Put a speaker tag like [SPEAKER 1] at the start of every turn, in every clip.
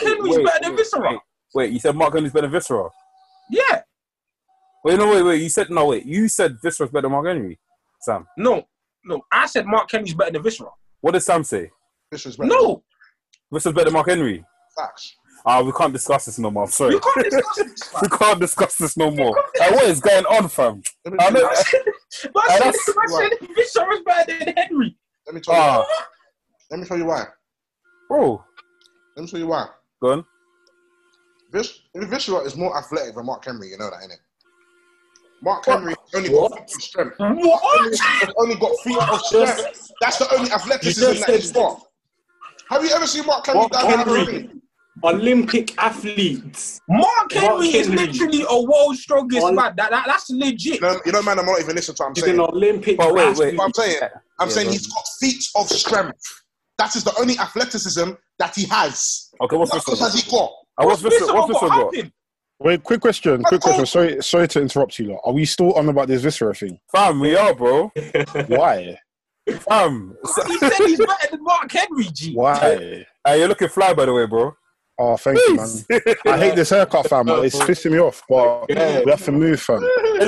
[SPEAKER 1] Henry's
[SPEAKER 2] wait,
[SPEAKER 1] better than
[SPEAKER 2] wait,
[SPEAKER 1] Viscera.
[SPEAKER 2] wait. Wait, you said Mark Henry's better than Viscera?
[SPEAKER 1] Yeah.
[SPEAKER 2] Wait, no, wait, wait. You said no, wait. You said Viscera's better than Mark Henry, Sam.
[SPEAKER 1] No, no. I said Mark Henry's better than Viscera.
[SPEAKER 2] What does Sam say?
[SPEAKER 3] Disrespect.
[SPEAKER 1] No,
[SPEAKER 2] Viscera's better than Mark Henry.
[SPEAKER 3] Facts.
[SPEAKER 2] Ah, we can't discuss this no more. I'm sorry.
[SPEAKER 1] you can't discuss this. fam.
[SPEAKER 2] we can't discuss this no more. Like, what is going on, fam?
[SPEAKER 3] Let me
[SPEAKER 2] I
[SPEAKER 3] tell you,
[SPEAKER 2] know-
[SPEAKER 1] But I said, but I
[SPEAKER 2] Uh,
[SPEAKER 1] said,
[SPEAKER 2] that's-
[SPEAKER 1] I said Viscera's better than Henry.
[SPEAKER 3] let me tell you
[SPEAKER 2] Ah,
[SPEAKER 3] why. Let me tell you why.
[SPEAKER 2] bro,
[SPEAKER 3] Let me tell you why.
[SPEAKER 2] go on.
[SPEAKER 3] Vis- Viscera is more athletic than Mark Henry. You know that, innit? Mark
[SPEAKER 1] What?
[SPEAKER 3] Henry only got
[SPEAKER 1] What?
[SPEAKER 3] feet of strength.
[SPEAKER 1] What?
[SPEAKER 3] He's only got feet of strength. That's the only athleticism
[SPEAKER 4] just
[SPEAKER 3] that he's
[SPEAKER 4] said-
[SPEAKER 3] got. Have you ever seen Mark Henry
[SPEAKER 4] Mark
[SPEAKER 3] down in the
[SPEAKER 4] Henry.
[SPEAKER 3] ring?
[SPEAKER 4] Olympic athletes.
[SPEAKER 1] Mark Henry
[SPEAKER 4] Mark
[SPEAKER 1] is
[SPEAKER 4] Henry.
[SPEAKER 1] literally a world's strongest
[SPEAKER 4] On-
[SPEAKER 1] man. That, that, that's legit.
[SPEAKER 3] You know, you know, man, I'm not even listening to what I'm
[SPEAKER 4] He's an
[SPEAKER 3] saying.
[SPEAKER 4] Olympic
[SPEAKER 2] But Oh, wait,
[SPEAKER 4] athlete.
[SPEAKER 2] wait.
[SPEAKER 3] What I'm saying, I'm
[SPEAKER 2] Yeah,
[SPEAKER 3] saying
[SPEAKER 2] bro.
[SPEAKER 3] he's got feet of strength. That is the only athleticism that he has.
[SPEAKER 2] Okay, what's
[SPEAKER 3] What else
[SPEAKER 2] Viscera?
[SPEAKER 3] has he got?
[SPEAKER 2] Ah, What's Viscera? What's
[SPEAKER 1] got
[SPEAKER 2] Viscera got?
[SPEAKER 1] happened?
[SPEAKER 5] Wait, quick question. Quick question. Sorry, sorry to interrupt you, lot. Are we still on about this viscera thing?
[SPEAKER 2] Fam, we are, bro.
[SPEAKER 5] Why?
[SPEAKER 2] Fam, so,
[SPEAKER 1] He said he's better than Mark Henry, G.
[SPEAKER 5] Why?
[SPEAKER 2] Ah, you're looking fly, by the way, bro.
[SPEAKER 5] Oh, thank you, man. I hate this haircut, fam. It's pissing me off, but we have to move, fam.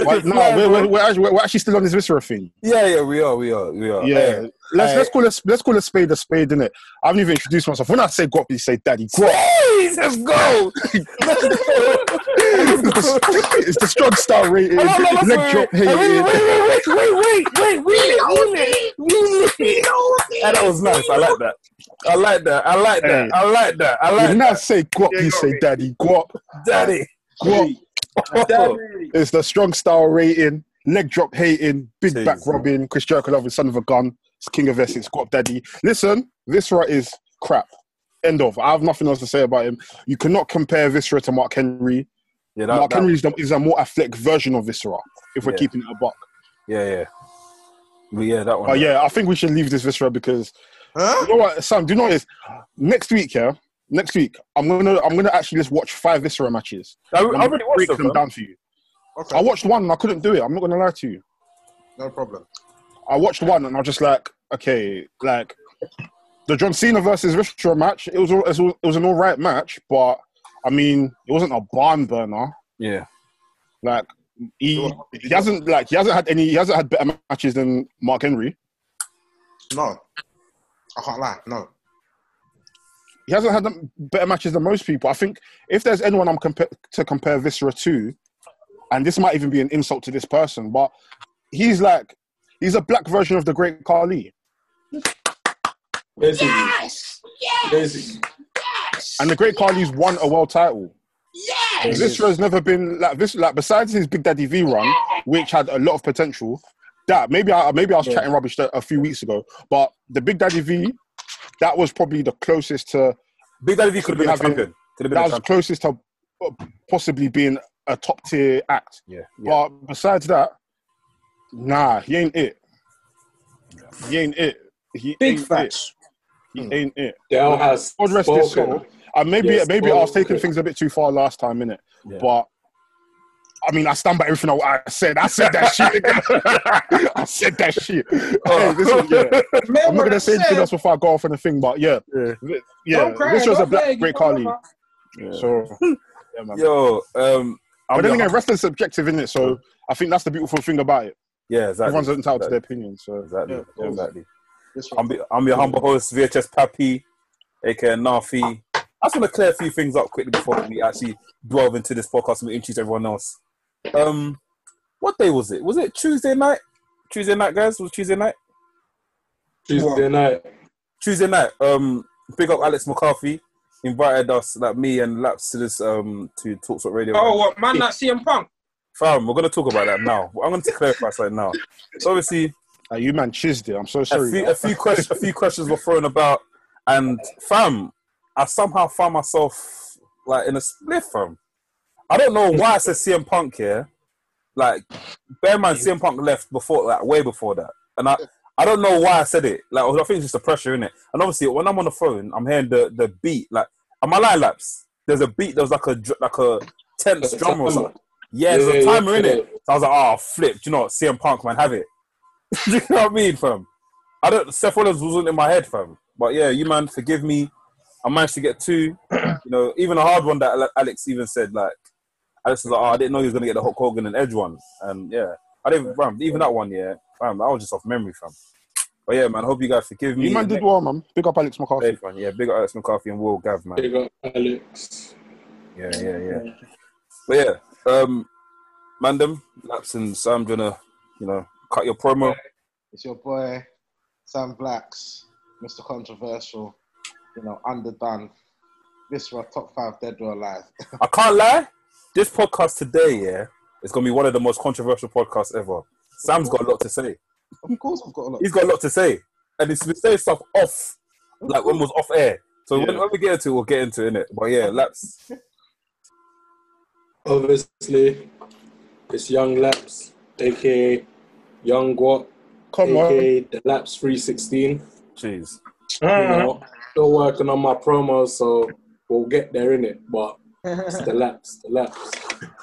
[SPEAKER 5] Wait, no, we're, we're, we're, actually, we're actually still on this viscera thing.
[SPEAKER 2] yeah, yeah, we are, we are, we are.
[SPEAKER 5] Yeah, let's
[SPEAKER 2] Oh, Hey.
[SPEAKER 5] let's call a, sp- let's call a spade a spade, innit? I haven't even introduced myself. When I say Gop, you say Daddy Gop.
[SPEAKER 2] Please, let's go. Let's go.
[SPEAKER 5] it's the strong style rating.
[SPEAKER 2] Hold on, let's
[SPEAKER 5] Leg drop
[SPEAKER 2] wait, wait,
[SPEAKER 5] hating.
[SPEAKER 2] wait, wait, wait, wait, wait, wait, wait, wait, wait. Ah, that was nice. I like that. I like that. I like that. I like that. I like
[SPEAKER 5] When
[SPEAKER 2] that.
[SPEAKER 5] I say Gop, you say Daddy Gop.
[SPEAKER 2] Daddy.
[SPEAKER 5] Gop.
[SPEAKER 2] Daddy.
[SPEAKER 5] It's the strong style rating. Leg drop hating. Big
[SPEAKER 2] Jesus.
[SPEAKER 5] back robbing. Chris Jericho loving. Son of a gun. It's King of Essex. Gop Daddy. Listen, Viscera is crap. End of. I have nothing else to say about him. You cannot compare Viscera to Mark Henry.
[SPEAKER 2] Yeah, that,
[SPEAKER 5] Mark
[SPEAKER 2] that,
[SPEAKER 5] Henry is, the, is a more athletic version of Viscera. If we're
[SPEAKER 2] Yeah.
[SPEAKER 5] keeping it a buck.
[SPEAKER 2] yeah, yeah. But Oh, yeah, that one.
[SPEAKER 5] But yeah, I think we should leave this Viscera because
[SPEAKER 3] Huh?
[SPEAKER 5] you know what, Sam. Do you know what it is? Next week, yeah, next week, I'm gonna I'm gonna actually just watch five Viscera matches.
[SPEAKER 2] I, I
[SPEAKER 5] I'm gonna
[SPEAKER 2] already watched
[SPEAKER 5] break
[SPEAKER 2] them.
[SPEAKER 5] them
[SPEAKER 2] fam.
[SPEAKER 5] down for you.
[SPEAKER 3] Okay,
[SPEAKER 5] I watched one and I couldn't do it. I'm not gonna lie to you.
[SPEAKER 3] no problem.
[SPEAKER 5] I watched one and I was just like, okay, like the John Cena versus Viscera match. It was all- it was, all- it was an all right match, but I mean, it wasn't a barn burner.
[SPEAKER 2] Yeah.
[SPEAKER 5] Like he, he hasn't like he hasn't had any he hasn't had better matches than Mark Henry.
[SPEAKER 3] No, I can't lie. No,
[SPEAKER 5] he hasn't had them- better matches than most people. I think if there's anyone I'm compa- to compare Viscera to, and this might even be an insult to this person, but he's like he's a black version of the Great Khali,
[SPEAKER 4] Basically,
[SPEAKER 1] Yes!
[SPEAKER 4] basically.
[SPEAKER 5] and the Great Khali's won a world title.
[SPEAKER 1] Yes!
[SPEAKER 5] Viscera's never been like this. Like besides his Big Daddy V run, which had a lot of potential. That maybe I maybe I was chatting rubbish a few weeks ago, but the Big Daddy V, that was probably the closest to
[SPEAKER 2] Big Daddy V could have been a
[SPEAKER 5] Having-
[SPEAKER 2] champion. Could have been
[SPEAKER 5] that
[SPEAKER 2] a
[SPEAKER 5] was
[SPEAKER 2] champion.
[SPEAKER 5] closest to uh, possibly being a top tier act.
[SPEAKER 2] Yeah. yeah.
[SPEAKER 5] But besides that, nah, he ain't it. He ain't it. He
[SPEAKER 4] Big
[SPEAKER 5] ain't
[SPEAKER 4] facts. Hmm.
[SPEAKER 5] it. He ain't it.
[SPEAKER 4] Dell has
[SPEAKER 5] God rest his soul.
[SPEAKER 4] spoken.
[SPEAKER 5] And maybe
[SPEAKER 4] Yes,
[SPEAKER 5] maybe I was
[SPEAKER 4] spoken.
[SPEAKER 5] taking things a bit too far last time, innit?
[SPEAKER 2] Yeah.
[SPEAKER 5] But I mean, I stand by everything I I said. I said that shit. nigga. I said that shit.
[SPEAKER 2] Oh.
[SPEAKER 5] Hey, listen, yeah.
[SPEAKER 1] Remember
[SPEAKER 5] I'm not
[SPEAKER 1] what I
[SPEAKER 5] gonna say anything
[SPEAKER 1] said?
[SPEAKER 5] else before I go off on the thing, but yeah,
[SPEAKER 2] Yeah.
[SPEAKER 5] yeah.
[SPEAKER 1] Don't cry,
[SPEAKER 5] This was a
[SPEAKER 1] don't
[SPEAKER 5] black
[SPEAKER 1] beg,
[SPEAKER 5] great
[SPEAKER 1] you
[SPEAKER 5] Carly.
[SPEAKER 1] know.
[SPEAKER 5] So yeah, man.
[SPEAKER 2] Yo, um, I'm
[SPEAKER 5] But then
[SPEAKER 2] not-
[SPEAKER 5] again, wrestling's subjective, isn't it? So I think that's the beautiful thing about it.
[SPEAKER 2] yeah, exactly.
[SPEAKER 5] Everyone's entitled to their opinion. So
[SPEAKER 2] Exactly.
[SPEAKER 5] Yeah, Um, yeah.
[SPEAKER 2] exactly.
[SPEAKER 3] This one.
[SPEAKER 2] I'm, be, I'm your humble host, VHS Pappy, aka Nafi. I just want to clear a few things up quickly before we actually delve into this podcast and we introduce everyone else. Um, what day was it? Was it Tuesday night? Tuesday night, guys. Was it Tuesday night?
[SPEAKER 4] Tuesday night.
[SPEAKER 2] Tuesday night. Um, big up Alex McCarthy invited us, like me and Laps, to this um to Talks Talk Radio.
[SPEAKER 1] Oh, what, man, that CM Punk?
[SPEAKER 2] Fam, we're gonna talk about that now. I'm gonna clarify something now. So obviously,
[SPEAKER 5] Uh, you man chizzed it. I'm so
[SPEAKER 2] a
[SPEAKER 5] sorry.
[SPEAKER 2] few,
[SPEAKER 5] man.
[SPEAKER 2] a few questions, a few questions were thrown about, and fam, I somehow found myself like in a split, fam. I don't know why I said CM Punk here. Like, bear in mind, CM Punk left before, like, way before that, and I, I don't know why I said it. Like, I think it's just the pressure in it, and obviously, when I'm on the phone, I'm hearing the the beat. Like, am I lying, laps? There's a beat. There was like a dr- like a tense drum or something. Yeah, it's
[SPEAKER 4] Yeah,
[SPEAKER 2] a
[SPEAKER 4] yeah,
[SPEAKER 2] timer
[SPEAKER 4] yeah.
[SPEAKER 2] in it. So I was like, oh, flip. Do you know what? CM Punk, man, have it. Do you know what I mean, fam? I don't. Seth Rollins wasn't in my head, fam. But yeah, you man, forgive me. I managed to get two. you know, even a hard one that Ale- Alex even said like, Alex was like, oh, I didn't know he was gonna get the Hulk Hogan and Edge one, and yeah, I didn't. Fam, even that one, yeah, fam, that was just off memory, fam. But yeah, man, hope you guys forgive me.
[SPEAKER 5] You man
[SPEAKER 2] and
[SPEAKER 5] did
[SPEAKER 2] next
[SPEAKER 5] well, man. Big up Alex McCarthy.
[SPEAKER 2] day, fam. Yeah, big up Alex McCarthy and Will Gav, man.
[SPEAKER 4] Big up, Alex.
[SPEAKER 2] Yeah, yeah, yeah. But yeah, um, Mandem, Laps, and Sam, gonna, you know, cut your promo.
[SPEAKER 3] It's your boy, Sam Blacks, Mr. Controversial, you know, underdone. This was top five dead or alive.
[SPEAKER 2] I can't lie. This podcast today, yeah, it's gonna be one of the most controversial podcasts ever. Sam's got a lot to say.
[SPEAKER 3] of course, I've got a lot.
[SPEAKER 2] He's got a lot to say, and he's been saying stuff off, like when was off air. So when,
[SPEAKER 4] Yeah.
[SPEAKER 2] when we get into it, we'll get into it, innit? But yeah, Laps,
[SPEAKER 4] Obviously, it's Young Laps, aka Young What,
[SPEAKER 5] Come on.
[SPEAKER 4] aka The Laps 316.
[SPEAKER 2] jeez.
[SPEAKER 4] You know, still working on my promos, so we'll get there in it. But it's the laps, the laps.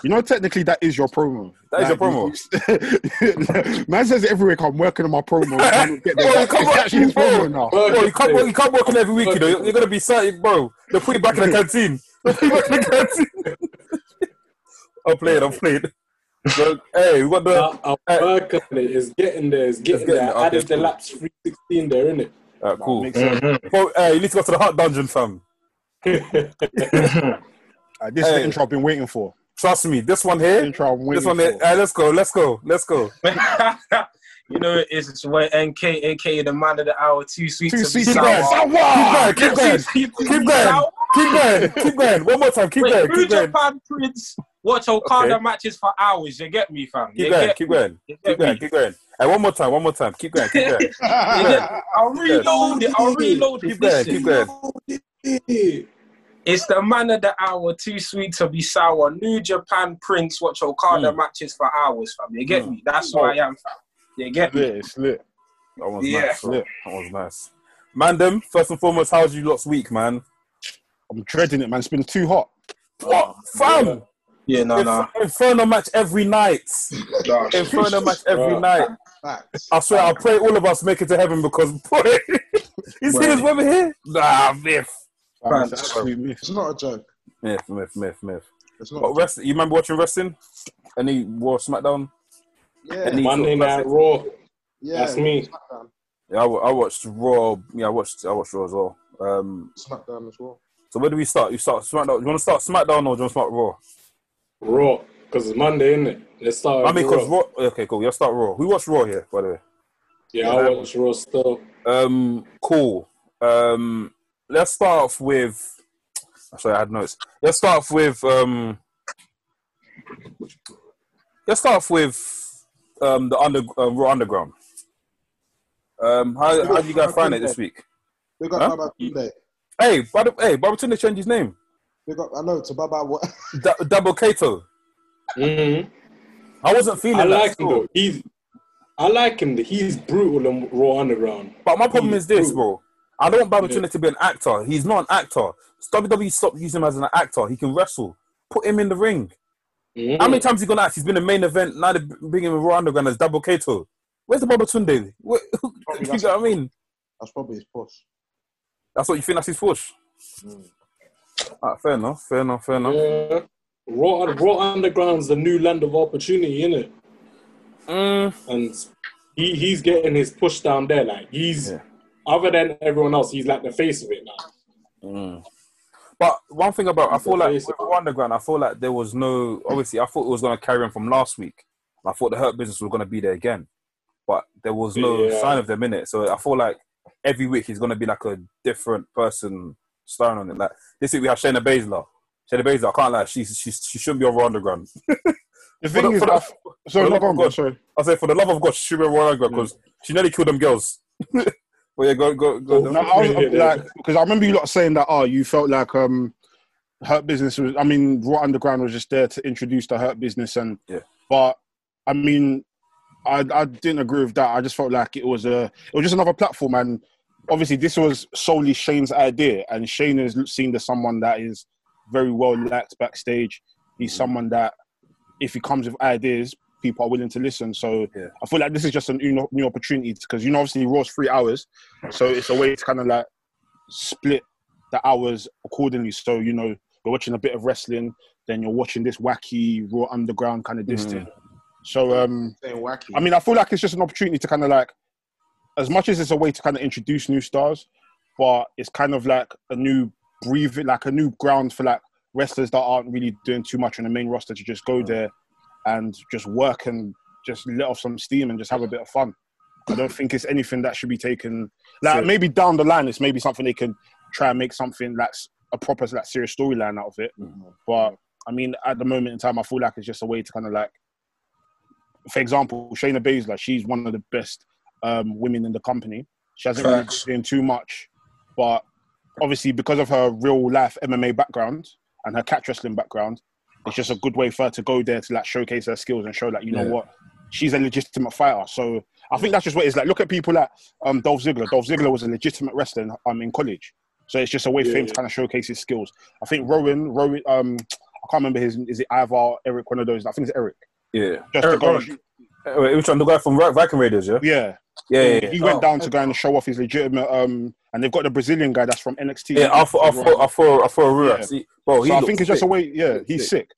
[SPEAKER 5] You know, technically, that is your promo.
[SPEAKER 2] That is your
[SPEAKER 5] promo. man says it every week, I'm working on my promo. Man, we'll get there.
[SPEAKER 2] Bro, come
[SPEAKER 5] It's
[SPEAKER 2] on.
[SPEAKER 5] actually his promo now.
[SPEAKER 4] Bro,
[SPEAKER 2] Bro, you can't work, you can't work on every week, you know. You're gonna be certain, bro. They put you back in the canteen. They put you back in the canteen. I'm playing. I'm playing. So, hey, we got the.
[SPEAKER 4] I- I'm
[SPEAKER 2] uh,
[SPEAKER 4] working on it. It's getting there. It's getting
[SPEAKER 2] getting
[SPEAKER 4] there.
[SPEAKER 2] there, okay,
[SPEAKER 4] I added the
[SPEAKER 2] cool.
[SPEAKER 4] laps 316 there, innit?
[SPEAKER 2] Alright, uh, cool.
[SPEAKER 5] Makes sense.
[SPEAKER 2] Well, hey, you need to go to the hot dungeon, fam.
[SPEAKER 5] Uh, this is the
[SPEAKER 2] Hey.
[SPEAKER 5] intro I've been waiting for.
[SPEAKER 2] Trust me. This one here.
[SPEAKER 5] Intro I'm waiting
[SPEAKER 2] This one
[SPEAKER 5] for.
[SPEAKER 2] here. Hey, let's go. Let's go. Let's go.
[SPEAKER 1] you know, it's, it's where NK, aka the man of the hour, too sweet
[SPEAKER 5] Two
[SPEAKER 1] to be
[SPEAKER 5] seats
[SPEAKER 2] Keep
[SPEAKER 1] sour.
[SPEAKER 2] going.
[SPEAKER 5] down. Sour!
[SPEAKER 2] Keep going.
[SPEAKER 1] Keep
[SPEAKER 2] Keep going. Keep going. Keep going. One more time. Keep
[SPEAKER 1] Wait,
[SPEAKER 2] going.
[SPEAKER 1] New
[SPEAKER 2] Keep going.
[SPEAKER 1] Japan Prince, watch Okada matches for hours. You get me, fam.
[SPEAKER 2] Keep
[SPEAKER 1] you
[SPEAKER 2] going.
[SPEAKER 1] get,
[SPEAKER 2] Keep going.
[SPEAKER 1] you
[SPEAKER 2] Keep
[SPEAKER 1] get
[SPEAKER 2] going.
[SPEAKER 1] me.
[SPEAKER 2] Keep going. Hey, one more time. One more time. Keep going. Keep going.
[SPEAKER 1] I'll reload it. I'll reload
[SPEAKER 2] Keep
[SPEAKER 1] it.
[SPEAKER 2] going.
[SPEAKER 1] Listen,
[SPEAKER 2] Keep going.
[SPEAKER 1] It's the man of the hour, too sweet to be sour. New Japan Prince, watch
[SPEAKER 2] Mm.
[SPEAKER 1] Okada matches for hours, fam. You get me? That's who I am, fam. You get
[SPEAKER 5] Yeah,
[SPEAKER 1] me?
[SPEAKER 5] it's lit.
[SPEAKER 2] That one's
[SPEAKER 1] Yeah.
[SPEAKER 2] nice. bro. That one's nice. Mandem, first and foremost, how's you lot's week, man?
[SPEAKER 5] I'm dreading it, man. It's been too hot.
[SPEAKER 2] What? Fam!
[SPEAKER 1] Yeah, no, no.
[SPEAKER 2] Inf- Inferno match every night.
[SPEAKER 1] no.
[SPEAKER 2] Inferno match every
[SPEAKER 4] Bro.
[SPEAKER 2] night.
[SPEAKER 3] Facts.
[SPEAKER 2] I swear, I pray all of us make it to heaven because, boy, you see this woman here? Nah, myth.
[SPEAKER 5] Man,
[SPEAKER 1] Fam.
[SPEAKER 5] it's absolute myth.
[SPEAKER 3] It's not a joke.
[SPEAKER 2] Myth, myth, myth, myth.
[SPEAKER 3] It's not.
[SPEAKER 2] But rest, you remember watching wrestling? Any Raw SmackDown?
[SPEAKER 3] yeah,
[SPEAKER 2] Any-
[SPEAKER 4] Monday Night Raw.
[SPEAKER 3] yeah.
[SPEAKER 4] That's me.
[SPEAKER 3] Smackdown,
[SPEAKER 2] Yeah, I, wa- I watched Raw. Yeah, I watched I watched Raw as well. Um,
[SPEAKER 3] Smackdown as well.
[SPEAKER 2] so where do we start? You start SmackDown. You want to start SmackDown or do you want to start Raw?
[SPEAKER 4] Raw. Because it's Monday, innit? Let's start.
[SPEAKER 2] I mean,
[SPEAKER 4] with
[SPEAKER 2] because
[SPEAKER 4] Raw.
[SPEAKER 2] Raw. Okay, cool. You'll start Raw. Who watched Raw here, by the way?
[SPEAKER 4] Yeah, I watch Raw still.
[SPEAKER 2] Um, cool. Um, let's start off with. Sorry, I had notes. Let's start off with. Um, let's start off with um, the under uh, Raw Underground. Um, how how do you guys find it this week?
[SPEAKER 3] They got
[SPEAKER 2] Huh?
[SPEAKER 3] Baba Tunde.
[SPEAKER 2] Hey, by the, hey, Barberton changed his name.
[SPEAKER 3] They got. I know to Baba. What?
[SPEAKER 2] D- Double Kato.
[SPEAKER 4] hmm
[SPEAKER 2] I wasn't feeling
[SPEAKER 4] I
[SPEAKER 2] that
[SPEAKER 4] like
[SPEAKER 2] at
[SPEAKER 4] him,
[SPEAKER 2] all.
[SPEAKER 4] though. He's, I like him. though. He's brutal on Raw Underground.
[SPEAKER 2] But my problem
[SPEAKER 4] He's
[SPEAKER 2] is this,
[SPEAKER 4] brutal.
[SPEAKER 2] bro. I don't want Babatunde to be an actor. He's not an actor. WWE E stopped using him as an actor. He can wrestle. Put him in the ring.
[SPEAKER 4] Mhm.
[SPEAKER 2] How many times he gonna act? He's been a main event. Now they bring him in Raw Underground as Double Kato. Where's the Babatunde? Where, you know what I mean?
[SPEAKER 3] That's probably his push.
[SPEAKER 2] That's what you think. That's his push. Ah, fair enough. Fair enough. Fair enough.
[SPEAKER 4] Yeah. Uh, Raw, Raw Underground's the new land of opportunity, innit?
[SPEAKER 2] Mm,
[SPEAKER 4] And he, he's getting his push down there. Like he's
[SPEAKER 2] Yeah.
[SPEAKER 4] other than everyone else, he's like the face of it now.
[SPEAKER 2] mm. But one thing about I feel like with
[SPEAKER 4] Basically.
[SPEAKER 2] Raw Underground, I feel like there was no. Obviously, I thought it was gonna carry on from last week. I thought the Hurt Business was gonna be there again, but there was no
[SPEAKER 4] Yeah.
[SPEAKER 2] sign of them in it. So I feel like every week he's gonna be like a different person starring on it. Like this week we have Shayna Baszler. Shayna Baszler, I can't lie, she's, she's, she shouldn't be on Raw Underground.
[SPEAKER 5] The thing
[SPEAKER 2] the-
[SPEAKER 5] is,
[SPEAKER 2] for the-
[SPEAKER 5] I- sorry,
[SPEAKER 2] for the
[SPEAKER 5] not
[SPEAKER 2] love of
[SPEAKER 5] on, bro,
[SPEAKER 2] God.
[SPEAKER 5] sorry.
[SPEAKER 2] I said, for the love of God, she should be on Raw Underground because she nearly killed them girls. well, yeah, go, go, go.
[SPEAKER 4] Oh,
[SPEAKER 2] go.
[SPEAKER 5] No, I was I'm like, because I remember you lot saying that. Oh, you felt like um, Hurt Business was. I mean, Raw Underground was just there to introduce the Hurt Business, and
[SPEAKER 2] Yeah.
[SPEAKER 5] But I mean, I I didn't agree with that. I just felt like it was a it was just another platform, and obviously this was solely Shane's idea, and Shane is seen as someone that is very well liked backstage. He's someone that if he comes with ideas, people are willing to listen. So
[SPEAKER 2] Yeah.
[SPEAKER 5] I feel like this is just a new new opportunity because you know obviously Raw's three hours, so it's a way to kind of like split the hours accordingly. So you know you're watching a bit of wrestling, then you're watching this wacky Raw Underground kind of this
[SPEAKER 2] Mm.
[SPEAKER 5] thing. So um,
[SPEAKER 3] Saying wacky.
[SPEAKER 5] I mean, I feel like it's just an opportunity to kind of like, as much as it's a way to kind of introduce new stars, but it's kind of like a new breathing, like a new ground for like wrestlers that aren't really doing too much on the main roster to just go there and just work and just let off some steam and just have a bit of fun. I don't think it's anything that should be taken. Like
[SPEAKER 2] So-
[SPEAKER 5] maybe down the line, it's maybe something they can try and make something that's a proper, like serious storyline out of it. But I mean, at the moment in time, I feel like it's just a way to kind of like, for example, Shayna Baszler, she's one of the best um, women in the company. She hasn't really
[SPEAKER 1] Facts.
[SPEAKER 5] been doing too much, but obviously because of her real life MMA background and her catch wrestling background, it's just a good way for her to go there to like showcase her skills and show like you know
[SPEAKER 2] Yeah.
[SPEAKER 5] what, she's a legitimate fighter. So I think that's just what it is. Like look at people like um, Dolph Ziggler. Dolph Ziggler was a legitimate wrestler in, um, in college. So it's just a way for
[SPEAKER 4] Yeah,
[SPEAKER 5] him to kind of showcase his skills. I think Rowan, Rowan, um, I can't remember his. Is it Ivar, Eric, one of those? I think it's Eric.
[SPEAKER 2] Yeah.
[SPEAKER 5] Just
[SPEAKER 1] Eric
[SPEAKER 5] to go,
[SPEAKER 1] Rowan.
[SPEAKER 2] Uh, Wait, which one? The guy from Vi- Viking Raiders, yeah?
[SPEAKER 5] yeah,
[SPEAKER 2] Yeah, yeah, yeah.
[SPEAKER 5] He went
[SPEAKER 1] Oh,
[SPEAKER 5] down to go and show off his legitimate. Um, and they've got the Brazilian guy that's from NXT.
[SPEAKER 2] Yeah, I thought, I thought, I thought, I thought,
[SPEAKER 5] Yeah.
[SPEAKER 2] Rurak. See, bro, he
[SPEAKER 5] so I
[SPEAKER 2] looks
[SPEAKER 5] think it's just a
[SPEAKER 2] sick.
[SPEAKER 5] way. Yeah,
[SPEAKER 2] He's
[SPEAKER 5] he's
[SPEAKER 2] sick.
[SPEAKER 5] sick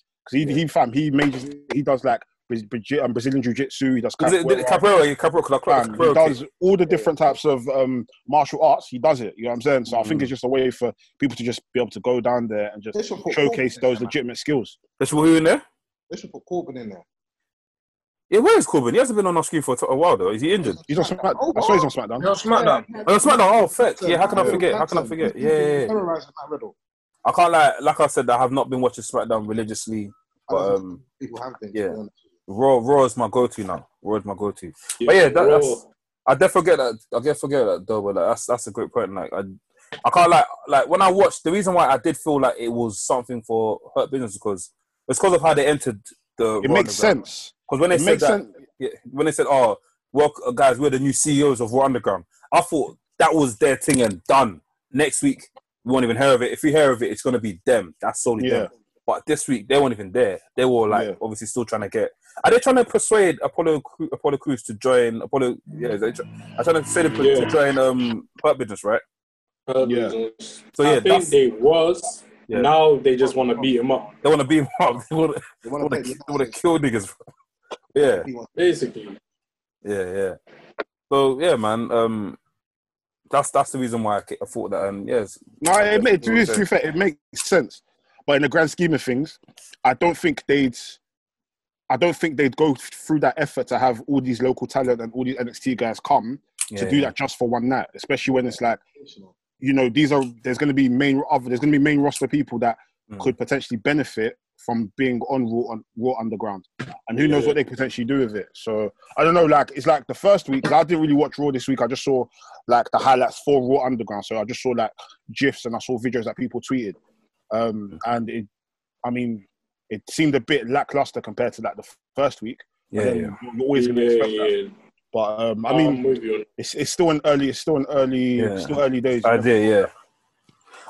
[SPEAKER 5] because he he fam he majors he does like Braz- Braz- um, Brazilian jiu jitsu. He does
[SPEAKER 2] Is it, did it
[SPEAKER 5] capoeira,
[SPEAKER 2] Cabrera? Yeah, Cabrera, because I clocked
[SPEAKER 5] fam. He
[SPEAKER 2] Cabrera.
[SPEAKER 5] does all the different types of um, martial arts. He does it. You know what I'm saying? So I think
[SPEAKER 2] Mm.
[SPEAKER 5] it's just a way for people to just be able to go down there and just
[SPEAKER 3] They should put
[SPEAKER 5] showcase
[SPEAKER 3] Corbin in
[SPEAKER 5] those
[SPEAKER 3] there, man.
[SPEAKER 5] legitimate skills.
[SPEAKER 2] That's who in there?
[SPEAKER 3] They should put Corbin in there.
[SPEAKER 2] Yeah, where is Corbin? He hasn't been on our screen for a while, though. Is he injured?
[SPEAKER 5] He's on SmackDown. I saw he's on SmackDown.
[SPEAKER 1] Yo, SmackDown.
[SPEAKER 2] Oh, it's SmackDown. Oh, fuck. Yeah, how can I
[SPEAKER 3] Yeah.
[SPEAKER 2] forget? How can I forget? Yeah, yeah, yeah.
[SPEAKER 3] Terrorizing Matt Riddle.
[SPEAKER 2] I can't like like I said, I have not been watching SmackDown religiously, but um,
[SPEAKER 3] People have been.
[SPEAKER 2] Yeah. Raw Raw is my go-to now. Raw is my go-to. But Oh, yeah, that-
[SPEAKER 4] Raw.
[SPEAKER 2] that's- I did forget that. I did forget that though. But like, that's that's a great point. Like I, I can't like like when I watched the reason why I did feel like it was something for Hurt Business because it's because of how they entered the.
[SPEAKER 5] It makes sense.
[SPEAKER 2] because when they
[SPEAKER 5] It
[SPEAKER 2] said
[SPEAKER 5] makes
[SPEAKER 2] that,
[SPEAKER 5] sense.
[SPEAKER 2] yeah, when they said, "Oh, well, uh, guys, we're the new CEOs of Raw Underground," I thought that was their thing and done. Next week, we won't even hear of it. If we hear of it, it's gonna be them. That's solely
[SPEAKER 5] Yeah.
[SPEAKER 2] them. But this week, they weren't even there. They were like
[SPEAKER 5] Yeah.
[SPEAKER 2] obviously still trying to get. Are they trying to persuade Apollo Cru- Apollo Crews to join Apollo? Yeah, they tr- are trying to persuade him
[SPEAKER 4] Yeah.
[SPEAKER 2] to join um Hurt Business, right?
[SPEAKER 5] Yeah.
[SPEAKER 2] So
[SPEAKER 4] I
[SPEAKER 2] yeah,
[SPEAKER 4] think
[SPEAKER 2] that's,
[SPEAKER 4] they was.
[SPEAKER 2] Yeah.
[SPEAKER 4] Now they just want to beat him up,
[SPEAKER 2] they want to beam up. They want
[SPEAKER 3] They
[SPEAKER 2] to
[SPEAKER 3] want to
[SPEAKER 2] they want to kill niggas. Yeah.
[SPEAKER 4] basically.
[SPEAKER 2] Yeah, yeah. So yeah, man. Um, that's that's the reason why I ca- I thought that. Um, yes,
[SPEAKER 5] No, it, made, to, be, to be fair, it makes sense. But in the grand scheme of things, I don't think they'd, I don't think they'd go through that effort to have all these local talent and all these NXT guys come to do that just for one night. Especially when it's like, you know, these are there's going to be main other there's going to be main roster people that
[SPEAKER 2] Mm.
[SPEAKER 5] could potentially benefit from being on Raw on Raw Underground, and who knows
[SPEAKER 4] Yeah.
[SPEAKER 5] what they potentially do with it. So I don't know. Like it's like the first week 'cause I didn't really watch Raw this week. I just saw like the highlights for Raw Underground. So I just saw like gifs and I saw videos that people tweeted,
[SPEAKER 2] Mm.
[SPEAKER 5] um, and it, I mean, it seemed a bit lackluster compared to like the f- first week. But
[SPEAKER 2] Yeah,
[SPEAKER 5] then
[SPEAKER 2] yeah.
[SPEAKER 5] You're always going to
[SPEAKER 4] yeah,
[SPEAKER 5] expect
[SPEAKER 4] yeah,
[SPEAKER 5] that.
[SPEAKER 4] yeah.
[SPEAKER 5] But um, I
[SPEAKER 4] I'm
[SPEAKER 5] mean,
[SPEAKER 4] with you.
[SPEAKER 5] it's, it's still an early, it's still an early,
[SPEAKER 2] Yeah.
[SPEAKER 5] still early days.
[SPEAKER 2] I did. Yeah,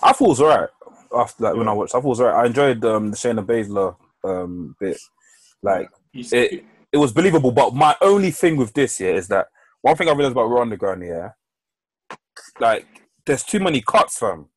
[SPEAKER 2] I thought it was alright after like when
[SPEAKER 5] Yeah.
[SPEAKER 2] I watched. I thought it was alright. I enjoyed um, the Shayna Baszler um bit. Like
[SPEAKER 4] He's-
[SPEAKER 2] It- it was believable. But my only thing with this yeah is that one thing I realized about Raw Underground yeah, like there's too many cuts, fam.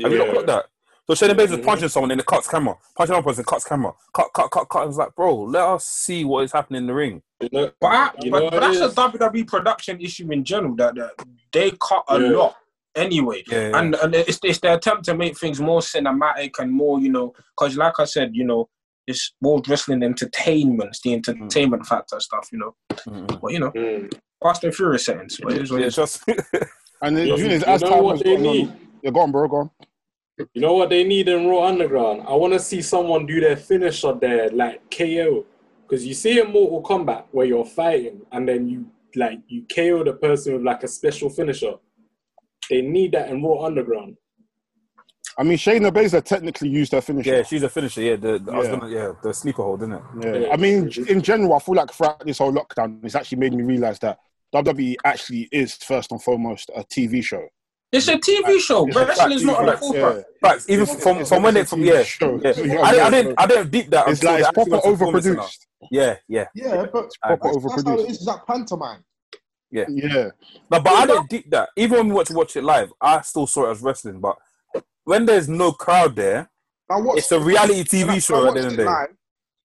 [SPEAKER 2] Have you not
[SPEAKER 4] yeah.
[SPEAKER 2] clocked that? So Shayna Baszler's
[SPEAKER 5] Mm-hmm.
[SPEAKER 4] Mhm.
[SPEAKER 2] punching someone and it cuts camera, punching another person, cuts camera, cut, cut, cut, cut. I was like, bro, let us see what is happening in the ring.
[SPEAKER 4] You know-
[SPEAKER 1] But, I,
[SPEAKER 4] You know
[SPEAKER 1] but, but
[SPEAKER 4] what it
[SPEAKER 1] that's a
[SPEAKER 4] is?
[SPEAKER 1] WWE production issue in general that, that they cut a
[SPEAKER 4] Yeah.
[SPEAKER 1] lot anyway.
[SPEAKER 2] Yeah, yeah.
[SPEAKER 1] And, and it's, it's their attempt to make things more cinematic and more, you know, because like I said, you know, it's world wrestling entertainment, it's the entertainment factor stuff, you know.
[SPEAKER 2] Mm-mm.
[SPEAKER 1] But, you know,
[SPEAKER 4] Mm.
[SPEAKER 1] Fast and Furious settings. But it is what it
[SPEAKER 2] Yeah,
[SPEAKER 1] is.
[SPEAKER 2] just
[SPEAKER 5] And the
[SPEAKER 4] You,
[SPEAKER 5] thing is,
[SPEAKER 4] you
[SPEAKER 5] as
[SPEAKER 4] know
[SPEAKER 5] time
[SPEAKER 4] what
[SPEAKER 5] has
[SPEAKER 4] they
[SPEAKER 5] gone on-
[SPEAKER 4] need?
[SPEAKER 5] yeah, go on, bro, go on.
[SPEAKER 4] You know what they need in Raw Underground? I want to see someone do their finisher there, like KO. Because you see in Mortal Kombat where you're fighting and then you like you KO the person with like a special finisher. They need that in Raw Underground.
[SPEAKER 5] I mean, Shayna Baszler technically used her finisher.
[SPEAKER 2] yeah, she's a finisher. Yeah, the, the- I was
[SPEAKER 5] Yeah.
[SPEAKER 2] gonna, yeah, the sleeper hold, isn't it?
[SPEAKER 5] Yeah.
[SPEAKER 4] Yeah.
[SPEAKER 5] I mean, in general, I feel like throughout this whole lockdown, it's actually made me realize that WWE actually is first and foremost a TV show.
[SPEAKER 1] It's a TV
[SPEAKER 2] Oh,
[SPEAKER 1] show.
[SPEAKER 5] It's a
[SPEAKER 1] Wrestling's not on the
[SPEAKER 5] fact-
[SPEAKER 1] forefront.
[SPEAKER 2] Facts, even
[SPEAKER 5] It's-
[SPEAKER 2] from
[SPEAKER 5] it's
[SPEAKER 2] from when
[SPEAKER 5] a
[SPEAKER 2] it from
[SPEAKER 5] TV
[SPEAKER 2] yeah,
[SPEAKER 5] show.
[SPEAKER 2] yeah.
[SPEAKER 5] You know
[SPEAKER 2] I, didn't-
[SPEAKER 5] what
[SPEAKER 2] I
[SPEAKER 5] I'm saying?
[SPEAKER 2] didn't I didn't deep that.
[SPEAKER 5] It's
[SPEAKER 2] until
[SPEAKER 5] like
[SPEAKER 2] they
[SPEAKER 5] it's
[SPEAKER 2] actually
[SPEAKER 5] proper
[SPEAKER 2] went to Performance Center.
[SPEAKER 5] overproduced.
[SPEAKER 2] Yeah, yeah.
[SPEAKER 3] Yeah, but
[SPEAKER 2] I
[SPEAKER 5] Proper
[SPEAKER 2] agree.
[SPEAKER 3] that's how it
[SPEAKER 5] overproduced.
[SPEAKER 3] is. It's like pantomime.
[SPEAKER 5] Yeah.
[SPEAKER 2] No, but I didn't deep that. Even when we went to watch it live, I still saw it as wrestling. But when there's no crowd there,
[SPEAKER 3] I watched,
[SPEAKER 2] it's a reality
[SPEAKER 3] when I-
[SPEAKER 2] TV show
[SPEAKER 3] when I
[SPEAKER 2] at the end of
[SPEAKER 3] watched
[SPEAKER 2] the
[SPEAKER 3] it
[SPEAKER 2] day.
[SPEAKER 3] live-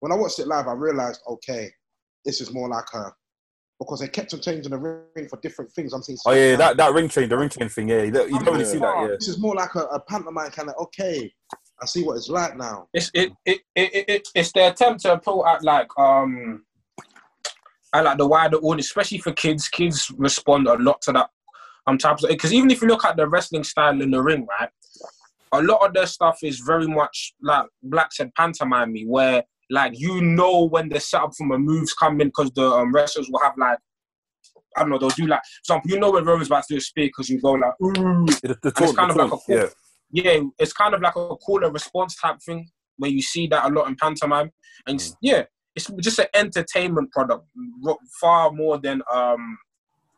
[SPEAKER 3] When I watched it live, I realized, okay, this is more like a because they kept on changing the ring for different things. I'm seeing.
[SPEAKER 2] Oh yeah,
[SPEAKER 3] SmackDown.
[SPEAKER 2] that, that ring train, the ring train thing. Yeah, you don't, you don't really
[SPEAKER 5] Yeah.
[SPEAKER 2] see that. Yeah.
[SPEAKER 3] This is more like a, a pantomime kind of. Okay, I see what it's like now.
[SPEAKER 1] It's it, it, it, it, it it's the attempt to appeal at like um at like the wider audience, especially for kids. Kids respond a lot to that um types because even if you look at the wrestling style in the ring, right, a lot of their stuff is very much like Black said pantomime where like you know when the setup from a move's coming because the um, wrestlers will have like I don't know they'll do like something you know when Roman's about to do a spear because you go like ooh
[SPEAKER 2] The, the
[SPEAKER 1] it's
[SPEAKER 2] taunt,
[SPEAKER 1] kind
[SPEAKER 2] the
[SPEAKER 1] of like
[SPEAKER 2] taunt,
[SPEAKER 1] a
[SPEAKER 2] yeah.
[SPEAKER 1] yeah, it's kind of like a call and response type thing where you see that a lot in pantomime. And
[SPEAKER 2] Mm.
[SPEAKER 1] s- yeah, it's just an entertainment product ro- far more than um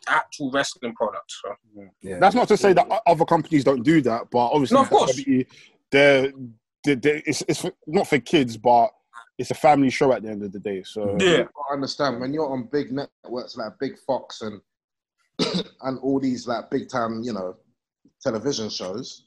[SPEAKER 1] actual wrestling product. So.
[SPEAKER 2] yeah.
[SPEAKER 5] That's not to say that o- other companies don't do that, but obviously,
[SPEAKER 1] No, of course.
[SPEAKER 5] WWE, they're, they're, they're- it's, it's for- not for kids, but it's a family show at the end of the day. So
[SPEAKER 1] Yeah,
[SPEAKER 3] I understand when you're on big networks like Big Fox and and all these like big time, you know, television shows.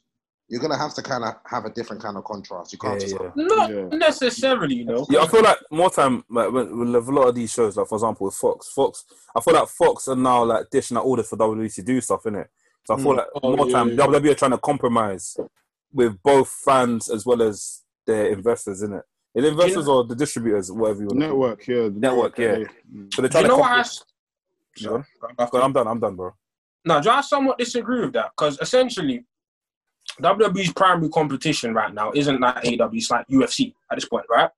[SPEAKER 3] You're gonna have to kind of have a different kind of contrast. You can't
[SPEAKER 2] Yeah,
[SPEAKER 3] just
[SPEAKER 2] yeah.
[SPEAKER 1] not
[SPEAKER 5] Yeah.
[SPEAKER 1] necessarily, you know.
[SPEAKER 2] Yeah, I feel like more time like when, with a lot of these shows, like for example with Fox, Fox, I feel like Fox are now like dishing out orders for WWE to do stuff in it. So I feel
[SPEAKER 5] Mm.
[SPEAKER 2] like
[SPEAKER 4] Oh,
[SPEAKER 2] more
[SPEAKER 4] yeah,
[SPEAKER 2] time
[SPEAKER 4] yeah.
[SPEAKER 2] WWE are trying to compromise with both fans as well as their investors in it. Is it investors or the distributors, whatever you want. to call it?
[SPEAKER 5] network, yeah, the
[SPEAKER 2] Network, yeah.
[SPEAKER 5] they-
[SPEAKER 2] So they're
[SPEAKER 1] Do
[SPEAKER 2] trying
[SPEAKER 1] you know
[SPEAKER 2] to.
[SPEAKER 1] what I?
[SPEAKER 2] compro-
[SPEAKER 1] s-
[SPEAKER 2] You know? Go on,
[SPEAKER 1] Sorry,
[SPEAKER 2] I'm done. I'm done, bro.
[SPEAKER 1] No, do I somewhat disagree with that? Because essentially, WWE's primary competition right now isn't like AW, it's like UFC at this point, right?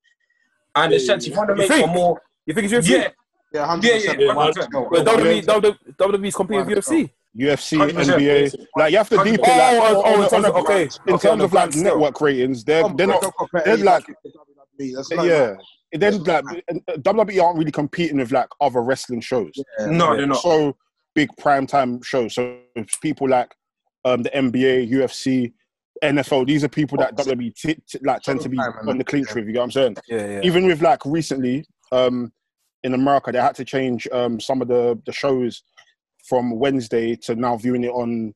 [SPEAKER 1] And
[SPEAKER 4] Yeah,
[SPEAKER 1] essentially, if you want
[SPEAKER 2] You
[SPEAKER 1] to make
[SPEAKER 2] think?
[SPEAKER 1] a more
[SPEAKER 2] You think it's UFC?
[SPEAKER 1] yeah,
[SPEAKER 3] yeah, hundred
[SPEAKER 1] yeah, yeah,
[SPEAKER 3] percent.
[SPEAKER 4] Yeah,
[SPEAKER 1] yeah,
[SPEAKER 2] But
[SPEAKER 3] Yeah.
[SPEAKER 2] WWE, WWE, WWE's competing with UFC.
[SPEAKER 5] UFC,
[SPEAKER 1] 100%.
[SPEAKER 5] NBA. Like you have to deep it. Like,
[SPEAKER 2] Oh, oh,
[SPEAKER 5] on
[SPEAKER 2] in
[SPEAKER 5] a-
[SPEAKER 2] terms
[SPEAKER 5] on a-
[SPEAKER 2] of okay,
[SPEAKER 5] in
[SPEAKER 2] okay, Oh, on
[SPEAKER 5] terms
[SPEAKER 2] the
[SPEAKER 5] of like
[SPEAKER 2] grand scale.
[SPEAKER 5] network ratings, they're they're not. they're like-
[SPEAKER 3] E.
[SPEAKER 5] Yeah, then like WWE E aren't really competing with like other wrestling shows.
[SPEAKER 1] no, they're not.
[SPEAKER 5] So big prime time shows. So it's people like um, the NBA, UFC, NFL. These are people that WWE t- t- like tend to be
[SPEAKER 3] Showtime,
[SPEAKER 5] on the clinch
[SPEAKER 3] yeah.
[SPEAKER 5] with. You know what I'm saying?
[SPEAKER 2] Yeah, yeah.
[SPEAKER 5] Even with like recently um, in America, they had to change um, some of the the shows from Wednesday to now viewing it on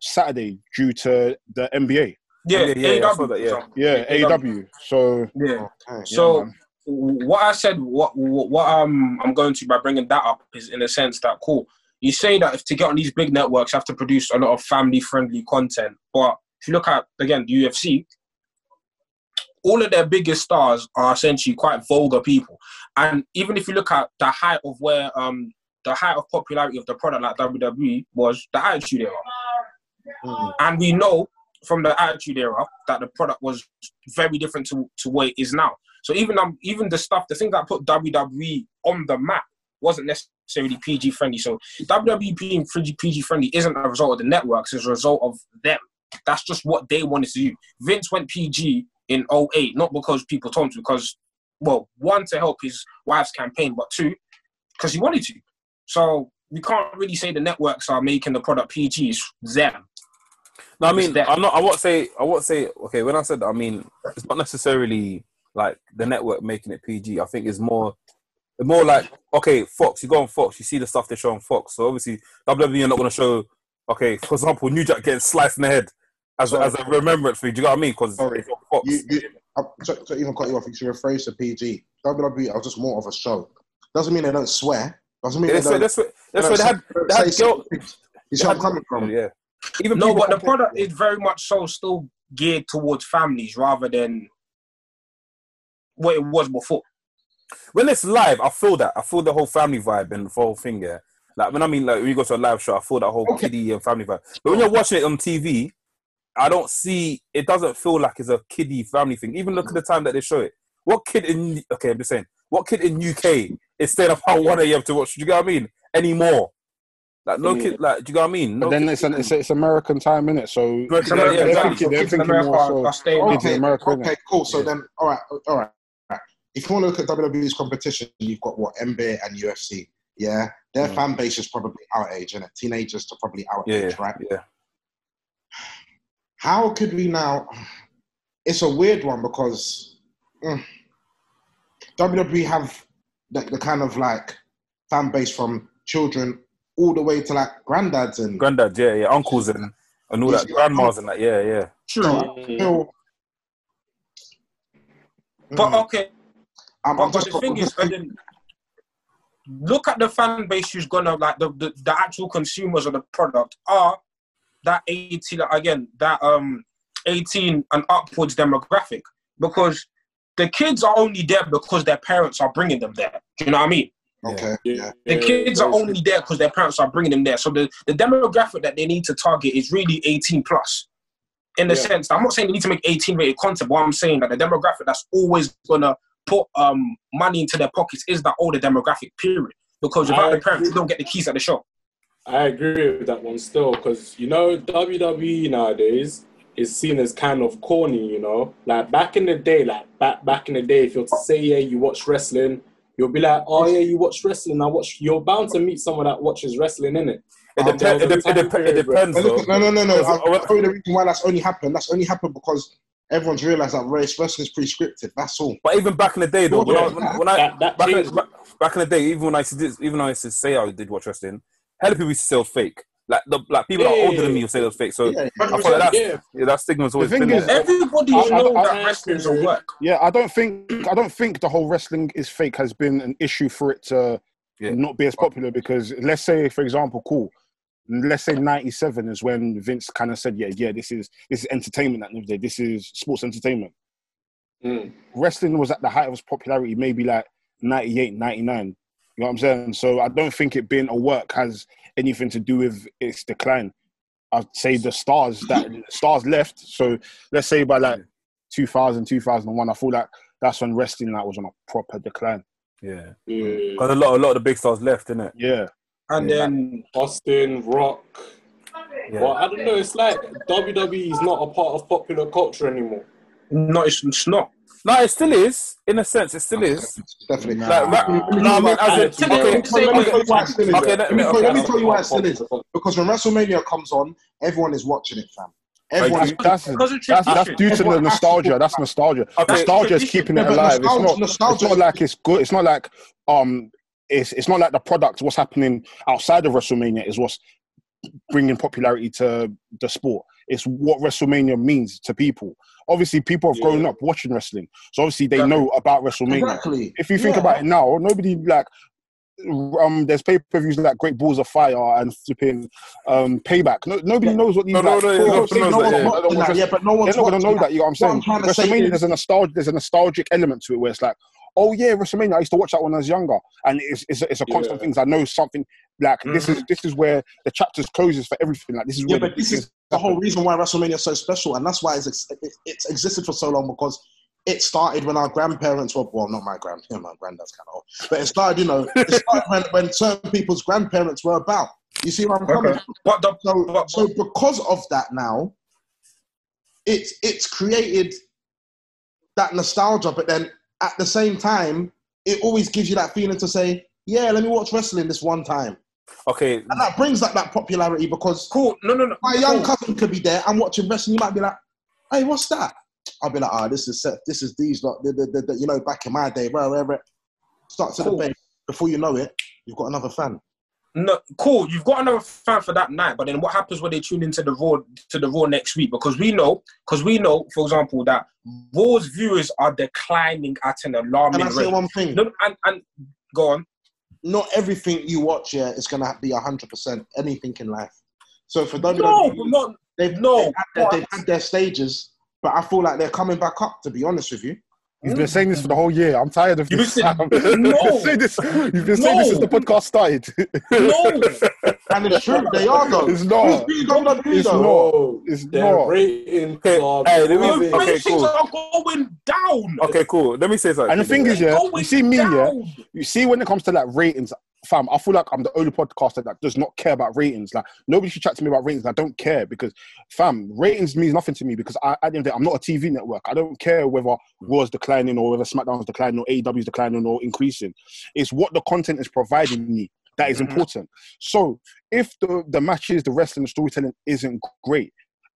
[SPEAKER 5] Saturday due to the NBA.
[SPEAKER 1] Yeah,
[SPEAKER 2] Yeah, yeah,
[SPEAKER 1] E
[SPEAKER 2] yeah, I
[SPEAKER 1] AEW,
[SPEAKER 2] saw that, yeah.
[SPEAKER 1] so-
[SPEAKER 5] Yeah, E AEW. So
[SPEAKER 1] Yeah.
[SPEAKER 3] Okay.
[SPEAKER 1] So
[SPEAKER 5] man.
[SPEAKER 1] w- what I said, what what, what um, I'm going to by bringing that up is in a sense that cool. You say that if to get on these big networks, you have to produce a lot of family-friendly content. But if you look at again the UFC, all of their biggest stars are essentially quite vulgar people. And even if you look at the height of where um the height of popularity of the product like WWE was the Attitude Era,
[SPEAKER 3] Mm.
[SPEAKER 1] and we know from the Attitude Era that the product was very different to, to what it is now. So even um, even the stuff, the thing that put WWE on the map wasn't necessarily PG friendly. So WWE being PG friendly isn't a result of the networks; it's a result of them. That's just what they wanted to do. Vince went PG in 08, not because people told him, to, because well, one to help his wife's campaign, but two, because he wanted to. So we can't really say the networks are making the product PG. It's them.
[SPEAKER 2] No, I
[SPEAKER 1] It's
[SPEAKER 2] mean,
[SPEAKER 1] that-
[SPEAKER 2] I'm not. I won't say. I won't say. Okay, when I said, that, I mean, it's not necessarily like the network making it PG. I think it's more, more like okay, Fox. You go on Fox, you see the stuff they show on Fox. So obviously, WWE are not going to show. Okay, for example, New Jack getting sliced in the head as a,
[SPEAKER 3] Sorry.
[SPEAKER 2] as a remembrance for you. Do you know what I mean? Because
[SPEAKER 3] Sorry.
[SPEAKER 2] it's on Fox.
[SPEAKER 3] You, you, I, to, to even cut you off, you should rephrase to PG. WWE E are just more of a show. Doesn't mean they don't swear. Doesn't mean
[SPEAKER 2] Yeah,
[SPEAKER 3] they,
[SPEAKER 2] that's where.
[SPEAKER 3] don't.
[SPEAKER 2] That's where.
[SPEAKER 3] they
[SPEAKER 2] That's where they
[SPEAKER 3] don't
[SPEAKER 2] had. They had
[SPEAKER 3] say- say certain
[SPEAKER 2] girl.
[SPEAKER 3] things. You
[SPEAKER 2] They
[SPEAKER 3] see where
[SPEAKER 2] had
[SPEAKER 3] I'm coming from?
[SPEAKER 2] Yeah. Even
[SPEAKER 1] No,
[SPEAKER 2] people
[SPEAKER 1] but the
[SPEAKER 2] compare-
[SPEAKER 1] product is very much so still geared towards families rather than what it was before.
[SPEAKER 2] when it's live, I feel that. I feel the whole family vibe and the whole thing. Yeah, like when I mean like when you go to a live show, I feel that whole
[SPEAKER 3] Okay.
[SPEAKER 2] kiddie and family vibe. But when you're watching it on TV, I don't see. It doesn't feel like it's a kiddie family thing. Even look at the time that they show it. What kid in okay? I'm just saying. What kid in UK is staying up at one a.m. to watch? Do you get what I mean? Anymore? Like no
[SPEAKER 4] Yeah.
[SPEAKER 2] kid. Like do you get what I mean? No
[SPEAKER 5] But then
[SPEAKER 2] kid-
[SPEAKER 5] it's, an, it's, it's American time, innit? So
[SPEAKER 2] American
[SPEAKER 5] they're,
[SPEAKER 2] time, yeah,
[SPEAKER 5] they're
[SPEAKER 2] exactly.
[SPEAKER 5] thinking, they're
[SPEAKER 1] Kids in
[SPEAKER 5] thinking more
[SPEAKER 1] America
[SPEAKER 5] so Oh.
[SPEAKER 1] are staying
[SPEAKER 5] kids
[SPEAKER 1] up.
[SPEAKER 5] in
[SPEAKER 3] Okay,
[SPEAKER 5] America, innit?
[SPEAKER 3] okay, cool. So
[SPEAKER 2] Yeah.
[SPEAKER 3] then, all right, all right. all right. If you want to look at WWE's competition, you've got what NBA and UFC. Yeah, their
[SPEAKER 2] Mm.
[SPEAKER 3] fan base is probably our age, and teenagers to probably our
[SPEAKER 2] Yeah,
[SPEAKER 3] age, right?
[SPEAKER 2] yeah.
[SPEAKER 3] How could we now? It's a weird one because mm, WWE have the, the kind of like fan base from children all the way to like granddads and
[SPEAKER 2] Granddad, yeah, yeah, uncles and and all that
[SPEAKER 3] He's-
[SPEAKER 2] grandmas and that. Yeah, yeah.
[SPEAKER 5] Mm.
[SPEAKER 1] True.
[SPEAKER 3] Still-
[SPEAKER 1] But
[SPEAKER 3] Mm.
[SPEAKER 1] okay,
[SPEAKER 3] I'm,
[SPEAKER 1] but,
[SPEAKER 3] I'm
[SPEAKER 1] but
[SPEAKER 3] just
[SPEAKER 5] Mm.
[SPEAKER 1] the thing is, and then look at the fan base who's gonna like the, the, the actual consumers of the product are that 18 like, again that um 18 and upwards demographic because the kids are only there because their parents are bringing them there. Do you know what I mean?
[SPEAKER 3] okay. Yeah.
[SPEAKER 1] The kids are only there because their parents are bringing them there. So the, the demographic that they need to target is really 18 plus. In the
[SPEAKER 4] Yeah.
[SPEAKER 1] sense, I'm not saying they need to make 18 rated content, but I'm saying that the demographic that's always gonna put um, money into their pockets is that older demographic period. Because without
[SPEAKER 4] I
[SPEAKER 1] the parents,
[SPEAKER 4] agree.
[SPEAKER 1] they don't get the keys at the shop.
[SPEAKER 4] I agree with that one still because you know WWE nowadays is seen as kind of corny. You know, like back in the day, like back back in the day, if you're to say yeah you watch wrestling, you'll be like oh yeah you watch wrestling. I watch. You're bound to meet someone that watches wrestling in it.
[SPEAKER 2] It,
[SPEAKER 3] Oh,
[SPEAKER 4] Um,
[SPEAKER 2] depends.
[SPEAKER 4] there
[SPEAKER 2] it,
[SPEAKER 4] was a
[SPEAKER 2] dep- it,
[SPEAKER 4] time
[SPEAKER 2] dep- it
[SPEAKER 4] period where-
[SPEAKER 2] depends.
[SPEAKER 3] But look, no,
[SPEAKER 2] Though.
[SPEAKER 3] no, no, no.
[SPEAKER 2] Because-
[SPEAKER 3] I'll tell you the reason why that's only happened. That's only happened because everyone's realised that race wrestling is pre-scripted. That's all.
[SPEAKER 2] But even back in the day, though, when I, when, when I
[SPEAKER 4] That- that
[SPEAKER 2] back, in,
[SPEAKER 4] changed.
[SPEAKER 2] back, back in the day, even when I used to do, even when I used to say I did watch wrestling, hell, people used to say it was fake. Like the like people that are older than me will say it was fake. So
[SPEAKER 3] Yeah,
[SPEAKER 2] I feel like that's,
[SPEAKER 4] Yeah.
[SPEAKER 2] yeah. that stigma's always
[SPEAKER 5] thing
[SPEAKER 2] been
[SPEAKER 5] is-
[SPEAKER 2] there.
[SPEAKER 1] Everybody
[SPEAKER 5] I- I-
[SPEAKER 1] knows
[SPEAKER 5] I-
[SPEAKER 1] that wrestling's a work.
[SPEAKER 5] Yeah, I don't think I don't think the whole wrestling is fake has been an issue for it to
[SPEAKER 2] Yeah.
[SPEAKER 5] not be as popular because let's say for example, cool, let's say '97 is when Vince kind of said, yeah, yeah, this is this is entertainment at the end of the day, this is sports entertainment.
[SPEAKER 4] Mm.
[SPEAKER 5] Wrestling was at the height of its popularity, maybe like '98, '99. You know what I'm saying? So I don't think it being a work has anything to do with its decline. I'd say the stars that stars left. So let's say by like 2000, 2001, I feel like that's when wrestling like was on a proper decline.
[SPEAKER 2] Yeah,
[SPEAKER 4] Mm.
[SPEAKER 2] because a lot a lot of the big stars left, didn't it?
[SPEAKER 5] Yeah.
[SPEAKER 1] And
[SPEAKER 2] Yeah.
[SPEAKER 1] then
[SPEAKER 4] Austin Rock. Well,
[SPEAKER 2] Yeah.
[SPEAKER 4] I don't know. It's like WWE is not a part of popular culture anymore.
[SPEAKER 1] no, it's, it's not.
[SPEAKER 2] No, it still is. In a sense, it still is.
[SPEAKER 3] Definitely.
[SPEAKER 2] Like, ra- no, I mean, as in,
[SPEAKER 1] Today,
[SPEAKER 2] okay,
[SPEAKER 1] it's like-
[SPEAKER 3] let me
[SPEAKER 2] okay,
[SPEAKER 3] tell you why it still is.
[SPEAKER 2] okay,
[SPEAKER 3] Let me
[SPEAKER 2] okay,
[SPEAKER 3] tell- let me
[SPEAKER 2] okay.
[SPEAKER 3] tell you why it still is. Because when WrestleMania comes on, everyone is watching it, fam. Everyone.
[SPEAKER 5] That's,
[SPEAKER 2] you.
[SPEAKER 5] that's,
[SPEAKER 1] Because of
[SPEAKER 5] that's, that's
[SPEAKER 1] tradition.
[SPEAKER 5] due to the
[SPEAKER 3] Everyone has to
[SPEAKER 5] nostalgia.
[SPEAKER 3] talk
[SPEAKER 5] That's
[SPEAKER 3] about-
[SPEAKER 5] nostalgia.
[SPEAKER 2] Okay.
[SPEAKER 5] Nostalgia is keeping
[SPEAKER 3] Yeah,
[SPEAKER 5] it
[SPEAKER 3] but
[SPEAKER 5] alive. It's
[SPEAKER 3] nostalgia-
[SPEAKER 5] not, it's
[SPEAKER 3] nostalgia-
[SPEAKER 5] not like it's good. It's not like um, it's, it's not like the product, what's happening outside of WrestleMania is what's bringing popularity to the sport. It's what WrestleMania means to people. Obviously, people have grown
[SPEAKER 4] Yeah.
[SPEAKER 5] up watching wrestling. So obviously they
[SPEAKER 1] Exactly.
[SPEAKER 5] know about WrestleMania.
[SPEAKER 3] Exactly.
[SPEAKER 5] if you think about it now, nobody like um there's pay per views like Great Balls of Fire and flipping um payback. No, nobody
[SPEAKER 3] Yeah.
[SPEAKER 5] knows what these
[SPEAKER 2] No, no,
[SPEAKER 5] like,
[SPEAKER 2] no,
[SPEAKER 5] four-
[SPEAKER 2] no,
[SPEAKER 3] No,
[SPEAKER 2] no,
[SPEAKER 5] those things
[SPEAKER 2] no,
[SPEAKER 5] are.
[SPEAKER 2] no, no,
[SPEAKER 5] They don't
[SPEAKER 3] one's
[SPEAKER 5] watch
[SPEAKER 3] watching
[SPEAKER 5] wrestling.
[SPEAKER 3] that. Yeah, but no
[SPEAKER 5] They're
[SPEAKER 3] one's
[SPEAKER 5] not gonna
[SPEAKER 3] watching
[SPEAKER 5] know that, you know what
[SPEAKER 3] What
[SPEAKER 5] I'm
[SPEAKER 3] I'm
[SPEAKER 5] saying?
[SPEAKER 3] trying to say
[SPEAKER 5] WrestleMania
[SPEAKER 3] is-
[SPEAKER 5] there's a nostalgic there's a nostalgic element to it where it's like, oh yeah, WrestleMania, I used to watch that when I was younger. And it's it's, a- it's a constant
[SPEAKER 4] Yeah.
[SPEAKER 5] things. I know something like this is this is where the chapters closes for everything. Like this is
[SPEAKER 3] Yeah,
[SPEAKER 5] where
[SPEAKER 3] but this is the whole reason why WrestleMania is so special, and that's why it's ex- it- it's existed for so long because it started when our grandparents were well, not my grand, yeah, my granddad's kind of old, but it started, you know, it started when, when certain people's grandparents were about. You see where I'm coming
[SPEAKER 1] Okay.
[SPEAKER 3] from?
[SPEAKER 1] But the
[SPEAKER 3] So,
[SPEAKER 1] but-
[SPEAKER 3] so because of that, now it's it's created that nostalgia, but then at the same time, it always gives you that feeling to say, yeah, let me watch wrestling this one time,
[SPEAKER 2] okay.
[SPEAKER 3] and that brings that that popularity because
[SPEAKER 1] cool. No, no, no.
[SPEAKER 3] my young
[SPEAKER 1] cool.
[SPEAKER 3] cousin could be there. I'm watching wrestling. You might be like, "Hey, what's that?" I'll be like, "Ah, this is set. This is these lot. The, the, the, the- you know, back in my day, bro, wherever." Start to
[SPEAKER 1] Cool.
[SPEAKER 3] the base. Before you know it, you've got another fan.
[SPEAKER 1] No, cool. You've got another fan for that night, but then what happens when they tune into the Raw to the Raw next week? Because we know, because we know, for example, that Raw's viewers are declining at an
[SPEAKER 3] Can
[SPEAKER 1] alarming
[SPEAKER 3] I say
[SPEAKER 1] rate.
[SPEAKER 3] one thing?
[SPEAKER 1] No, and and go on.
[SPEAKER 3] Not everything you watch here is going to be 100 percent anything in life. So for WWE,
[SPEAKER 1] No, but not
[SPEAKER 3] they've,
[SPEAKER 1] no,
[SPEAKER 3] they've, had their,
[SPEAKER 1] but-
[SPEAKER 3] they've had their stages, but I feel like they're coming back up. To be honest with you,
[SPEAKER 5] You've been saying this for the whole year. I'm tired of
[SPEAKER 1] You
[SPEAKER 5] this.
[SPEAKER 1] said-
[SPEAKER 5] Sam.
[SPEAKER 1] No.
[SPEAKER 5] Say this. You've been saying this since the
[SPEAKER 1] No.
[SPEAKER 5] podcast started.
[SPEAKER 1] no.
[SPEAKER 3] and it's true. they are though.
[SPEAKER 5] It's not.
[SPEAKER 3] Who's beating WWE
[SPEAKER 5] It's
[SPEAKER 3] though?
[SPEAKER 5] not.
[SPEAKER 3] Oh,
[SPEAKER 4] Whoa,
[SPEAKER 5] It's
[SPEAKER 4] their
[SPEAKER 5] not.
[SPEAKER 4] ratings
[SPEAKER 2] Okay,
[SPEAKER 4] are
[SPEAKER 2] hey, let me-
[SPEAKER 1] Your
[SPEAKER 4] moving.
[SPEAKER 2] okay,
[SPEAKER 1] ratings
[SPEAKER 2] cool.
[SPEAKER 1] are going down.
[SPEAKER 2] Okay, cool. Let me say something.
[SPEAKER 5] And the thing
[SPEAKER 2] yeah.
[SPEAKER 5] is, yeah, you
[SPEAKER 1] Going
[SPEAKER 5] see me, yeah,
[SPEAKER 1] down.
[SPEAKER 5] you see when it comes to like ratings, fam, I feel like I'm the only podcaster that does not care about ratings. Like nobody should chat to me about ratings. I don't care because, fam, ratings means nothing to me because I, at the end of the day, I'm not a TV network. I don't care whether Raw's declining or whether SmackDown's declining or AEW's declining or increasing. It's what the content is providing me that is
[SPEAKER 1] Mhm.
[SPEAKER 5] important. So if the the matches, the wrestling, the storytelling isn't great.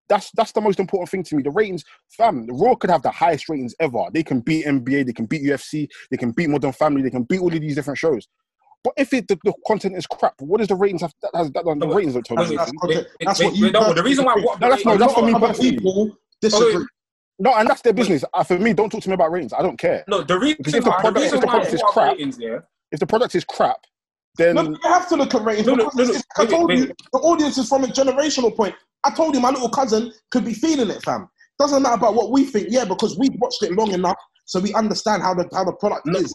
[SPEAKER 5] That's that's the most important thing to me. The ratings, fam. The Raw could have the highest ratings ever. They can beat NBA, they can beat UFC, they can beat Modern Family, they can beat all of these different shows. But if it, the, the content is crap, what does the ratings have? That has that done the
[SPEAKER 1] No,
[SPEAKER 5] ratings don't tell me.
[SPEAKER 1] that's-
[SPEAKER 5] anything.
[SPEAKER 1] Wait,
[SPEAKER 3] Okay, that's
[SPEAKER 1] wait,
[SPEAKER 3] what
[SPEAKER 1] wait,
[SPEAKER 3] you
[SPEAKER 1] no, the reason why what
[SPEAKER 5] No, that's
[SPEAKER 3] A
[SPEAKER 5] not-
[SPEAKER 3] lot
[SPEAKER 5] for me
[SPEAKER 3] of other
[SPEAKER 5] personally.
[SPEAKER 3] people disagree.
[SPEAKER 1] Oh,
[SPEAKER 5] No, and that's their business. Uh, for me, don't talk to me about ratings. I don't care.
[SPEAKER 1] no, the reason
[SPEAKER 5] Because if the
[SPEAKER 1] why,
[SPEAKER 5] product-
[SPEAKER 1] the
[SPEAKER 5] if
[SPEAKER 1] reason
[SPEAKER 5] the
[SPEAKER 1] why
[SPEAKER 5] product is
[SPEAKER 1] what
[SPEAKER 5] crap-
[SPEAKER 1] ratings, yeah,
[SPEAKER 5] If the product is crap, then
[SPEAKER 3] No, you have to look at ratings.
[SPEAKER 1] No, no,
[SPEAKER 3] because
[SPEAKER 1] no, no,
[SPEAKER 3] it's- I
[SPEAKER 1] wait,
[SPEAKER 3] told
[SPEAKER 1] wait,
[SPEAKER 3] you,
[SPEAKER 1] wait.
[SPEAKER 3] the audience is from a generational point. I told you my little cousin could be feeling it, fam. Doesn't matter about what we think, yeah, because we watched it long enough, so we understand how the how the product
[SPEAKER 1] No.
[SPEAKER 3] is.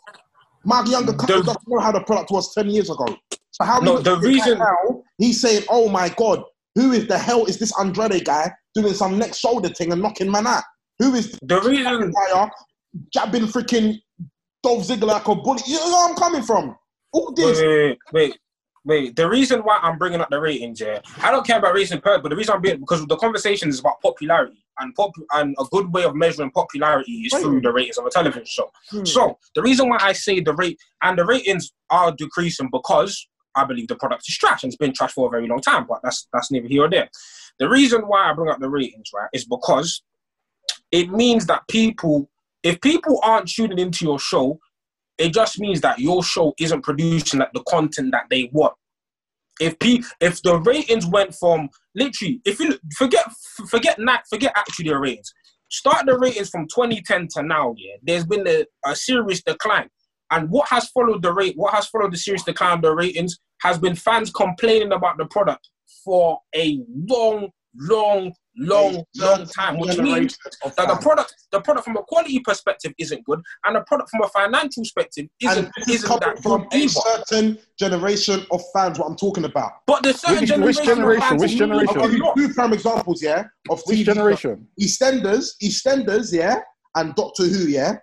[SPEAKER 3] My younger cousin
[SPEAKER 1] The-
[SPEAKER 3] doesn't know how the product was ten years ago. So how he
[SPEAKER 1] No,
[SPEAKER 3] looks
[SPEAKER 1] the
[SPEAKER 3] at it
[SPEAKER 1] reason-
[SPEAKER 3] right now, he's saying, "Oh my god, who is the hell is this Andrade guy doing some neck shoulder thing and knocking man out? Who is
[SPEAKER 1] the reason
[SPEAKER 3] fire, jabbing freaking Dolph Ziggler like a bullet. You know where I'm coming from? All
[SPEAKER 1] wait,
[SPEAKER 3] this.
[SPEAKER 1] wait, wait, wait. The reason why I'm bringing up the ratings, yeah, I don't care about rating per, but the reason I'm being because the conversation is about popularity and pop and a good way of measuring popularity is through the ratings of a television show. So the reason why I say the rate and the ratings are decreasing because I believe the product is trash and it's been trash for a very long time, but that's that's neither here or there. The reason why I bring up the ratings, right, is because it means that people, if people aren't tuning into your show, it just means that your show isn't producing like the content that they want. If P, if the ratings went from literally, if you look- forget f- forget that forget actually the ratings, start the ratings from 2010 to now. Yeah, there's been a, a serious decline, and what has followed the rate, what has followed the serious decline of the ratings, has been fans complaining about the product for a long, long, long, long time, which means that the product, the product from a quality perspective isn't good, and the product from a financial perspective
[SPEAKER 3] and
[SPEAKER 1] isn't
[SPEAKER 3] this is
[SPEAKER 1] isn't
[SPEAKER 3] coming
[SPEAKER 1] that
[SPEAKER 3] from
[SPEAKER 1] good
[SPEAKER 3] a
[SPEAKER 1] either.
[SPEAKER 3] certain generation of fans. What I'm talking about.
[SPEAKER 1] But the certain
[SPEAKER 5] Which-
[SPEAKER 1] generation,
[SPEAKER 5] which
[SPEAKER 1] of
[SPEAKER 5] generation?
[SPEAKER 1] fans
[SPEAKER 5] Which
[SPEAKER 1] who
[SPEAKER 5] generation?
[SPEAKER 1] are
[SPEAKER 3] I'll give you
[SPEAKER 1] not-
[SPEAKER 3] two prime examples, yeah, of
[SPEAKER 5] which
[SPEAKER 3] TV
[SPEAKER 5] generation?
[SPEAKER 3] EastEnders, EastEnders, yeah, and Doctor Who, yeah.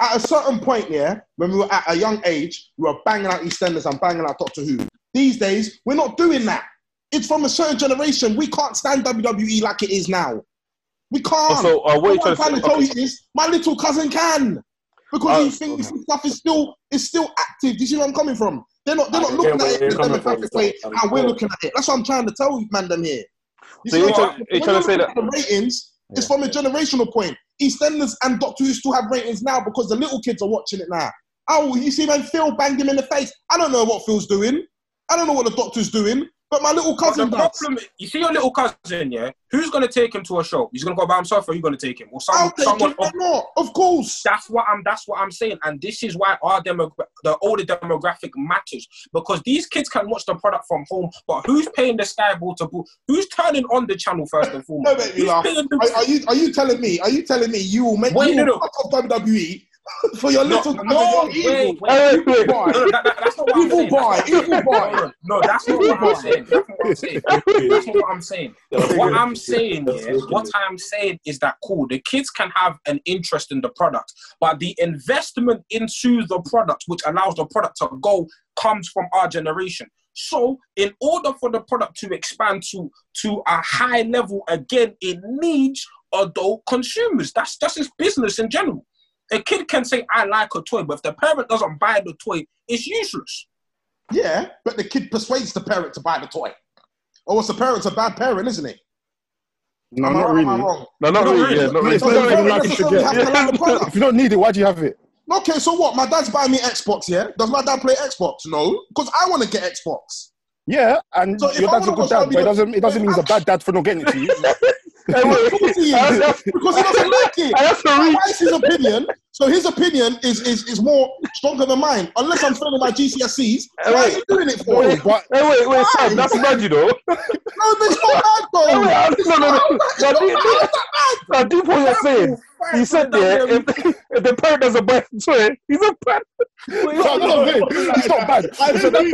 [SPEAKER 3] At a certain point, yeah, when we were at a young age, we were banging out EastEnders and banging out Doctor Who. These days, we're not doing that. It's from a certain generation. We can't stand WWE like it is now. We can't.
[SPEAKER 2] Also, uh, what are you
[SPEAKER 3] what
[SPEAKER 2] trying
[SPEAKER 3] I'm
[SPEAKER 2] to
[SPEAKER 3] trying to
[SPEAKER 2] say?
[SPEAKER 3] tell
[SPEAKER 2] Okay.
[SPEAKER 3] you is, my little cousin can, because
[SPEAKER 2] Oh,
[SPEAKER 3] he thinks
[SPEAKER 2] okay.
[SPEAKER 3] this stuff is still is still active. Do you see where I'm coming from? They're not they're
[SPEAKER 4] I
[SPEAKER 3] not
[SPEAKER 4] get
[SPEAKER 3] looking
[SPEAKER 4] where
[SPEAKER 3] at it
[SPEAKER 4] you're
[SPEAKER 3] in the
[SPEAKER 4] coming from,
[SPEAKER 3] demographic
[SPEAKER 4] so
[SPEAKER 3] way
[SPEAKER 4] I'm
[SPEAKER 3] how we're
[SPEAKER 4] cool.
[SPEAKER 3] looking at it. That's what I'm trying to tell you, man. Them here.
[SPEAKER 2] So
[SPEAKER 3] You see
[SPEAKER 2] you're,
[SPEAKER 3] what I'm
[SPEAKER 2] trying, you're
[SPEAKER 3] when
[SPEAKER 2] trying to say
[SPEAKER 3] looking
[SPEAKER 2] that?
[SPEAKER 3] at the ratings, it's
[SPEAKER 2] Yeah.
[SPEAKER 3] from a generational point. EastEnders and Doctor Who still have ratings now because the little kids are watching it now. Oh, you see, man, Phil banged him in the face. I don't know what Phil's doing. I don't know what the doctor's doing, but my little
[SPEAKER 1] But
[SPEAKER 3] cousin
[SPEAKER 1] the
[SPEAKER 3] does.
[SPEAKER 1] problem, you see your little cousin, yeah. Who's gonna take him to a show? He's gonna go by himself, or you gonna take him, or
[SPEAKER 3] I'll
[SPEAKER 1] some,
[SPEAKER 3] take
[SPEAKER 1] someone?
[SPEAKER 3] it. Why not? Of course.
[SPEAKER 1] That's what I'm. That's what I'm saying, and this is why our demo, the older demographic matters because these kids can watch the product from home. But who's paying the Sky Ball to ball? Who's turning on the channel first and foremost?
[SPEAKER 3] Don't make me
[SPEAKER 1] Who's
[SPEAKER 3] laugh.
[SPEAKER 1] paying the-
[SPEAKER 3] Are, are you are you telling me? Are you telling me you will make
[SPEAKER 1] Wait,
[SPEAKER 3] you
[SPEAKER 1] no,
[SPEAKER 3] will
[SPEAKER 1] no.
[SPEAKER 3] cut off WWE for your
[SPEAKER 1] No,
[SPEAKER 3] little
[SPEAKER 1] no,
[SPEAKER 3] cousin? You're
[SPEAKER 1] wait,
[SPEAKER 3] evil.
[SPEAKER 1] wait.
[SPEAKER 2] Hey, wait,
[SPEAKER 3] Boy,
[SPEAKER 1] No, no, that, that, that's not what I'm
[SPEAKER 3] Evil
[SPEAKER 1] saying.
[SPEAKER 3] boy,
[SPEAKER 1] That's not-
[SPEAKER 3] evil boy.
[SPEAKER 1] No, no, no, that's not what I'm saying. That's not what I'm saying. That's not what I'm saying. What I'm saying,
[SPEAKER 4] That's
[SPEAKER 1] yeah, what
[SPEAKER 4] ridiculous.
[SPEAKER 1] I'm saying is that cool. The kids can have an interest in the product, but the investment into the product, which allows the product to go, comes from our generation. So, in order for the product to expand to to a high level again, it needs adult consumers. That's that's just business in general. A kid can say, "I like a toy," but if the parent doesn't buy the toy, it's useless.
[SPEAKER 3] Yeah, but the kid persuades the parent to buy the toy. Or was the parent's a bad parent, isn't it?
[SPEAKER 5] No,
[SPEAKER 3] am I
[SPEAKER 5] not
[SPEAKER 3] right, or am I
[SPEAKER 5] really.
[SPEAKER 3] wrong?
[SPEAKER 2] No, not
[SPEAKER 1] No,
[SPEAKER 2] really. Yeah,
[SPEAKER 1] really.
[SPEAKER 2] not
[SPEAKER 5] No,
[SPEAKER 2] really.
[SPEAKER 5] it's
[SPEAKER 3] So
[SPEAKER 5] not
[SPEAKER 3] the
[SPEAKER 5] even
[SPEAKER 3] parent
[SPEAKER 5] like you should
[SPEAKER 3] necessarily has
[SPEAKER 5] get.
[SPEAKER 3] to like the product.
[SPEAKER 5] If you don't need it, why do you have it?
[SPEAKER 3] Okay, so what? My dad's buying me Xbox, yeah? Does my dad play Xbox? No, because I want to get Xbox.
[SPEAKER 5] Yeah, and
[SPEAKER 3] So if
[SPEAKER 5] your
[SPEAKER 3] I
[SPEAKER 5] dad's a
[SPEAKER 3] wanna watch
[SPEAKER 5] good dad, but it
[SPEAKER 3] WWE
[SPEAKER 5] doesn't. It doesn't mean he's a bad dad for not getting it to you.
[SPEAKER 2] Hey,
[SPEAKER 3] Of
[SPEAKER 2] wait.
[SPEAKER 3] course he
[SPEAKER 2] That's,
[SPEAKER 3] is.
[SPEAKER 2] that's,
[SPEAKER 3] because he doesn't like it.
[SPEAKER 2] that's a
[SPEAKER 3] Why
[SPEAKER 2] reach.
[SPEAKER 3] is his opinion? So his opinion is is, is more stronger than mine. Unless I'm failing my GCSEs, why are you doing it for?
[SPEAKER 2] Wait,
[SPEAKER 3] No,
[SPEAKER 5] but-
[SPEAKER 2] hey, wait, wait, Sam, that's bad, you know.
[SPEAKER 3] it's not bad
[SPEAKER 2] Hey, wait,
[SPEAKER 3] though.
[SPEAKER 5] Oh,
[SPEAKER 2] I- Oh, no, no, no. Now, do,
[SPEAKER 3] How
[SPEAKER 2] do,
[SPEAKER 3] is that bad?
[SPEAKER 2] now, do what you're saying. He said there, if, if the parent doesn't buy it, sorry, he's a bad.
[SPEAKER 5] So that's what I'm saying. It's not bad. If your dad-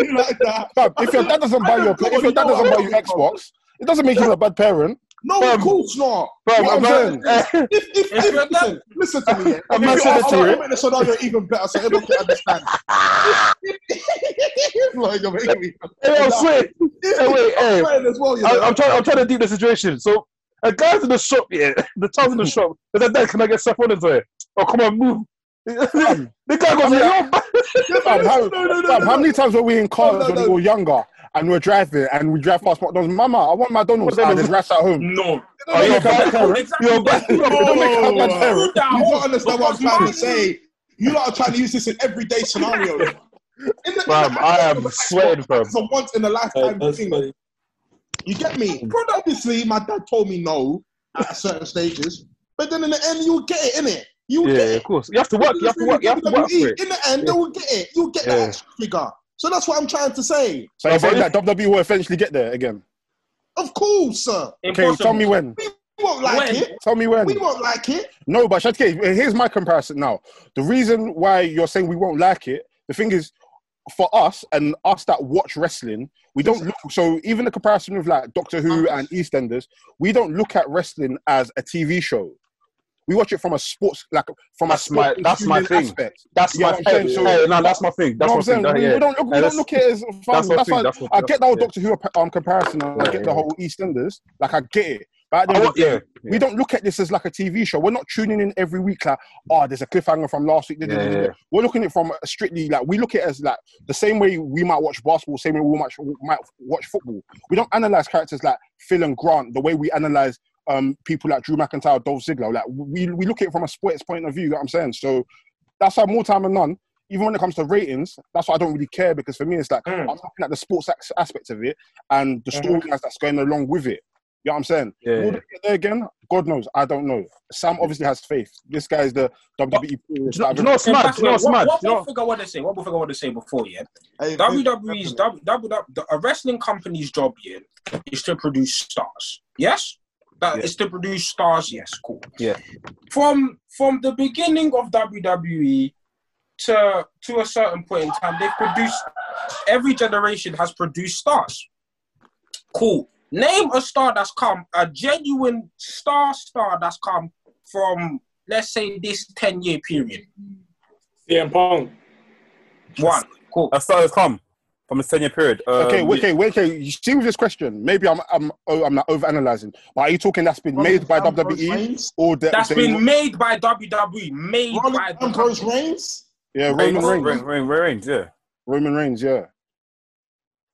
[SPEAKER 5] Fam, if your dad doesn't buy your,
[SPEAKER 3] don't know
[SPEAKER 5] if your dad
[SPEAKER 3] what you
[SPEAKER 5] doesn't buy
[SPEAKER 3] know.
[SPEAKER 5] you Xbox, it doesn't make you a bad parent.
[SPEAKER 3] No, of
[SPEAKER 2] Fam.
[SPEAKER 3] course not.
[SPEAKER 2] Fam,
[SPEAKER 3] What I'm
[SPEAKER 2] I'm eh,
[SPEAKER 3] saying is,
[SPEAKER 2] saying-
[SPEAKER 3] if, if,
[SPEAKER 1] If
[SPEAKER 3] if,
[SPEAKER 1] you're
[SPEAKER 3] listen, listen to me. Yeah.
[SPEAKER 2] I'm not
[SPEAKER 3] If you
[SPEAKER 2] saying
[SPEAKER 3] are-
[SPEAKER 2] that
[SPEAKER 3] I'll
[SPEAKER 2] you're-
[SPEAKER 3] make the scenario even better so everyone can understand. Like, you're making me-
[SPEAKER 2] Hey, I'm saying,
[SPEAKER 3] If-
[SPEAKER 2] hey, wait, hey.
[SPEAKER 3] I'm saying as well, you
[SPEAKER 2] I,
[SPEAKER 3] know.
[SPEAKER 2] I'm trying. I'm trying to deep the situation. So a guy's in the shop. Yeah, the child's in the shop. Is that dad? Can I get stuff on it? Sorry. Oh, come on, move. the guy goes, yeah, you're bad.
[SPEAKER 5] Fam, how,
[SPEAKER 3] No, no, no,
[SPEAKER 5] fam,
[SPEAKER 3] no,
[SPEAKER 5] how
[SPEAKER 3] no.
[SPEAKER 5] many times were we in cars
[SPEAKER 3] No, no,
[SPEAKER 5] when
[SPEAKER 3] no.
[SPEAKER 5] we were younger and we are driving and we drive past McDonald's? Mama, I want McDonald's. Ah, there's rats at home.
[SPEAKER 1] No.
[SPEAKER 2] Oh, you're
[SPEAKER 5] Make a bad
[SPEAKER 2] bad.
[SPEAKER 5] parent.
[SPEAKER 1] Exactly.
[SPEAKER 2] You're bad.
[SPEAKER 5] It don't make you a bad
[SPEAKER 3] No.
[SPEAKER 5] parent.
[SPEAKER 1] Put that
[SPEAKER 3] You
[SPEAKER 1] home,
[SPEAKER 3] don't understand what I'm
[SPEAKER 1] because
[SPEAKER 3] trying to
[SPEAKER 1] mine-
[SPEAKER 3] say. You lot are trying to use this in everyday scenarios. In the, in
[SPEAKER 6] Fam,
[SPEAKER 3] the-
[SPEAKER 6] I am sweating, fam.
[SPEAKER 3] It's a once in a lifetime
[SPEAKER 4] That's
[SPEAKER 3] thing.
[SPEAKER 4] funny.
[SPEAKER 3] You get me? But obviously, my dad told me no at certain stages, but then in the end, you'll get it, innit? You'll
[SPEAKER 6] Yeah,
[SPEAKER 3] get
[SPEAKER 6] of course. You have to work. You have to work. You have to work for it.
[SPEAKER 3] In the end, they will get it. You'll get
[SPEAKER 6] Yeah.
[SPEAKER 3] that action figure. So that's what I'm trying to say.
[SPEAKER 5] So you're saying that WWE will eventually get there again?
[SPEAKER 3] Of course, sir.
[SPEAKER 5] Okay, tell me when.
[SPEAKER 3] We won't like
[SPEAKER 1] When?
[SPEAKER 3] it.
[SPEAKER 5] Tell me when.
[SPEAKER 3] We won't like it.
[SPEAKER 5] No, but Shatke, here's my comparison now. The reason why you're saying we won't like it, the thing is, for us and us that watch wrestling, we don't look. So even the comparison with like Doctor Who and EastEnders, we don't look at wrestling as a TV show. We watch it from a sports, like from
[SPEAKER 6] That's
[SPEAKER 5] a sports
[SPEAKER 6] my- that's my
[SPEAKER 5] consuming
[SPEAKER 6] thing.
[SPEAKER 5] aspect.
[SPEAKER 6] That's
[SPEAKER 5] You know
[SPEAKER 6] my
[SPEAKER 5] what I'm saying?
[SPEAKER 6] thing.
[SPEAKER 5] So-
[SPEAKER 6] Hey, no, that's my thing.
[SPEAKER 5] You know
[SPEAKER 6] That's
[SPEAKER 5] what
[SPEAKER 6] my thing.
[SPEAKER 5] I'm saying?
[SPEAKER 6] That-
[SPEAKER 5] we,
[SPEAKER 6] yeah.
[SPEAKER 5] we don't look, we
[SPEAKER 6] Hey,
[SPEAKER 5] don't
[SPEAKER 6] that's-
[SPEAKER 5] look at it as
[SPEAKER 6] that's
[SPEAKER 5] that's,
[SPEAKER 6] my
[SPEAKER 5] that's
[SPEAKER 6] thing,
[SPEAKER 5] why
[SPEAKER 6] that's my
[SPEAKER 5] I
[SPEAKER 6] thing.
[SPEAKER 5] get the whole
[SPEAKER 6] Yeah.
[SPEAKER 5] Doctor Who um, comparison. and I
[SPEAKER 6] Yeah,
[SPEAKER 5] get the
[SPEAKER 6] yeah.
[SPEAKER 5] whole EastEnders. Like I get it. But at the
[SPEAKER 6] I
[SPEAKER 5] end
[SPEAKER 6] wa-
[SPEAKER 5] of the day,
[SPEAKER 6] yeah,
[SPEAKER 5] we don't look at this as like a TV show. We're not tuning in every week like, oh, there's a cliffhanger from last week. da- da- da- da- da."
[SPEAKER 6] Yeah.
[SPEAKER 5] We're looking at it from strictly like we look at it as like the same way we might watch basketball, same way we might, might watch football. We don't analyze characters like Phil and Grant the way we analyze um, people like Drew McIntyre, Dolph Ziggler. Like we, we look at it from a sports point of view. You know what I'm saying? So that's why more time than none. Even when it comes to ratings, that's why I don't really care because for me it's like
[SPEAKER 1] Mm.
[SPEAKER 5] I'm looking at the sports ac- aspect of it and the
[SPEAKER 6] Mm-hmm.
[SPEAKER 5] storylines that's going along with it. You know what I'm saying?
[SPEAKER 6] yeah.
[SPEAKER 5] Will they get there again? God knows. I don't know. Sam obviously has faith. This guy is the E WWE.
[SPEAKER 6] Do you know- do you know what's
[SPEAKER 1] In
[SPEAKER 6] mad?
[SPEAKER 1] fact,
[SPEAKER 6] Do you know what's
[SPEAKER 1] what,
[SPEAKER 6] mad?
[SPEAKER 1] What,
[SPEAKER 6] Do you know-
[SPEAKER 1] one thing I want to say, one more thing I want to say before, yeah.
[SPEAKER 3] Hey,
[SPEAKER 1] WWE's w, E w, the, a wrestling company's job here is to produce stars. Yes, that is
[SPEAKER 6] Yeah.
[SPEAKER 1] to produce stars. Yes, cool.
[SPEAKER 6] Yeah.
[SPEAKER 1] From from the beginning of WWE to to a certain point in time, they've produced every generation has produced stars. Cool. Name a star that's come a genuine star star that's come from let's say this ten year period.
[SPEAKER 4] CM Punk.
[SPEAKER 1] One.
[SPEAKER 6] Uh,
[SPEAKER 1] Cool.
[SPEAKER 2] That star has come from a ten-year period. Um,
[SPEAKER 5] Okay, wait, okay, wait, okay. You see with this question, maybe I'm I'm oh, I'm not overanalyzing. But are you talking that's been made by
[SPEAKER 3] Rollins and
[SPEAKER 6] E.
[SPEAKER 3] Roman
[SPEAKER 5] WWE
[SPEAKER 3] Reigns?
[SPEAKER 5] or that
[SPEAKER 1] That's
[SPEAKER 5] they-
[SPEAKER 1] been made by WWE. Made
[SPEAKER 3] Rollins
[SPEAKER 1] by
[SPEAKER 3] and
[SPEAKER 1] WWE.
[SPEAKER 3] Bruce Reigns?
[SPEAKER 5] yeah Roman
[SPEAKER 2] Reigns,
[SPEAKER 5] Reigns,
[SPEAKER 2] Reigns, Reigns, Reigns, yeah.
[SPEAKER 5] Roman Reigns, yeah.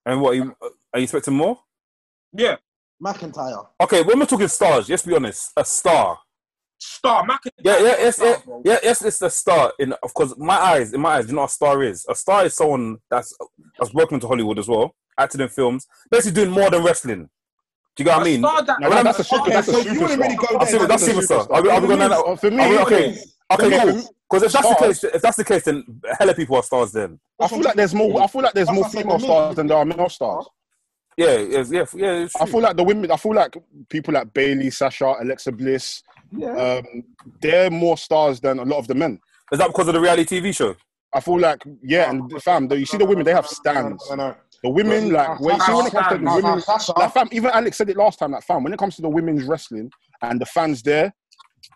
[SPEAKER 2] And what are you, are you expecting more?
[SPEAKER 1] Yeah.
[SPEAKER 3] McIntyre.
[SPEAKER 2] Okay, when we're talking stars, let's be honest, a star.
[SPEAKER 1] Star McIntyre.
[SPEAKER 2] Yeah, yeah, yes,
[SPEAKER 1] Star,
[SPEAKER 2] yeah,
[SPEAKER 1] bro.
[SPEAKER 2] yeah, yes, it's a star. In of course, my eyes, in my eyes, you know what a star is. A star is someone that's that's working to Hollywood as well, acting in films, basically doing more than wrestling. Do you get what I
[SPEAKER 1] A
[SPEAKER 2] mean?
[SPEAKER 1] star that-
[SPEAKER 5] No,
[SPEAKER 2] Well,
[SPEAKER 5] that's a
[SPEAKER 1] star
[SPEAKER 5] super,
[SPEAKER 1] that-
[SPEAKER 5] that's a
[SPEAKER 3] so you
[SPEAKER 5] super
[SPEAKER 3] wouldn't really go
[SPEAKER 2] That's
[SPEAKER 3] there.
[SPEAKER 2] super. That's
[SPEAKER 3] That's
[SPEAKER 2] super star. Are we, are we gonna?
[SPEAKER 5] Uh, For me,
[SPEAKER 2] Are we, okay,
[SPEAKER 5] okay.
[SPEAKER 2] okay,
[SPEAKER 5] For me,
[SPEAKER 2] cool. Because if that's the
[SPEAKER 5] stars-
[SPEAKER 2] case, if that's the case, then hella people are stars. Then
[SPEAKER 5] I feel like there's more. I feel like there's
[SPEAKER 3] That's
[SPEAKER 5] more
[SPEAKER 3] what I said,
[SPEAKER 5] female
[SPEAKER 3] women.
[SPEAKER 5] stars than there are male stars.
[SPEAKER 2] yeah, yeah, yeah. yeah it's
[SPEAKER 5] I
[SPEAKER 2] true.
[SPEAKER 5] feel like the women. I feel like people like Bailey, Sasha, Alexa Bliss. Um, they're more stars than a lot of the men.
[SPEAKER 2] is that because of the reality TV show?
[SPEAKER 5] I feel like yeah, and the fam. The, you see the women, they have stands.
[SPEAKER 3] No, no, no.
[SPEAKER 5] The women like wait, see when it comes to the
[SPEAKER 1] Nah,
[SPEAKER 5] women,
[SPEAKER 3] Sasha.
[SPEAKER 5] like fam. Even Alex said it last time. Like fam, when it comes to the women's wrestling and the fans there,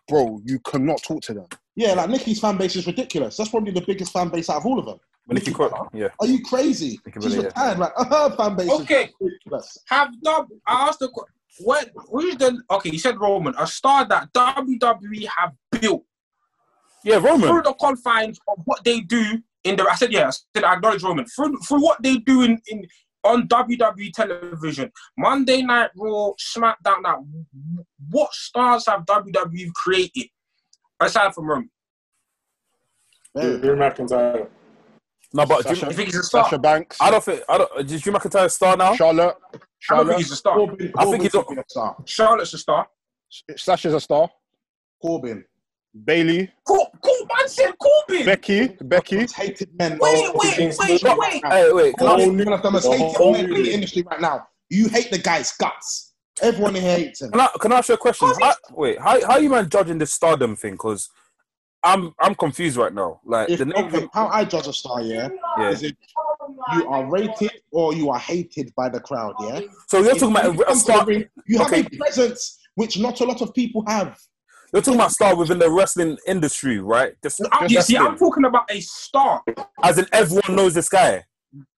[SPEAKER 5] bro, you cannot talk to them.
[SPEAKER 3] Yeah, like Nikki's fan base is ridiculous. That's probably the biggest fan base out of all of them.
[SPEAKER 2] Nikki Cross. Yeah.
[SPEAKER 3] Are you crazy?
[SPEAKER 2] Nikki
[SPEAKER 3] She's
[SPEAKER 2] Bella, yeah.
[SPEAKER 3] retired. Like, uh, her fan base
[SPEAKER 1] Okay.
[SPEAKER 3] is ridiculous.
[SPEAKER 1] Have W. I asked the qu- what? Who's the? Okay, you said Roman. A star that WWE have built
[SPEAKER 2] Yeah, Roman.
[SPEAKER 1] through the confines of what they do in the. I said yeah. I said I acknowledge Roman through through what they do in in. On WWE television, Monday Night Raw, SmackDown. Now, what stars have WWE created aside from Roman?
[SPEAKER 3] Very-
[SPEAKER 4] Drew McIntyre.
[SPEAKER 2] No, but do you,
[SPEAKER 5] Sasha,
[SPEAKER 1] You think he's a star?
[SPEAKER 5] Sasha Banks,
[SPEAKER 2] I don't think. I don't. Is Drew McIntyre a star now?
[SPEAKER 5] Charlotte,
[SPEAKER 1] I don't think
[SPEAKER 5] Charlotte.
[SPEAKER 1] he's a star.
[SPEAKER 3] Corbin,
[SPEAKER 2] I think
[SPEAKER 3] Corbin
[SPEAKER 2] he's
[SPEAKER 3] should
[SPEAKER 2] a-
[SPEAKER 3] be a star.
[SPEAKER 1] Charlotte's a star.
[SPEAKER 5] Sasha's a star.
[SPEAKER 3] Corbin.
[SPEAKER 5] Bailey,
[SPEAKER 1] Cool, cool man said Corbin.
[SPEAKER 5] Becky, Becky.
[SPEAKER 3] Most hated men.
[SPEAKER 1] wait,
[SPEAKER 3] of-
[SPEAKER 1] wait, wait,
[SPEAKER 4] But-
[SPEAKER 1] wait.
[SPEAKER 2] Hey, wait. Can I,
[SPEAKER 3] Corbin is one of the most hated men in the industry right now. You hate the guy's guts. Everyone here hates him.
[SPEAKER 2] can I, can I ask you a question?
[SPEAKER 1] Cause
[SPEAKER 2] How, wait, how how you man judging this stardom thing? Because I'm I'm confused right now. Like
[SPEAKER 3] If,
[SPEAKER 2] the names.
[SPEAKER 3] okay, how I judge a star, yeah,
[SPEAKER 2] Yeah.
[SPEAKER 3] is if you are rated or you are hated by the crowd, yeah.
[SPEAKER 2] So you're
[SPEAKER 3] If
[SPEAKER 2] talking
[SPEAKER 3] you
[SPEAKER 2] about a
[SPEAKER 3] come to the
[SPEAKER 2] star.
[SPEAKER 3] ring, You have
[SPEAKER 2] okay.
[SPEAKER 3] a presence which not a lot of people have.
[SPEAKER 2] You're talking about star within the wrestling industry, right? Just,
[SPEAKER 1] I'm, you
[SPEAKER 2] just
[SPEAKER 1] see, I'm
[SPEAKER 2] wrestling.
[SPEAKER 1] talking about a star.
[SPEAKER 2] as in everyone knows this guy.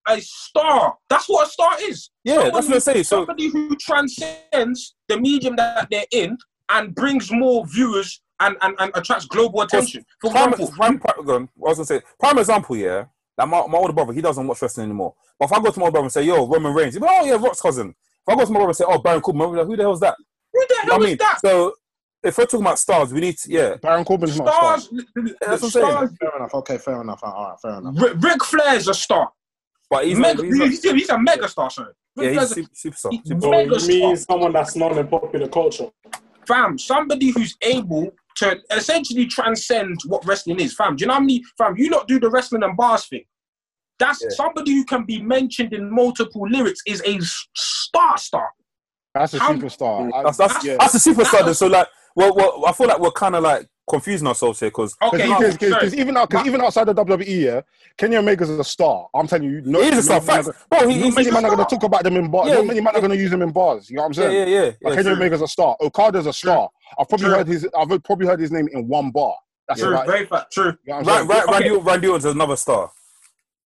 [SPEAKER 1] A star. That's what a star is.
[SPEAKER 2] Yeah, that's what I say. So
[SPEAKER 1] Somebody who transcends the medium that they're in and brings more viewers and, and, and attracts global attention. For
[SPEAKER 2] prime,
[SPEAKER 1] example,
[SPEAKER 2] prime, prime, go on. I was gonna say prime example, yeah. Like my, my older brother, he doesn't watch wrestling anymore. But if I go to my brother and say, "Yo, Roman Reigns," he'll be like, "Oh yeah, Rock's cousin." If I go to my brother and say, "Oh, Baron Corbin," he'll be like, "Who the hell's that?"
[SPEAKER 1] who the
[SPEAKER 2] You know
[SPEAKER 1] hell
[SPEAKER 2] what I
[SPEAKER 1] is
[SPEAKER 2] mean?
[SPEAKER 1] that?
[SPEAKER 2] So If we're talking about stars, we need to, yeah.
[SPEAKER 5] Baron Corbin's not a star.
[SPEAKER 1] Stars,
[SPEAKER 2] That's
[SPEAKER 1] the
[SPEAKER 2] what I'm saying.
[SPEAKER 1] stars.
[SPEAKER 3] Fair enough. Okay, fair enough. All right, fair enough.
[SPEAKER 1] Ric Ric Flair's a star.
[SPEAKER 2] But he's,
[SPEAKER 1] Mega,
[SPEAKER 2] he's,
[SPEAKER 1] he's,
[SPEAKER 2] not-
[SPEAKER 1] he's a mega star, sorry. Ric
[SPEAKER 2] yeah, he's
[SPEAKER 1] Flair's a-
[SPEAKER 2] super, superstar.
[SPEAKER 1] he-
[SPEAKER 2] superstar.
[SPEAKER 4] So
[SPEAKER 1] mega
[SPEAKER 4] you mean
[SPEAKER 1] star.
[SPEAKER 4] someone that's known in popular culture?
[SPEAKER 1] fam, somebody who's able to essentially transcend what wrestling is, fam. Do you know how many, fam? You not do the wrestling and bars thing. That's
[SPEAKER 2] Yeah.
[SPEAKER 1] somebody who can be mentioned in multiple lyrics is a s- star star.
[SPEAKER 5] That's a
[SPEAKER 1] How-
[SPEAKER 5] superstar. I-
[SPEAKER 2] Mm, That's that's,
[SPEAKER 5] yeah.
[SPEAKER 2] that's a superstar. then. So like, well, well, I feel like we're kind of like confusing ourselves here because
[SPEAKER 1] Okay, oh,
[SPEAKER 5] Because
[SPEAKER 1] no, sorry.
[SPEAKER 5] even, out- 'cause even outside the WWE, E, yeah, Kenny Omega's a star. I'm telling you, no,
[SPEAKER 2] he is a star.
[SPEAKER 5] no man are
[SPEAKER 2] Facts,
[SPEAKER 5] gonna-
[SPEAKER 2] bro. He,
[SPEAKER 5] not
[SPEAKER 2] he's,
[SPEAKER 5] many
[SPEAKER 2] he's,
[SPEAKER 5] men are going to talk about them in bars.
[SPEAKER 2] Yeah,
[SPEAKER 5] not many men
[SPEAKER 2] yeah.
[SPEAKER 5] are going to use them in bars. You know what I'm
[SPEAKER 2] yeah,
[SPEAKER 5] saying?
[SPEAKER 2] yeah, yeah.
[SPEAKER 5] Like
[SPEAKER 2] yeah,
[SPEAKER 5] Kenny
[SPEAKER 2] true.
[SPEAKER 5] Omega's a star. Okada's a star. I've probably
[SPEAKER 1] True.
[SPEAKER 5] heard his. I've probably heard his name in one bar. That's
[SPEAKER 1] True,
[SPEAKER 5] about it.
[SPEAKER 1] very fact, true.
[SPEAKER 5] You know what I'm
[SPEAKER 2] Right,
[SPEAKER 5] saying?
[SPEAKER 2] right,
[SPEAKER 1] Okay.
[SPEAKER 2] Randy, Randy Orton's another star.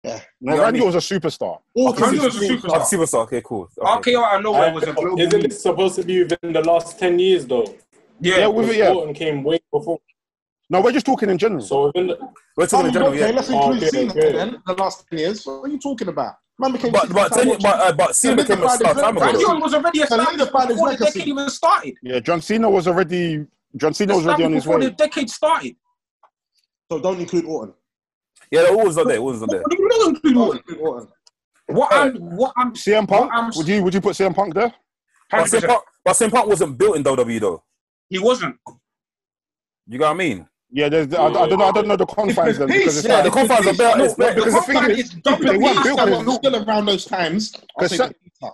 [SPEAKER 5] No,
[SPEAKER 2] You know what I
[SPEAKER 5] Randy
[SPEAKER 2] mean?
[SPEAKER 5] was a superstar.
[SPEAKER 1] All
[SPEAKER 2] Okay,
[SPEAKER 1] Randy
[SPEAKER 2] so-
[SPEAKER 1] was a
[SPEAKER 2] Oh,
[SPEAKER 1] superstar.
[SPEAKER 2] superstar. Okay, cool. Okay.
[SPEAKER 1] RKO out of nowhere was a global
[SPEAKER 4] Isn't
[SPEAKER 1] leader.
[SPEAKER 4] it supposed to be within the last 10 years, though?
[SPEAKER 5] Yeah,
[SPEAKER 1] Yeah,
[SPEAKER 5] with
[SPEAKER 4] Because
[SPEAKER 5] it, yeah.
[SPEAKER 4] Orton came way before.
[SPEAKER 5] No, we're just talking in general.
[SPEAKER 4] So within the,
[SPEAKER 2] We're talking in general,
[SPEAKER 3] Oh, okay,
[SPEAKER 2] yeah.
[SPEAKER 3] let's include
[SPEAKER 4] Okay,
[SPEAKER 3] Cena
[SPEAKER 4] good.
[SPEAKER 3] then. The last ten years. What are you talking about? Man became
[SPEAKER 2] But but tell you, but uh, but Cena became a star time
[SPEAKER 1] Randy
[SPEAKER 2] ago.
[SPEAKER 1] Orton was already established
[SPEAKER 3] solidified his
[SPEAKER 1] before the
[SPEAKER 3] legacy.
[SPEAKER 1] decade even started.
[SPEAKER 5] Yeah, John Cena was already. John Cena was already on
[SPEAKER 1] Established
[SPEAKER 5] his
[SPEAKER 1] before the
[SPEAKER 5] way.
[SPEAKER 1] decade started.
[SPEAKER 3] So don't include Orton.
[SPEAKER 2] Yeah, they're always not there. Always not there.
[SPEAKER 1] What do you not include
[SPEAKER 3] Don't
[SPEAKER 1] Orton?
[SPEAKER 3] include Orton.
[SPEAKER 1] What I'm, what I'm,
[SPEAKER 5] CM
[SPEAKER 1] Well, I'm-
[SPEAKER 5] Punk. Would you would you put CM Punk there?
[SPEAKER 2] But CM
[SPEAKER 1] 100%.
[SPEAKER 2] Punk, but CM Punk wasn't built in WWE though.
[SPEAKER 1] he wasn't.
[SPEAKER 2] You got what I mean?
[SPEAKER 5] Yeah, there's. I, I don't know. I don't know the confines then because it's
[SPEAKER 3] Yeah,
[SPEAKER 2] Yeah,
[SPEAKER 5] like
[SPEAKER 2] the confines are better. It's better.
[SPEAKER 1] The
[SPEAKER 5] no, because the thing
[SPEAKER 1] contract
[SPEAKER 5] is,
[SPEAKER 1] is
[SPEAKER 5] they weren't built
[SPEAKER 3] That
[SPEAKER 5] with-
[SPEAKER 1] WWE.
[SPEAKER 3] was still around those times. I'll
[SPEAKER 5] Because
[SPEAKER 3] say
[SPEAKER 5] some-
[SPEAKER 3] Batista.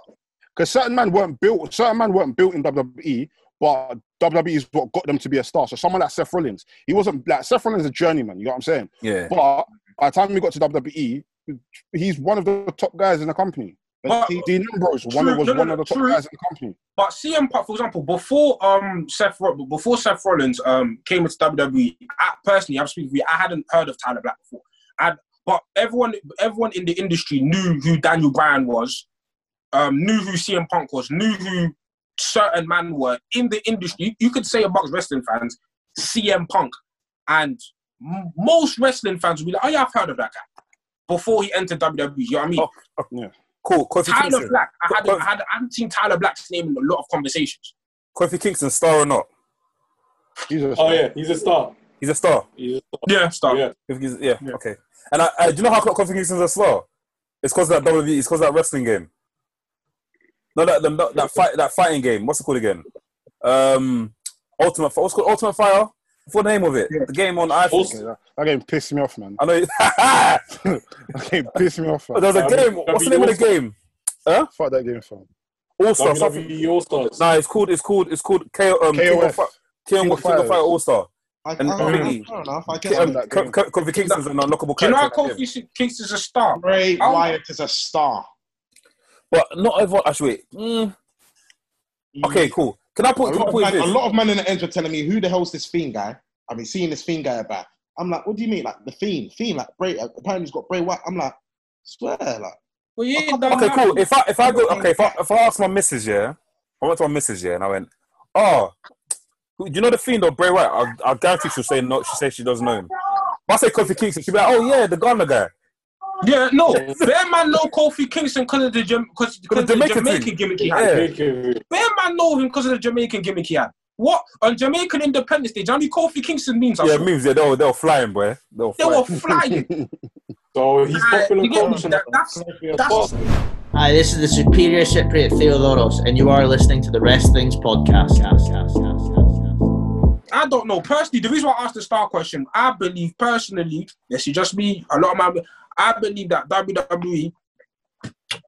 [SPEAKER 5] because certain men weren't built. Certain men weren't built in WWE, but WWE is what got them to be a star. So someone like Seth Rollins, he wasn't like Seth Rollins is a journeyman. You know what I'm saying?
[SPEAKER 2] Yeah.
[SPEAKER 5] But by the time he got to WWE, he's one of the top guys in the company.
[SPEAKER 1] But-
[SPEAKER 5] Dean Ambrose one of,
[SPEAKER 1] True,
[SPEAKER 5] was
[SPEAKER 1] no, no,
[SPEAKER 5] one
[SPEAKER 1] no,
[SPEAKER 5] of the top
[SPEAKER 1] true.
[SPEAKER 5] guys in the company.
[SPEAKER 1] But CM Punk, for example, before um Seth Ro- before Seth Rollins um came into WWE, I, personally, I'm speaking for you, I hadn't heard of Tyler Black before. I but everyone everyone in the industry knew who Daniel Bryan was, um, knew who CM Punk was, knew who certain man were in the industry. You could say amongst wrestling fans, CM Punk, and m- most wrestling fans would be like, oh yeah, I've heard of that guy before he entered WWE. You know what I mean?
[SPEAKER 2] Oh, Cool. Kofi
[SPEAKER 1] Tyler
[SPEAKER 2] Kingston.
[SPEAKER 1] Black. I had,
[SPEAKER 2] But-
[SPEAKER 1] I had, I haven't seen Tyler Black's name in a lot of conversations.
[SPEAKER 2] Kofi Kingston, star or not?
[SPEAKER 5] He's a
[SPEAKER 4] oh yeah, he's a star.
[SPEAKER 2] He's a star.
[SPEAKER 4] He's a
[SPEAKER 1] Yeah, stop.
[SPEAKER 4] star. Yeah.
[SPEAKER 2] If he's- yeah,
[SPEAKER 1] Yeah.
[SPEAKER 2] okay. And I, I, do you know how come Kofi Kingston's a star? It's because that WWE. It's because that wrestling game. No, that, them- that that fight that fighting game. What's it called again? Um, Ultimate. Fi- What's it called Ultimate Fire? What's the name of it? The game on iPhone.
[SPEAKER 5] Okay, that, that game pissed me off, man.
[SPEAKER 2] I know. it-
[SPEAKER 5] that game pissed me off. Man.
[SPEAKER 2] There's a
[SPEAKER 4] Um,
[SPEAKER 2] game. What's the name of the game?
[SPEAKER 5] Fuck that game, fam.
[SPEAKER 2] All Star.
[SPEAKER 4] E.
[SPEAKER 2] something.
[SPEAKER 4] WWE All Stars.
[SPEAKER 2] Nah, it's called. It's called. It's called KO. Um, King of
[SPEAKER 5] KOF.
[SPEAKER 2] Fi- King of Fire All Star.
[SPEAKER 3] I,
[SPEAKER 2] And um,
[SPEAKER 3] I,
[SPEAKER 2] Orton.
[SPEAKER 3] fair enough. I guess.
[SPEAKER 5] Damn
[SPEAKER 3] I'm
[SPEAKER 5] that game.
[SPEAKER 2] Kofi Kingston's an unlockable
[SPEAKER 1] Do you know how
[SPEAKER 2] character. in that game.
[SPEAKER 1] Kofi Kingston's a star?
[SPEAKER 3] Bray
[SPEAKER 1] Um,
[SPEAKER 3] Wyatt is a star.
[SPEAKER 2] But not everyone. Actually, wait. Mm, okay, cool. Can I
[SPEAKER 3] A
[SPEAKER 2] put? Can
[SPEAKER 3] lot,
[SPEAKER 2] I
[SPEAKER 3] of
[SPEAKER 2] put
[SPEAKER 3] man,
[SPEAKER 2] in
[SPEAKER 3] a
[SPEAKER 2] this?
[SPEAKER 3] lot of men in the ends were telling me, "Who the hell's this fiend guy?" I mean, seeing this fiend guy about, I'm like, "What do you mean, like the fiend? Fiend like Bray? uh, Apparently, he's got Bray White." I'm like, "Swear, like
[SPEAKER 1] Well, yeah,
[SPEAKER 3] Okay,
[SPEAKER 1] done
[SPEAKER 2] Okay,
[SPEAKER 1] that.
[SPEAKER 2] cool. If I if I go okay, if I if I ask my missus, yeah, I went to my missus, yeah, and I went, oh, who- do you know the fiend or Bray Wyatt? I, I guarantee she'll say no. She says she doesn't know him. But I say Kofi Kingston, she'll be like, oh yeah, the Ghana guy.
[SPEAKER 1] Yeah, no. Bear man know Kofi Kingston because of the, Jam- cause, cause of the
[SPEAKER 2] Jamaican
[SPEAKER 1] Jamaican,
[SPEAKER 2] thing.
[SPEAKER 1] gimmick he had.
[SPEAKER 2] Yeah,
[SPEAKER 4] Thank you.
[SPEAKER 1] Bear man know him because of the Jamaican gimmick he had. What? On Jamaican Independence Day, do you know how many Kofi Kingston memes I
[SPEAKER 2] yeah,
[SPEAKER 1] saw?
[SPEAKER 2] memes. Yeah, they were they were flying, boy. They were
[SPEAKER 1] They
[SPEAKER 2] flying.
[SPEAKER 1] were flying.
[SPEAKER 4] So he's
[SPEAKER 1] Nah,
[SPEAKER 4] popular
[SPEAKER 1] you get me?
[SPEAKER 4] culture.
[SPEAKER 1] That- that's- that's-
[SPEAKER 7] Hi, this is the Superior Cypriot Theodoros, and you are listening to the Rest Things podcast.
[SPEAKER 1] I don't know. Personally, the reason why I asked the star question, I believe personally, this is just me, a lot of my, I believe that WWE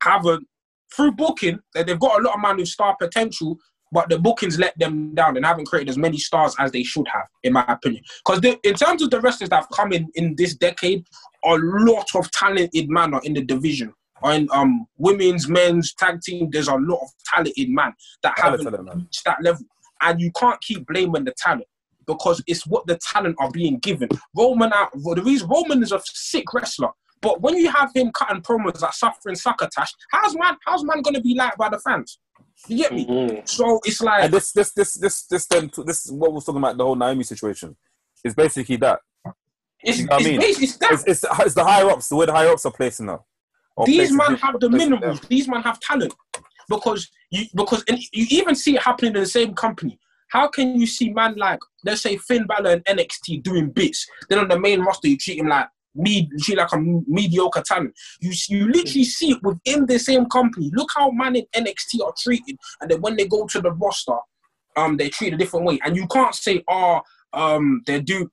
[SPEAKER 1] haven't, through booking, that they've got a lot of man with star potential, but the bookings let them down and haven't created as many stars as they should have, in my opinion. Because in terms of the wrestlers that have come in in this decade, a lot of talented men are in the division. On um, women's, men's, tag team, there's a lot of talented man that
[SPEAKER 2] Hella
[SPEAKER 1] haven't
[SPEAKER 2] talented man.
[SPEAKER 1] reached that level. And you can't keep blaming the talent because it's what the talent are being given. Roman out well, the reason Roman is a sick wrestler. But when you have him cutting promos like suffering succotash, how's man how's man gonna be liked by the fans? You get me?
[SPEAKER 2] Mm-hmm.
[SPEAKER 4] Mhm.
[SPEAKER 1] So it's like
[SPEAKER 2] And this this this this this then this is what we're talking about the whole Naomi situation. It's basically that.
[SPEAKER 1] it's
[SPEAKER 2] you know what I
[SPEAKER 1] it's,
[SPEAKER 2] mean?
[SPEAKER 1] basi- it's that
[SPEAKER 2] It's it's, it's the higher ups. The way the higher ups are placing her. Or
[SPEAKER 1] these
[SPEAKER 2] placing
[SPEAKER 1] man
[SPEAKER 2] him,
[SPEAKER 1] have the
[SPEAKER 2] placing them.
[SPEAKER 1] minerals. These man have talent because you because and you even see it happening in the same company. How can you see man like let's say Finn Balor and NXT doing bits, then on the main roster you treat him like me, you treat like a mediocre talent. You s- you literally see it within the same company. Look how man in NXT are treated, and then when they go to the roster, um, they're treated a different way, and you can't say oh um they do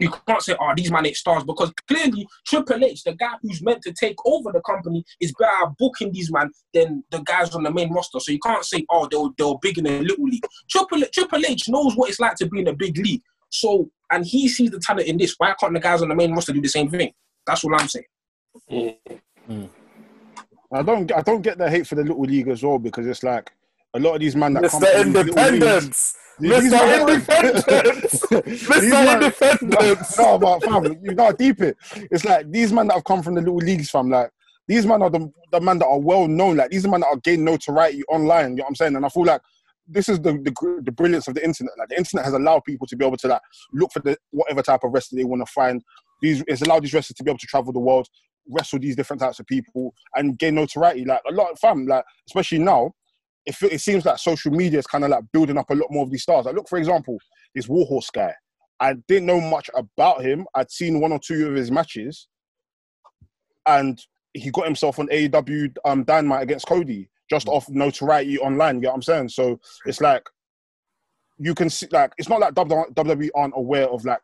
[SPEAKER 1] you can't say, oh, these man ain't stars because clearly Triple H, the guy who's meant to take over the company, is better at booking these man than the guys on the main roster. So you can't say, oh, they were, they were big in the little league. Triple, Triple H knows what it's like to be in a big league. So, and he sees the talent in this. Why can't the guys on the main roster do the same thing? That's all I'm saying.
[SPEAKER 5] I don't, I don't get the hate for the little league as well because it's like a lot of these men that come
[SPEAKER 2] Mr.
[SPEAKER 5] from these little leagues-
[SPEAKER 2] Independence.
[SPEAKER 5] These
[SPEAKER 2] Mr.
[SPEAKER 5] man-
[SPEAKER 2] Independence. Mr.
[SPEAKER 5] man-
[SPEAKER 2] Independence.
[SPEAKER 5] no, but fam, you gotta deep it. It's like these men that have come from the little leagues, fam. Like these men are the, the men that are well known. Like these are men that are gained notoriety online. You know what I'm saying? And I feel like this is the, the gr- the brilliance of the internet. Like the internet has allowed people to be able to like look for the whatever type of wrestler they want to find. These it's allowed these wrestlers to be able to travel the world, wrestle these different types of people, and gain notoriety. Like a lot of fam, like especially now. It, fe- it seems like social media is kind of like building up a lot more of these stars. Like, look, for example, this Warhorse guy. I didn't know much about him. I'd seen one or two of his matches, and he got himself on AEW um, Dynamite against Cody just off notoriety online. You get what I'm saying? So it's like you can see, like, it's not like WWE aren't aware of like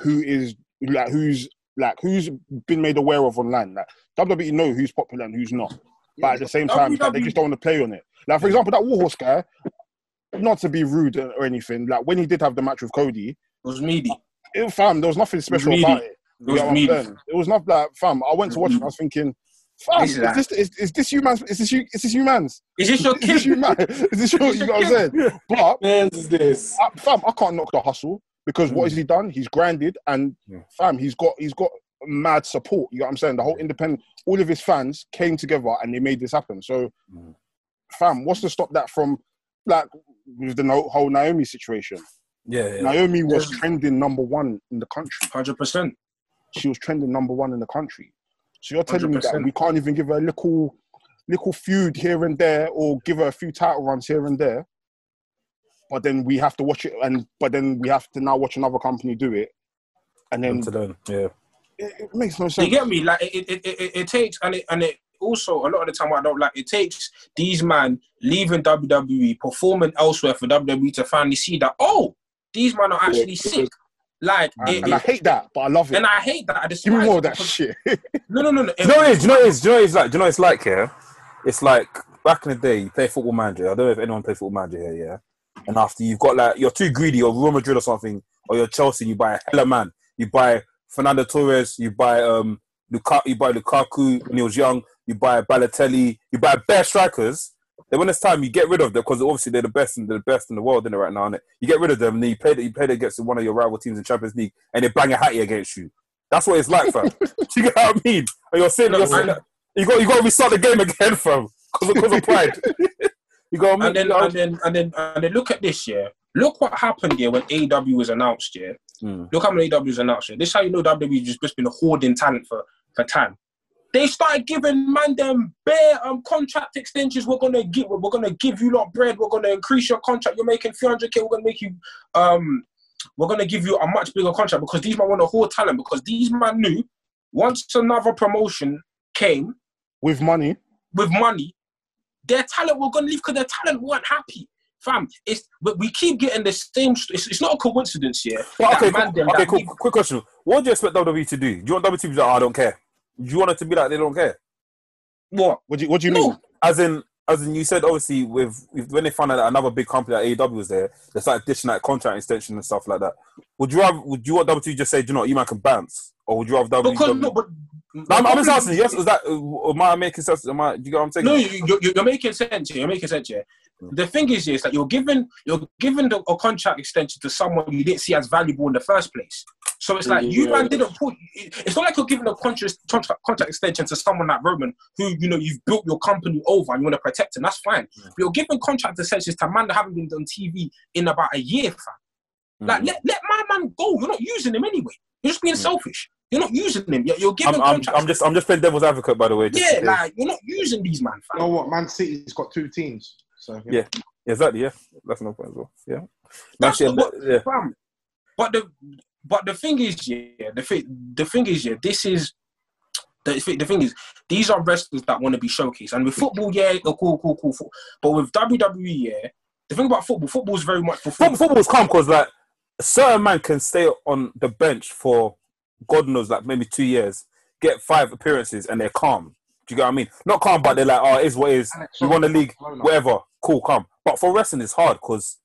[SPEAKER 5] who is like who's like who's been made aware of online. Like WWE know who's popular and who's not, but at the same time, like, they just don't want to play on it. Like for example, that Warhorse guy. Not to be rude or anything, like when he did have the match with Cody,
[SPEAKER 1] It was meaty.
[SPEAKER 5] it, fam, there was nothing special
[SPEAKER 1] meaty.
[SPEAKER 5] about it.
[SPEAKER 1] It was
[SPEAKER 5] You know what I'm
[SPEAKER 1] meaty.
[SPEAKER 5] saying? It was not like, fam. I went to watch it. I was thinking, fam,
[SPEAKER 1] This
[SPEAKER 5] is
[SPEAKER 1] is that.
[SPEAKER 5] this, is, is this you man's? Is this you? Is this you man's?
[SPEAKER 1] Is this your
[SPEAKER 5] Is this you
[SPEAKER 1] kid?
[SPEAKER 5] man? Is this your? You know what I'm saying? But
[SPEAKER 4] There's this.
[SPEAKER 5] uh, fam, I can't knock the hustle because what has he done? He's grinded and
[SPEAKER 2] Hmm. Yeah.
[SPEAKER 5] fam, he's got he's got mad support. You know what I'm saying? The whole independent, all of his fans came together and they made this happen. So,
[SPEAKER 2] Mm.
[SPEAKER 5] fam, what's to stop that from like with the no- whole Naomi situation?
[SPEAKER 2] Yeah, yeah.
[SPEAKER 5] Naomi was
[SPEAKER 1] Yeah.
[SPEAKER 5] trending number one in the country.
[SPEAKER 1] Hundred percent.
[SPEAKER 5] she was trending number one in the country. So you're telling me that
[SPEAKER 1] 100%.
[SPEAKER 5] we can't even give her a little, little feud here and there, or give her a few title runs here and there. But then we have to watch it, and but then we have to now watch another company do it, and then
[SPEAKER 2] Until then, yeah.
[SPEAKER 5] it, it makes no
[SPEAKER 1] You
[SPEAKER 5] sense.
[SPEAKER 1] get me? Like it, it, it, it- it takes and it and it also a lot of the time what I don't like it takes these man leaving WWE, performing elsewhere for WWE to finally see that oh these man are actually sick. Like
[SPEAKER 5] And,
[SPEAKER 1] it,
[SPEAKER 5] and I hate that, but I love it.
[SPEAKER 1] and I hate that. I just
[SPEAKER 5] give me more of that shit.
[SPEAKER 1] No, no, no, no.
[SPEAKER 2] Do you know what it is? Do you know what it is? Do you know what it's like? Do you know what it's like here? It's like back in the day, you play football manager. I don't know if anyone plays football manager here, yeah. And after you've got like you're too greedy, or Real Madrid or something, or you're Chelsea, you buy a hella man. You buy Fernando Torres, you buy um Lukaku, you buy Lukaku when he was young, you buy Balotelli, you buy bare strikers. Then when it's time, you get rid of them because obviously they're the best and they're the best in the world, innit? Right now, innit? You get rid of them, and then you play that you play against one of your rival teams in Champions League, and they bang a hattie against you. That's what it's like, fam. Do you get what I mean? And you're sitting,
[SPEAKER 1] No,
[SPEAKER 2] you're sitting
[SPEAKER 1] and-
[SPEAKER 2] you got you got to restart the game again, fam, because of, 'cause of pride. you got
[SPEAKER 1] and then and then and then and then look at this year. Look what happened here when AEW was announced. Yeah,
[SPEAKER 2] Mm.
[SPEAKER 1] look how many AEW was announced. Here. This is how you know WWE just just been hoarding talent for for time. They started giving man them bare um, contract extensions. We're gonna give we're gonna give you lot bread. We're gonna increase your contract. You're making 300k. We're gonna make you um we're gonna give you a much bigger contract because these man want to hoard talent because these man knew once another promotion came
[SPEAKER 5] With money,
[SPEAKER 1] with money, their talent were gonna leave because their talent weren't happy. Fam, it's but we keep getting the same. st- It's, it's not a coincidence here.
[SPEAKER 2] But okay,
[SPEAKER 1] that man
[SPEAKER 2] cool,
[SPEAKER 1] them,
[SPEAKER 2] okay,
[SPEAKER 1] that
[SPEAKER 2] cool.
[SPEAKER 1] leave-
[SPEAKER 2] Quick question: What do you expect WWE to do? Do you want WWE to be like, "Oh, I don't care? Do you want it to be like they don't care?
[SPEAKER 1] What?
[SPEAKER 5] what do you, what do you
[SPEAKER 1] No.
[SPEAKER 5] mean?
[SPEAKER 2] As in, as in, you said obviously with, with when they found out that another big company like AEW was there, they started dishing out contract extension and stuff like that. Would you rather? Would you want WWE to just say, "Do you know, what, you man can bounce," or would you rather WWE?
[SPEAKER 1] Because no, but
[SPEAKER 2] No, E I'm, I'm just asking. Yes, is that? uh, Am I making sense? Am I? Do you get what I'm saying?
[SPEAKER 1] No, you, you- you're making sense. here, You're making sense. Yeah. The thing is, is that you're giving you're giving the, a contract extension to someone you didn't see as valuable in the first place. So it's like you man
[SPEAKER 4] Yeah.
[SPEAKER 1] didn't put. It's not like you're giving a contract contract, contract extension to someone like Roman, who you know you've built your company over and you want to protect, and that's fine. But you're giving contract extensions to man that haven't been on TV in about a year, fam.
[SPEAKER 2] Mm.
[SPEAKER 1] Like let, let my man go. You're not using him anyway. You're just being selfish. You're not using him. You're, you're giving
[SPEAKER 2] I'm, I'm,
[SPEAKER 1] contract.
[SPEAKER 2] I'm just, I'm just playing devil's advocate, by the way. just in
[SPEAKER 1] yeah,
[SPEAKER 2] case.
[SPEAKER 1] like you're not using these man, fam.
[SPEAKER 3] You know what? Man City's got two teams. So, you
[SPEAKER 2] Yeah.
[SPEAKER 3] know,
[SPEAKER 2] exactly. Yeah, that's no point as well. Yeah,
[SPEAKER 1] That's
[SPEAKER 2] Actually,
[SPEAKER 1] what-
[SPEAKER 2] yeah.
[SPEAKER 1] Fam, But the but the thing is, yeah, the thing the thing is, yeah, this is the, thi- the thing is, these are wrestlers that want to be showcased. And with football, yeah, oh, cool, cool, cool. fo- But with WWE, yeah, the thing about football, football is very much for
[SPEAKER 2] Football, football's calm because like a certain man can stay on the bench for God knows like maybe two years, get five appearances, and they're calm. Do you get what I mean? Not calm, but they're like, oh, it is what it is. We won the league, whatever. Cool, calm. But for wrestling, it's hard because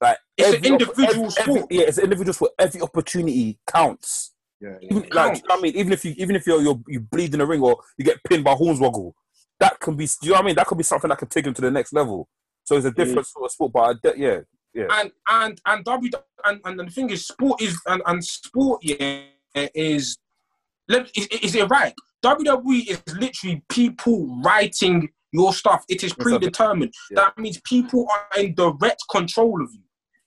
[SPEAKER 2] like
[SPEAKER 1] It's an
[SPEAKER 2] every opp-
[SPEAKER 1] individual
[SPEAKER 2] every- every-
[SPEAKER 1] sport.
[SPEAKER 2] yeah, it's an individual sport. Every opportunity counts.
[SPEAKER 3] Yeah, yeah.
[SPEAKER 2] Even, like, do you know what I mean, even if you even if you're, you're you bleed in the ring or you get pinned by Hornswoggle, that can be. Do you know what I mean? That could be something that could take him to the next level. So it's a different sort of sport, but I de- yeah,
[SPEAKER 1] and and and W and, and the thing is, sport is and, and sport yeah is let is, is it right? WWE is literally people writing your stuff. It is
[SPEAKER 2] a bit-
[SPEAKER 1] predetermined.
[SPEAKER 2] yeah.
[SPEAKER 1] That means people are in direct control of you.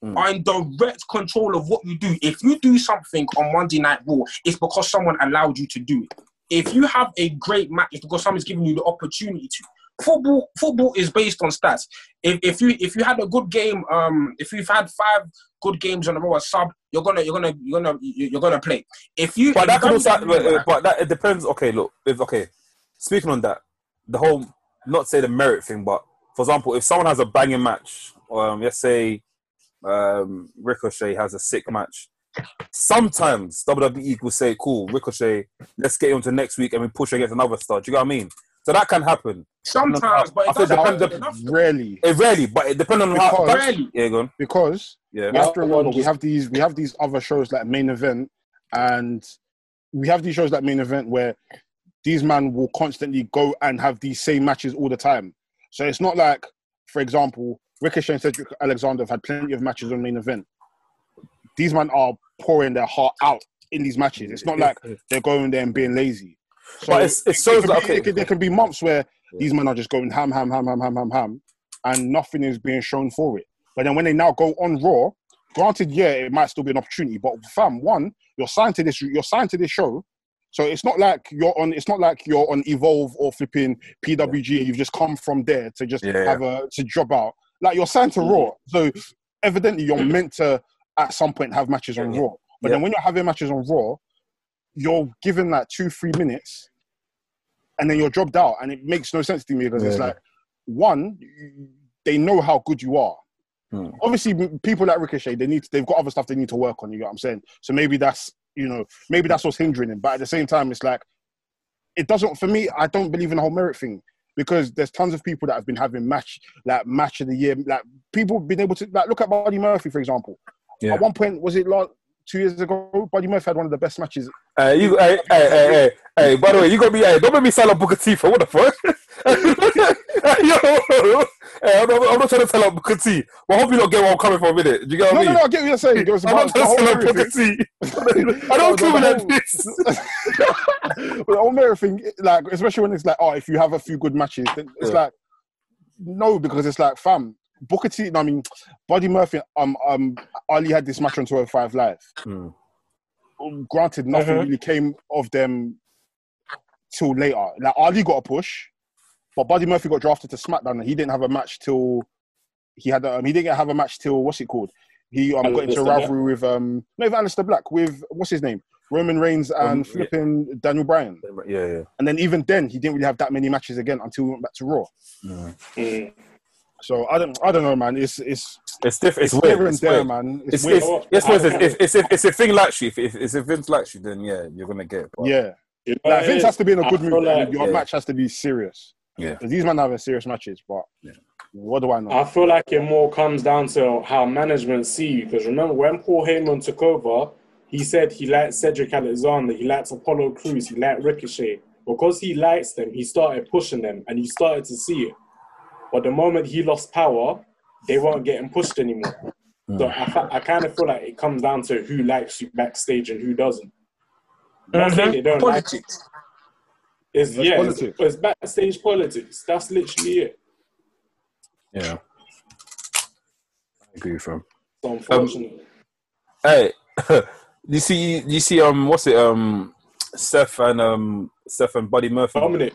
[SPEAKER 2] Mm.
[SPEAKER 1] Are in direct control of what you do. If you do something on Monday Night Raw, it's because someone allowed you to do it. If you have a great match, it's because someone's giving you the opportunity to football football is based on stats. If, if you if you had a good game, um, if you've had five good games on a row, a sub, you're gonna you're gonna you're gonna you- you're gonna play. If you
[SPEAKER 2] But that could
[SPEAKER 1] if
[SPEAKER 2] also,
[SPEAKER 1] you-
[SPEAKER 2] but, uh, but that it depends. Okay, look, if okay, speaking on that, the whole not say the merit thing, but for example, if someone has a banging match, um, let's say um, Ricochet has a sick match, sometimes WWE will say, "Cool, Ricochet, let's get you on to next week and we push you against another star." Do you know what I mean? So that can happen.
[SPEAKER 1] sometimes, but
[SPEAKER 2] I
[SPEAKER 1] it
[SPEAKER 2] think
[SPEAKER 1] doesn't
[SPEAKER 2] depends-
[SPEAKER 1] happen enough.
[SPEAKER 5] Rarely,
[SPEAKER 2] It rarely, but it depends on how.
[SPEAKER 5] Because-
[SPEAKER 1] Rarely.
[SPEAKER 2] Yeah, go on.
[SPEAKER 5] because
[SPEAKER 2] Yeah.
[SPEAKER 5] we have to
[SPEAKER 4] Yeah.
[SPEAKER 5] remember we have these we have these other shows like main event, and we have these shows like main event where these men will constantly go and have these same matches all the time. So it's not like, for example, Ricochet and Cedric Alexander have had plenty of matches on main event. These men are pouring their heart out in these matches. It's not like they're going there and being lazy. So
[SPEAKER 2] But it's- it shows
[SPEAKER 5] can
[SPEAKER 2] that-
[SPEAKER 5] be-
[SPEAKER 2] okay.
[SPEAKER 5] it can- there can be months where
[SPEAKER 2] Yeah.
[SPEAKER 5] these men are just going ham, ham, ham, ham, ham, ham, ham, and nothing is being shown for it. But then when they now go on Raw, granted, yeah, it might still be an opportunity. But fam, one, you're signed to this, you're signed to this show, so it's not like you're on. It's not like you're on Evolve or flipping PWG. and You've just come from there to just
[SPEAKER 2] Yeah.
[SPEAKER 5] have a to job out. Like you're signed to Raw, so evidently you're meant to at some point have matches on
[SPEAKER 2] Mm. Yeah.
[SPEAKER 5] Raw. But then when you're having matches on Raw, you're given like two, three minutes, and then you're dropped out, and it makes no sense to me because it's
[SPEAKER 2] Yeah.
[SPEAKER 5] like one, they know how good you are.
[SPEAKER 2] Hmm.
[SPEAKER 5] Obviously, m- people like Ricochet, they need they've got other stuff they need to work on. You know what I'm saying? So maybe that's you know maybe that's what's hindering him. But at the same time, it's like it doesn't for me. I don't believe in the whole merit thing because there's tons of people that have been having match like match of the year. Like people been able to like look at Buddy Murphy for example.
[SPEAKER 2] Yeah.
[SPEAKER 5] At one point, was it like two years ago? Buddy Murphy had one of the best matches.
[SPEAKER 2] Uh, you, hey, hey, hey, hey, hey, by the way, you gonna be, hey, don't make me sell out Booker T for what the fuck? Yo, hey, I'm, not, I'm not trying to sell out Booker T, but I hope you don't get where I'm coming from, innit? Do you get what
[SPEAKER 5] No,
[SPEAKER 2] I
[SPEAKER 5] no,
[SPEAKER 2] mean?
[SPEAKER 5] no. I get what you're saying. It was
[SPEAKER 2] I'm
[SPEAKER 5] about
[SPEAKER 2] not
[SPEAKER 5] the
[SPEAKER 2] trying
[SPEAKER 5] whole
[SPEAKER 2] to sell out
[SPEAKER 5] merit
[SPEAKER 2] Booker
[SPEAKER 5] thing.
[SPEAKER 2] T. I don't
[SPEAKER 5] No,
[SPEAKER 2] agree
[SPEAKER 5] no,
[SPEAKER 2] with
[SPEAKER 5] the
[SPEAKER 2] that.
[SPEAKER 5] whole- But the whole merit thing, like especially when it's like, oh, if you have a few good matches, then it's
[SPEAKER 2] Yeah.
[SPEAKER 5] like, no, because it's like, fam, Booker T. I mean, Buddy Murphy. Um, um, Ali had this match on 205 Live.
[SPEAKER 2] Hmm.
[SPEAKER 5] Um, Granted, nothing
[SPEAKER 4] Mhm.
[SPEAKER 5] really came of them till later. Like Ali got a push, but Buddy Murphy got drafted to SmackDown, and he didn't have a match till he had. Um, he didn't have a match till what's it called? He um, got into a
[SPEAKER 4] Alistair Black?
[SPEAKER 5] rivalry with um, not even Alistair Black with what's his name? Roman Reigns and
[SPEAKER 2] Um, yeah.
[SPEAKER 5] flipping Daniel Bryan.
[SPEAKER 2] Yeah, yeah.
[SPEAKER 5] And then even then, he didn't really have that many matches again until we went back to Raw.
[SPEAKER 4] Mm.
[SPEAKER 5] So I don't, I don't know, man. It's it's
[SPEAKER 2] It's different. It's,
[SPEAKER 5] here
[SPEAKER 2] weird.
[SPEAKER 5] and
[SPEAKER 2] It's
[SPEAKER 5] there,
[SPEAKER 2] weird.
[SPEAKER 5] man. It's,
[SPEAKER 2] It's,
[SPEAKER 5] weird.
[SPEAKER 2] it's, it's, it's, it's, it's, if- if a thing likes you. If, if, if Vince likes you, then yeah, you're gonna get. it, but-
[SPEAKER 5] yeah,
[SPEAKER 4] You know what
[SPEAKER 5] like,
[SPEAKER 4] it
[SPEAKER 5] Vince
[SPEAKER 4] is?
[SPEAKER 5] has to be in a
[SPEAKER 4] I
[SPEAKER 5] good
[SPEAKER 4] feel
[SPEAKER 5] mood.
[SPEAKER 4] like-
[SPEAKER 5] and your
[SPEAKER 2] Yeah.
[SPEAKER 5] match has to be serious.
[SPEAKER 2] Yeah.
[SPEAKER 5] 'Cause these men having serious matches, but
[SPEAKER 2] Yeah.
[SPEAKER 5] what do I know?
[SPEAKER 4] I feel like it more comes down to how management see you. Because remember, when Paul Heyman took over, he said he liked Cedric Alexander, he liked Apollo Crews, he liked Ricochet. Because he likes them, he started pushing them and he started to see it. But the moment he lost power, they weren't getting pushed anymore. So I, fa- I kind of feel like it comes down to who likes you backstage and who doesn't. Not saying they don't like you.
[SPEAKER 1] Politics.
[SPEAKER 4] It's, yeah, it's,
[SPEAKER 5] politics.
[SPEAKER 4] it's backstage politics. That's literally it.
[SPEAKER 2] yeah. I agree with him.
[SPEAKER 4] It's unfortunate.
[SPEAKER 2] Hey, you see, you see, um, what's it, um, Seth and um, Seth and Buddy Murphy.
[SPEAKER 4] Dominic,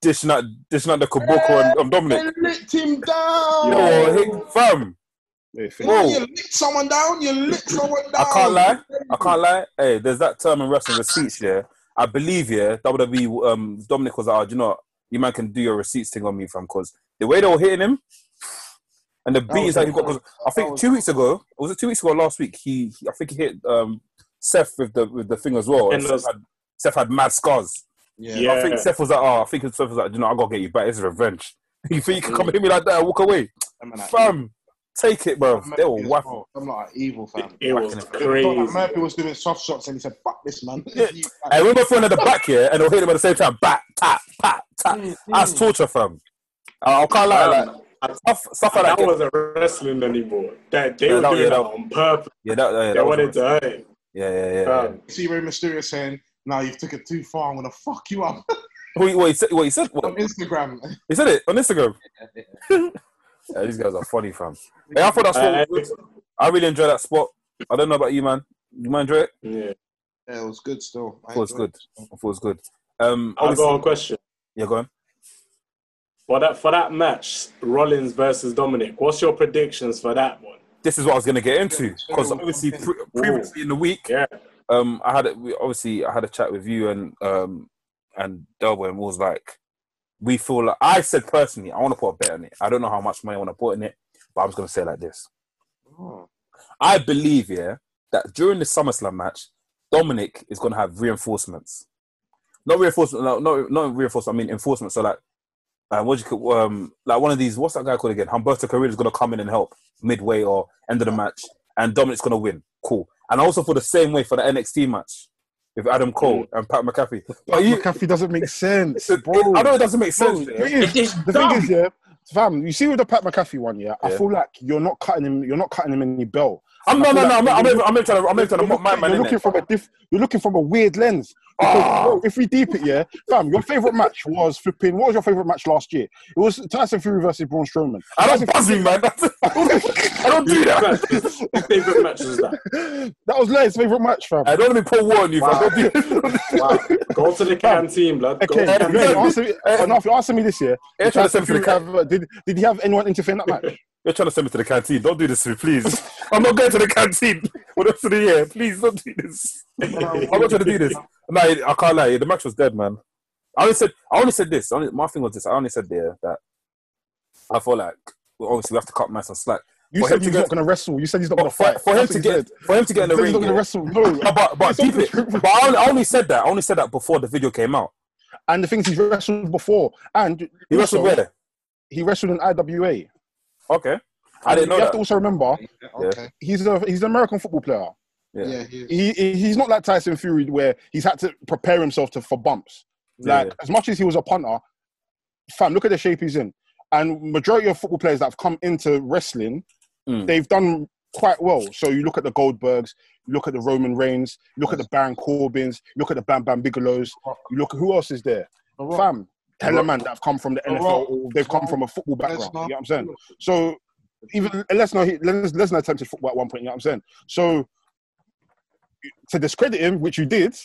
[SPEAKER 2] dishing out, dishing out the Kaboko and um, Dominic.
[SPEAKER 3] You licked him down.
[SPEAKER 2] Yo, he- fam,
[SPEAKER 5] Hey,
[SPEAKER 3] You
[SPEAKER 5] Finn.
[SPEAKER 3] know,
[SPEAKER 2] Whoa.
[SPEAKER 3] you licked someone down. You licked someone down.
[SPEAKER 2] I can't lie. I can't lie. Hey, there's that term in wrestling receipts. Yeah, I believe. Yeah, WWE. Um, Dominic was like, oh, do you know, what? you man can do your receipts thing on me, fam, because the way they were hitting him and the beatings that he got. 'cause I think two weeks ago, was it two weeks ago or last week? He, I think he hit um Seth with the with the thing as well. And
[SPEAKER 4] And
[SPEAKER 2] Seth,
[SPEAKER 4] those-
[SPEAKER 2] had, Seth had mad scars.
[SPEAKER 3] Yeah.
[SPEAKER 4] Yeah.
[SPEAKER 2] I think Seth was like, oh, I think Seth was like, you know, I gotta get you back. It's revenge. you think you can come hit me like that and walk away,
[SPEAKER 3] I'm like,
[SPEAKER 2] fam? Take it, bro. They were
[SPEAKER 3] I'm
[SPEAKER 2] waffle.
[SPEAKER 3] like evil fam.
[SPEAKER 4] It was
[SPEAKER 3] Like
[SPEAKER 4] crazy.
[SPEAKER 3] Murphy was doing soft shots and he said, "Fuck this man."
[SPEAKER 2] Yeah. And we were throwing at the back here, and they'll hit him at the same time. Bat, tap, pat, tap. That's torture, fam. I I can't lie, like, stuff, stuff like
[SPEAKER 4] Um, that
[SPEAKER 2] that.
[SPEAKER 4] wasn't wrestling anymore. That they
[SPEAKER 2] Yeah,
[SPEAKER 4] were
[SPEAKER 2] that-
[SPEAKER 4] doing
[SPEAKER 2] yeah,
[SPEAKER 4] that
[SPEAKER 2] that-
[SPEAKER 4] on purpose.
[SPEAKER 2] Yeah, that, yeah,
[SPEAKER 4] they
[SPEAKER 2] that
[SPEAKER 4] wanted
[SPEAKER 2] was,
[SPEAKER 4] to hurt him.
[SPEAKER 2] yeah, yeah, yeah. yeah.
[SPEAKER 4] Um,
[SPEAKER 3] See Ray Mysterio saying, "Now you've took it too far. I'm gonna fuck you up
[SPEAKER 2] Wait, wait, he said, wait, he said,
[SPEAKER 3] on
[SPEAKER 2] what?
[SPEAKER 3] Instagram."
[SPEAKER 2] He said it on Instagram. yeah, these guys are funny, fam. Hey, I thought that's
[SPEAKER 4] I-
[SPEAKER 2] what I really enjoy that spot. I don't know about you, man. You man enjoy it?
[SPEAKER 4] yeah.
[SPEAKER 3] Yeah, it was good still. I
[SPEAKER 2] It was
[SPEAKER 3] enjoyed
[SPEAKER 2] good. It was good. Um,
[SPEAKER 4] I've
[SPEAKER 2] obviously,
[SPEAKER 4] got a question.
[SPEAKER 2] yeah, go on.
[SPEAKER 4] For that for that match, Rollins versus Dominic, what's your predictions for that one?
[SPEAKER 2] This is what I was gonna get into because obviously pre- previously in the week,
[SPEAKER 4] Yeah.
[SPEAKER 2] um, I had a, we- obviously I had a chat with you and um and Delbo and was like, we feel like I said personally, I want to put a bet on it. I don't know how much money I want to put in it, but I'm just gonna say it like this. I believe yeah that during the SummerSlam match, Dominic is gonna have reinforcements. Not reinforcement, no, not not reinforcement. I mean enforcement. So like, uh, what do you call um like one of these? What's that guy called again? Humberto Carrillo is gonna come in and help midway or end of the match, and Dominic's gonna win. Cool. And I also feel the same way for the NXT match with Adam Cole and Pat McAfee. But you,
[SPEAKER 5] Mm. McAfee doesn't make sense, bro.
[SPEAKER 2] I know it doesn't make sense.
[SPEAKER 5] Bro,
[SPEAKER 2] yeah.
[SPEAKER 5] it is.
[SPEAKER 1] It is
[SPEAKER 5] the
[SPEAKER 1] dumb.
[SPEAKER 5] thing is, yeah, fam. You see with the Pat McAfee one, yeah, I
[SPEAKER 2] Yeah.
[SPEAKER 5] feel like you're not cutting him. You're not cutting him any bell.
[SPEAKER 2] I'm no,
[SPEAKER 5] I
[SPEAKER 2] no,
[SPEAKER 5] feel
[SPEAKER 2] no.
[SPEAKER 5] like
[SPEAKER 2] I'm not, I'm not even, I'm not trying to. I'm not even trying to
[SPEAKER 5] You're
[SPEAKER 2] mock my
[SPEAKER 5] looking,
[SPEAKER 2] man.
[SPEAKER 5] you're looking
[SPEAKER 2] innit? Ah.
[SPEAKER 5] from a diff, You're looking from a weird lens. Because, bro, if we deep it, yeah, fam, your favorite match was flipping. What was your favorite match last year? It was Tyson Fury versus Braun Strowman.
[SPEAKER 2] I don't buzz me, man. I don't do that.
[SPEAKER 4] Whose favorite match was that?
[SPEAKER 5] That was Lair's favorite match, fam.
[SPEAKER 2] I don't want to be Paul war on you. fam. Don't do.
[SPEAKER 4] Go to the canteen, blood. Go
[SPEAKER 5] Okay,
[SPEAKER 4] to the
[SPEAKER 5] now if
[SPEAKER 4] canteen.
[SPEAKER 5] you answer me-
[SPEAKER 2] Hey.
[SPEAKER 5] now if you're asking me this year,
[SPEAKER 2] You're trying to send me to the can-
[SPEAKER 5] have, uh, did, did he have anyone interfere in that match?
[SPEAKER 2] You're trying to send me to the canteen. Don't do this to me, please. I'm not going to the canteen for the rest of the year. Please don't do this. I'm not trying to do this. No, I can't lie. The match was dead, man. I only said I only said this. I Only, my thing was this. I only said there that I feel like well, obviously we have to cut man some slack.
[SPEAKER 5] You
[SPEAKER 2] For him
[SPEAKER 5] said
[SPEAKER 2] to
[SPEAKER 5] he's
[SPEAKER 2] get-
[SPEAKER 5] not going to wrestle. You said he's not
[SPEAKER 2] But
[SPEAKER 5] going to
[SPEAKER 2] for,
[SPEAKER 5] fight.
[SPEAKER 2] for him
[SPEAKER 5] That's
[SPEAKER 2] to
[SPEAKER 5] what you
[SPEAKER 2] get
[SPEAKER 5] said.
[SPEAKER 2] for him to get in the
[SPEAKER 5] You said
[SPEAKER 2] ring,
[SPEAKER 5] he's not going to
[SPEAKER 2] yeah.
[SPEAKER 5] wrestle. No.
[SPEAKER 2] No, but but,
[SPEAKER 5] It's not
[SPEAKER 2] deep
[SPEAKER 5] the
[SPEAKER 2] it-
[SPEAKER 5] truth.
[SPEAKER 2] but I only- I only said that. I only said that before the video came out.
[SPEAKER 5] And the things he's wrestled before. And
[SPEAKER 2] He wrestled
[SPEAKER 5] also,
[SPEAKER 2] where?
[SPEAKER 5] He wrestled in IWA.
[SPEAKER 2] Okay, I didn't
[SPEAKER 5] you
[SPEAKER 2] know
[SPEAKER 5] have
[SPEAKER 2] that.
[SPEAKER 5] to also remember
[SPEAKER 3] Okay.
[SPEAKER 5] he's a he's an American football player.
[SPEAKER 2] Yeah.
[SPEAKER 3] Yeah. he is.
[SPEAKER 5] He he- he's not like Tyson Fury where he's had to prepare himself to for bumps.
[SPEAKER 2] Yeah,
[SPEAKER 5] Like as much as he was a punter, fam, look at the shape he's in. And majority of football players that have come into wrestling,
[SPEAKER 2] Mm.
[SPEAKER 5] they've done quite well. So you look at the Goldbergs, you look at the Roman Reigns, you look at the Baron Corbins, you look at the Bam Bam Bigelows, you look at who else is there?
[SPEAKER 3] The Rock.
[SPEAKER 5] Fam, tell a man that have come from the
[SPEAKER 3] The
[SPEAKER 5] NFL,
[SPEAKER 3] Rock.
[SPEAKER 5] or they've come from a football background.
[SPEAKER 3] Lesnar.
[SPEAKER 5] You know what I'm saying? So even let's not let's not attempted football at one point. You know what I'm saying? So to discredit him, which you did,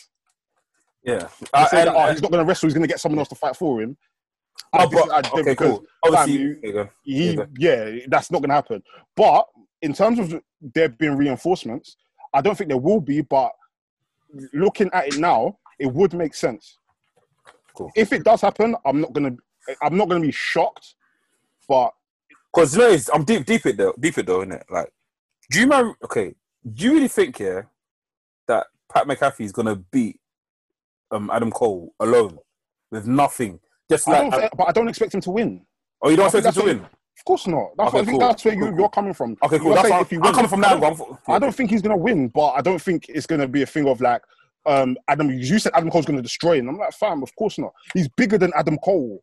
[SPEAKER 2] yeah.
[SPEAKER 5] I,
[SPEAKER 2] I-
[SPEAKER 5] say that,
[SPEAKER 2] I-
[SPEAKER 5] oh, he's not going to wrestle. He's going to get someone else to fight for him.
[SPEAKER 2] Oh,
[SPEAKER 5] I dis-
[SPEAKER 2] but-
[SPEAKER 5] I did
[SPEAKER 2] okay,
[SPEAKER 5] because
[SPEAKER 2] cool. Obviously,
[SPEAKER 5] you-
[SPEAKER 2] there you go.
[SPEAKER 5] he,
[SPEAKER 2] Yeah.
[SPEAKER 5] yeah, that's not going to happen. But in terms of there being reinforcements, I don't think there will be. But looking at it now, it would make sense.
[SPEAKER 2] Cool.
[SPEAKER 5] If it does happen, I'm not going to. I'm not going to be shocked. But
[SPEAKER 2] Because you know, it's, I'm deep, deep it though, deep it though, isn't it? Like, do you man? Okay, do you really think yeah that Pat McAfee is gonna beat um Adam Cole alone with nothing? Just
[SPEAKER 5] I
[SPEAKER 2] like, uh,
[SPEAKER 5] don't. But I don't expect him to win.
[SPEAKER 2] oh, you don't
[SPEAKER 5] I think
[SPEAKER 2] expect him to
[SPEAKER 5] that's
[SPEAKER 2] win?
[SPEAKER 5] Of course not. That's
[SPEAKER 2] Okay,
[SPEAKER 5] what I think
[SPEAKER 2] cool.
[SPEAKER 5] that's where you,
[SPEAKER 2] Cool, cool.
[SPEAKER 5] you're coming from.
[SPEAKER 2] Okay, cool.
[SPEAKER 5] You're
[SPEAKER 2] That's
[SPEAKER 5] saying
[SPEAKER 2] how,
[SPEAKER 5] if he
[SPEAKER 2] I'm
[SPEAKER 5] wins-
[SPEAKER 2] coming from
[SPEAKER 5] I
[SPEAKER 2] that.
[SPEAKER 5] don't-
[SPEAKER 2] angle. I'm,
[SPEAKER 5] I don't think he's gonna win, but I don't think it's gonna be a thing of like, um, Adam. You said Adam Cole's gonna destroy him. I'm like, fam, of course not. He's bigger than Adam Cole.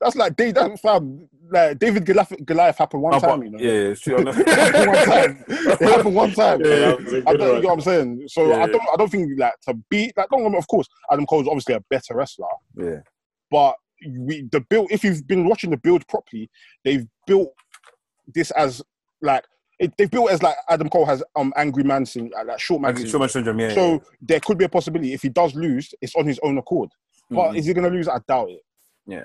[SPEAKER 5] That's like Dave. That's fam. Like David Goliath, Goliath happened one
[SPEAKER 2] No, Oh,
[SPEAKER 5] time.
[SPEAKER 2] but-
[SPEAKER 5] You know,
[SPEAKER 2] Yeah, yeah, sure, I know.
[SPEAKER 5] It happened one time. It happened one time.
[SPEAKER 4] Yeah, that was a
[SPEAKER 5] I
[SPEAKER 4] good
[SPEAKER 5] don't, you know
[SPEAKER 4] one.
[SPEAKER 5] what I'm saying? So
[SPEAKER 2] Yeah,
[SPEAKER 5] I don't. I don't think like to beat. Like, don't, of course, Adam Cole's obviously a better wrestler
[SPEAKER 2] yeah.
[SPEAKER 5] but we the build if you've been watching the build properly they've built this as like it, they've built it as like adam cole has um angry man syndrome like, like short man
[SPEAKER 2] Actually, Schumann
[SPEAKER 5] syndrome.
[SPEAKER 2] syndrome. Yeah.
[SPEAKER 5] so there could be a possibility if he does lose it's on his own accord
[SPEAKER 2] yeah.
[SPEAKER 5] but
[SPEAKER 2] Mm.
[SPEAKER 5] is he going to lose i doubt it
[SPEAKER 2] Yeah.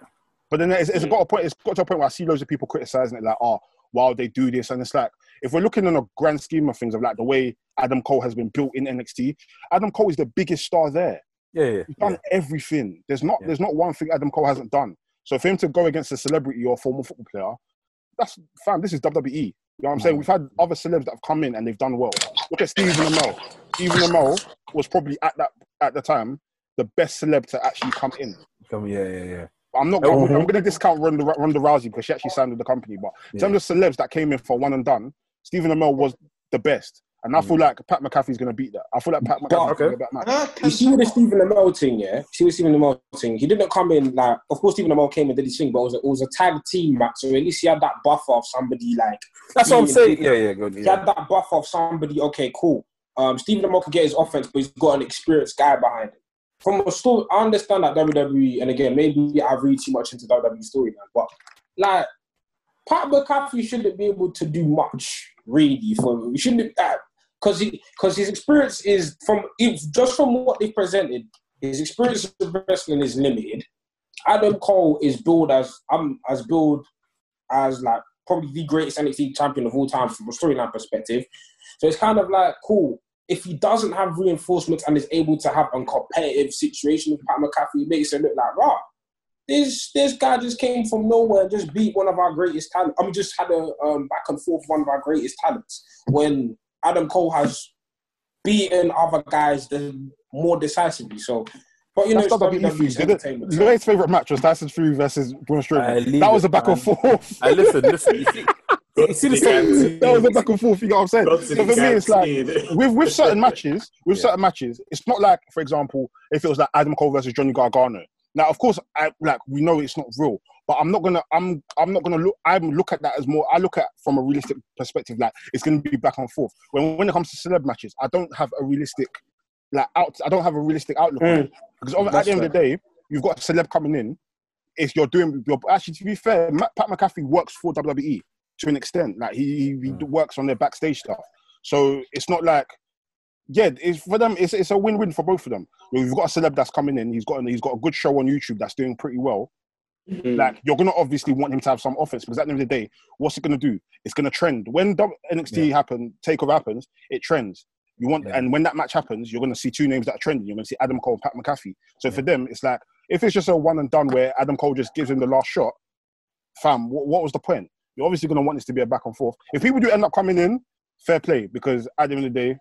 [SPEAKER 5] But then it's, it's got a point. It's got to a point where I see loads of people criticizing it, like, "Oh, wow, they do this," and it's like, if we're looking on a grand scheme of things, of like the way Adam Cole has been built in NXT, Adam Cole is the biggest star there.
[SPEAKER 2] Yeah, yeah,
[SPEAKER 5] He's
[SPEAKER 2] yeah.
[SPEAKER 5] done everything. There's not.
[SPEAKER 2] Yeah.
[SPEAKER 5] There's not one thing Adam Cole hasn't done. So for him to go against a celebrity or a former football player, that's fam. This is WWE. You know what I'm
[SPEAKER 2] Mm.
[SPEAKER 5] saying? We've had other celebs that have come in and they've done well. Look at Stephen Amell. Stephen Amell was probably at that at the time the best celeb to actually come in.
[SPEAKER 2] Come- yeah, yeah, yeah.
[SPEAKER 5] I'm not. I'm,
[SPEAKER 2] Oh.
[SPEAKER 5] I'm going to discount Ronda, Ronda Rousey because she actually signed with the company. But in terms of celebs that came in for one and done, Stephen Amell was the best, and I feel like Pat McAfee's going to beat that. I feel like Pat McAfee's
[SPEAKER 2] Mm. okay.
[SPEAKER 5] going to beat that match.
[SPEAKER 1] You see with the Stephen Amell thing, yeah? You see with Stephen Amell thing, he didn't come in like, of course, Stephen Amell came and did his thing, but it was, a, it was a tag team match, so at least he had that buffer of somebody like,
[SPEAKER 2] That's what I'm
[SPEAKER 1] Yeah,
[SPEAKER 2] saying. Yeah, yeah, good.
[SPEAKER 1] he
[SPEAKER 2] Yeah,
[SPEAKER 1] had that buffer of somebody, okay, cool. Um, Stephen Amell could get his offense, but he's got an experienced guy behind him. From a story, I understand that WWE, and again, maybe I read too much into WWE storyline, E but like, Pat McAfee shouldn't be able to do much, really, for he shouldn't, because he because his experience is from if just from what they presented, his experience of wrestling is limited. Adam Cole is billed as um as billed as like probably the greatest NXT champion of all time from a storyline perspective. So it's kind of like cool. If he doesn't have reinforcements and is able to have a competitive situation with Pat McAfee, it makes it look like rah. This this guy just came from nowhere and just beat one of our greatest talents. I mean, just had a um, back and forth with one of our greatest talents. When Adam Cole has beaten other guys than more decisively. So, but you
[SPEAKER 5] That's
[SPEAKER 1] know,
[SPEAKER 5] WWE
[SPEAKER 1] WWE
[SPEAKER 5] feuds.
[SPEAKER 1] 's entertainment, so-
[SPEAKER 5] Louis' favorite match was Tyson Fury versus Braun
[SPEAKER 2] I
[SPEAKER 5] Strowman.
[SPEAKER 2] leave
[SPEAKER 5] That was
[SPEAKER 2] it,
[SPEAKER 5] a back and
[SPEAKER 2] man.
[SPEAKER 5] forth.
[SPEAKER 2] Hey, listen, listen. You see, you see the same.
[SPEAKER 5] That was a back and forth. You know what I'm saying? So for me, it's like with with certain matches, with
[SPEAKER 2] Yeah.
[SPEAKER 5] certain matches, it's not like, for example, if it was like Adam Cole versus Johnny Gargano. Now, of course, I like we know it's not real, but I'm not gonna, I'm, I'm not gonna look, I'm look at that as more. I look at from a realistic perspective, like it's gonna be back and forth. When when it comes to celeb matches, I don't have a realistic, like out, I don't have a realistic outlook on it. because of- at
[SPEAKER 2] Hmm. That's
[SPEAKER 5] the end of the day, you've got a celeb coming in. If you're doing, you're, actually, to be fair, Ma- Pat McAfee works for WWE to an extent. Like he,
[SPEAKER 2] Hmm.
[SPEAKER 5] he works on their backstage stuff. So it's not like, yeah, it's for them. It's, it's a win-win for both of them. You've got a celeb that's coming in. He's got he's got a good show on YouTube that's doing pretty well.
[SPEAKER 2] Mm.
[SPEAKER 5] Like you're gonna obviously want him to have some offense because at the end of the day, what's it gonna do? It's gonna trend. When W- NXT happen, takeover happens, it trends. You want,
[SPEAKER 2] Yeah.
[SPEAKER 5] and when that match happens, you're gonna see two names that are trending. You're gonna see Adam Cole, and Pat McAfee. So for them, it's like if it's just a one and done where Adam Cole just gives him the last shot, fam, what, what was the point? You're obviously gonna want this to be a back and forth. If people do end up coming in, fair play because at the end of the day,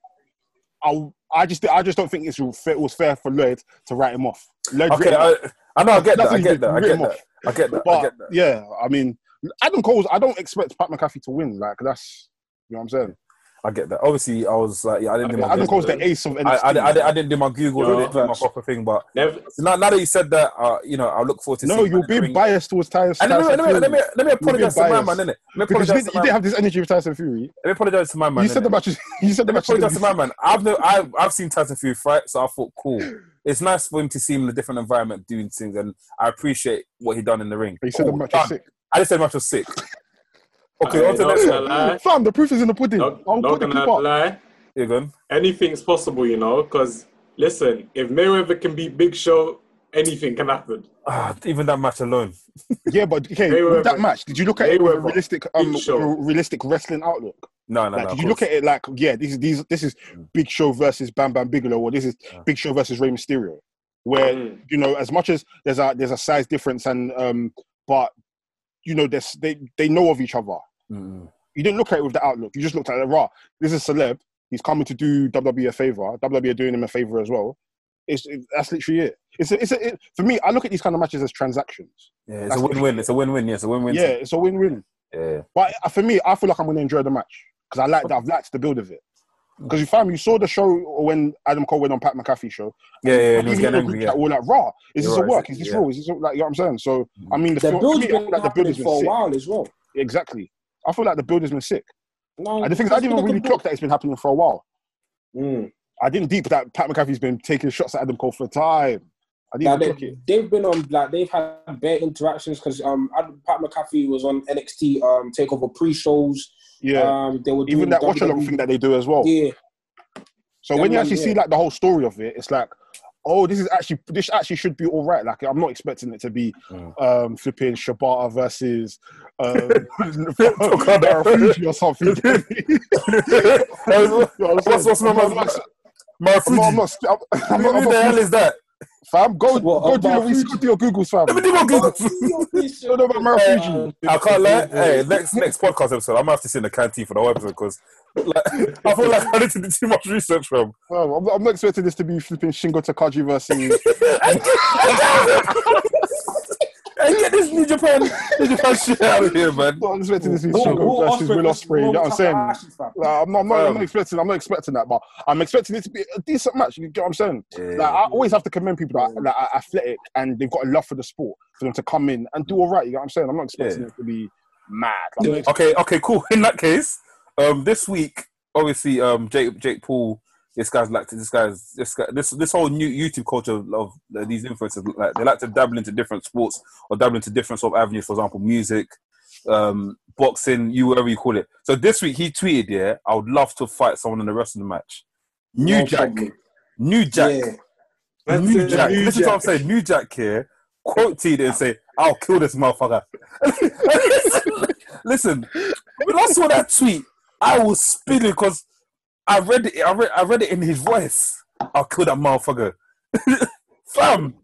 [SPEAKER 5] I I just I just don't think it's fair, it was fair for Lloyd to write him off. Lloyd
[SPEAKER 2] Okay,
[SPEAKER 5] written-
[SPEAKER 2] I, I know. I get that. I
[SPEAKER 5] nothing
[SPEAKER 2] get that. I
[SPEAKER 5] written
[SPEAKER 2] get
[SPEAKER 5] him off.
[SPEAKER 2] that. I get that. I
[SPEAKER 5] But
[SPEAKER 2] get that.
[SPEAKER 5] yeah, I mean, Adam Cole's. I don't expect Pat McAfee to win. Like that's, you know what I'm saying.
[SPEAKER 2] I get that. Obviously, I was like, yeah, I didn't do my.
[SPEAKER 5] Adam
[SPEAKER 2] Google.
[SPEAKER 5] Cole's the ace of NXT.
[SPEAKER 2] I, I, I, I didn't do my Google. I
[SPEAKER 4] Yeah,
[SPEAKER 2] didn't do my
[SPEAKER 4] facts.
[SPEAKER 2] proper thing, but
[SPEAKER 4] Never,
[SPEAKER 2] now, now that you said that, uh, you know, I look forward to.
[SPEAKER 5] no,
[SPEAKER 2] seeing
[SPEAKER 5] you're
[SPEAKER 2] Mandarin.
[SPEAKER 5] being biased towards Tyson.
[SPEAKER 2] And let me,
[SPEAKER 5] Tyson
[SPEAKER 2] let me,
[SPEAKER 5] Fury.
[SPEAKER 2] let me, let me apologize to my
[SPEAKER 5] biased.
[SPEAKER 2] man, innit? Let me
[SPEAKER 5] because you
[SPEAKER 2] apologize
[SPEAKER 5] didn't,
[SPEAKER 2] to
[SPEAKER 5] you
[SPEAKER 2] my
[SPEAKER 5] didn't
[SPEAKER 2] man.
[SPEAKER 5] have this energy with Tyson Fury.
[SPEAKER 2] Let me apologize to my man.
[SPEAKER 5] you said
[SPEAKER 2] innit?
[SPEAKER 5] the match. is- You said
[SPEAKER 2] Let
[SPEAKER 5] the
[SPEAKER 2] me
[SPEAKER 5] match. is
[SPEAKER 2] apologize to
[SPEAKER 5] gonna
[SPEAKER 2] my man. I've no, I've, I've seen Tyson Fury fight, so I thought, cool. It's nice for him to see him in a different environment doing things, and I appreciate what he done in the ring.
[SPEAKER 5] be- You said the
[SPEAKER 2] Cool,
[SPEAKER 5] match
[SPEAKER 2] done.
[SPEAKER 5] is sick.
[SPEAKER 2] I just said the match was sick. Okay,
[SPEAKER 4] I
[SPEAKER 2] on to the
[SPEAKER 4] not
[SPEAKER 2] next
[SPEAKER 4] gonna
[SPEAKER 2] one.
[SPEAKER 4] lie.
[SPEAKER 5] Fam, the proof is in the pudding.
[SPEAKER 4] Not,
[SPEAKER 5] I'll
[SPEAKER 4] not
[SPEAKER 5] put the
[SPEAKER 4] gonna
[SPEAKER 5] clip up.
[SPEAKER 4] lie.
[SPEAKER 2] Here you go.
[SPEAKER 4] Anything's possible, you know. Because listen, if Mayweather can beat Big Show, anything can happen.
[SPEAKER 2] Ah, even that match alone.
[SPEAKER 5] Yeah, but okay,
[SPEAKER 4] They were-
[SPEAKER 5] with that match, did you look at
[SPEAKER 4] they
[SPEAKER 5] it with
[SPEAKER 4] were-
[SPEAKER 5] a realistic, um,
[SPEAKER 4] Big Show.
[SPEAKER 5] realistic wrestling outlook?
[SPEAKER 2] No, no,
[SPEAKER 5] Like,
[SPEAKER 2] no. Mm.
[SPEAKER 5] did you look at it like, yeah, this is these, this is Big Show versus Bam Bam Bigelow, or this is Big Show versus Rey Mysterio, where
[SPEAKER 4] Mm.
[SPEAKER 5] you know as much as there's a there's a size difference and um, but you know there's they they know of each other.
[SPEAKER 2] mm
[SPEAKER 5] You didn't look at it with the outlook. You just looked at it raw. This is celeb. He's coming to do WWE a favor. WWE are doing him a favor as well. It's it, that's literally it. It's a, it's a, it, for me. I look at these kind of matches as transactions.
[SPEAKER 2] Yeah, it's
[SPEAKER 5] That's
[SPEAKER 2] a
[SPEAKER 5] what-
[SPEAKER 2] win-win. It's a win-win. Yeah, it's a win-win.
[SPEAKER 5] Yeah, it's a win-win.
[SPEAKER 2] yeah.
[SPEAKER 5] But uh, for me, I feel like I'm going to enjoy the match because I like that. I've liked the build of it. Because you found you saw the show when Adam Cole went on Pat McAfee show.
[SPEAKER 2] Yeah, yeah, yeah. and he was
[SPEAKER 5] Even in
[SPEAKER 2] getting
[SPEAKER 5] the
[SPEAKER 2] angry.
[SPEAKER 5] group
[SPEAKER 2] Yeah.
[SPEAKER 5] chat, we we're like, "Raw, is
[SPEAKER 2] You're
[SPEAKER 5] this
[SPEAKER 2] right,
[SPEAKER 5] a work? Is this
[SPEAKER 2] yeah. Mm.
[SPEAKER 5] real? Is this real?" like you know what I'm saying?" So I mean, the,
[SPEAKER 1] The
[SPEAKER 5] feel-
[SPEAKER 1] build's
[SPEAKER 5] to me, I
[SPEAKER 1] been
[SPEAKER 5] feel like the build
[SPEAKER 1] happening
[SPEAKER 5] has been
[SPEAKER 1] for a
[SPEAKER 5] sick.
[SPEAKER 1] while as well.
[SPEAKER 5] Exactly. I feel like the build has been sick.
[SPEAKER 1] No,
[SPEAKER 5] And the thing is, I didn't even really clock that it's been happening for a while.
[SPEAKER 1] Mm.
[SPEAKER 5] I didn't deep that Pat McAfee's been taking shots at Adam Cole for time. I didn't
[SPEAKER 1] Like
[SPEAKER 5] even clock it.
[SPEAKER 1] they, they've been on like they've had bare interactions because um Ad- Pat McAfee was on NXT um takeover pre-shows.
[SPEAKER 5] Yeah.
[SPEAKER 1] Um, they were doing
[SPEAKER 5] even that watch along
[SPEAKER 1] WWE.
[SPEAKER 5] thing that they do as well.
[SPEAKER 1] Yeah,
[SPEAKER 5] So
[SPEAKER 1] Them
[SPEAKER 5] when you
[SPEAKER 1] ones,
[SPEAKER 5] actually see
[SPEAKER 1] yeah.
[SPEAKER 5] like the whole story of it, it's like oh, this is actually this actually should be all right. Like I'm not expecting it to be
[SPEAKER 2] Mm.
[SPEAKER 5] um, flipping Shibata versus um, Marufuji or something.
[SPEAKER 2] What's
[SPEAKER 5] You know what I'm saying?
[SPEAKER 2] what's my
[SPEAKER 5] I'm not- I'm not- I'm
[SPEAKER 2] Marufuji?
[SPEAKER 5] not- I'm- I'm not- I'm
[SPEAKER 2] Who the
[SPEAKER 5] not-
[SPEAKER 2] hell is that?
[SPEAKER 5] Fam, go
[SPEAKER 8] What,
[SPEAKER 5] go do your
[SPEAKER 8] Marufuji?
[SPEAKER 5] research, go do your Googles, fam.
[SPEAKER 2] Let me do my Google.
[SPEAKER 5] Don't know about Marufuji.
[SPEAKER 2] I can't lie. Hey, next next podcast episode, I'm gonna have to sit in the canteen for the whole episode because like, I feel like I need to do too much research from.
[SPEAKER 5] Fam, I'm, I'm not expecting this to be flipping Shingo Takagi versus.
[SPEAKER 2] Hey, get this New Japan, New Japan shit out of here, man.
[SPEAKER 5] I'm not expecting this to be
[SPEAKER 1] Who-
[SPEAKER 5] Shingo
[SPEAKER 1] who
[SPEAKER 5] versus
[SPEAKER 1] Osprey
[SPEAKER 5] Will
[SPEAKER 1] versus
[SPEAKER 5] Ospreay. You know what I'm
[SPEAKER 1] Minoru
[SPEAKER 5] saying?
[SPEAKER 1] Takahashi, fam?
[SPEAKER 5] Like, I'm not, I'm not, I'm
[SPEAKER 2] Um,
[SPEAKER 5] not expecting. I'm not expecting that, but I'm expecting it to be a decent match. You get what I'm saying? Like, I always have to commend people that, that are athletic and they've got a love for the sport for them to come in and do all right. You get what I'm saying? I'm not expecting
[SPEAKER 2] Mm. Yeah.
[SPEAKER 5] it to be mad. Like, oh, I'm not
[SPEAKER 2] Okay, okay, cool. In that case, um, this week, obviously, um, Jake Jake Paul, this guy's like to this guy's this guy this this whole new YouTube culture of, of these influencers like they like to dabble into different sports or dabble into different sort of avenues. For example, music, um, boxing, you whatever you call it. So this week he tweeted, yeah, I would love to fight someone in a wrestling match. New
[SPEAKER 1] No
[SPEAKER 2] Jack,
[SPEAKER 1] problem.
[SPEAKER 2] New Jack,
[SPEAKER 1] Yeah.
[SPEAKER 4] That's
[SPEAKER 2] New
[SPEAKER 4] it,
[SPEAKER 2] Jack.
[SPEAKER 4] New
[SPEAKER 2] Listen to what I'm
[SPEAKER 4] Jack.
[SPEAKER 2] saying. New Jack here quote tweet it and say, "I'll kill this motherfucker." Listen, when I saw that tweet, I was spinning because I read it. I read, I read it in his voice. I'll kill that motherfucker, fam.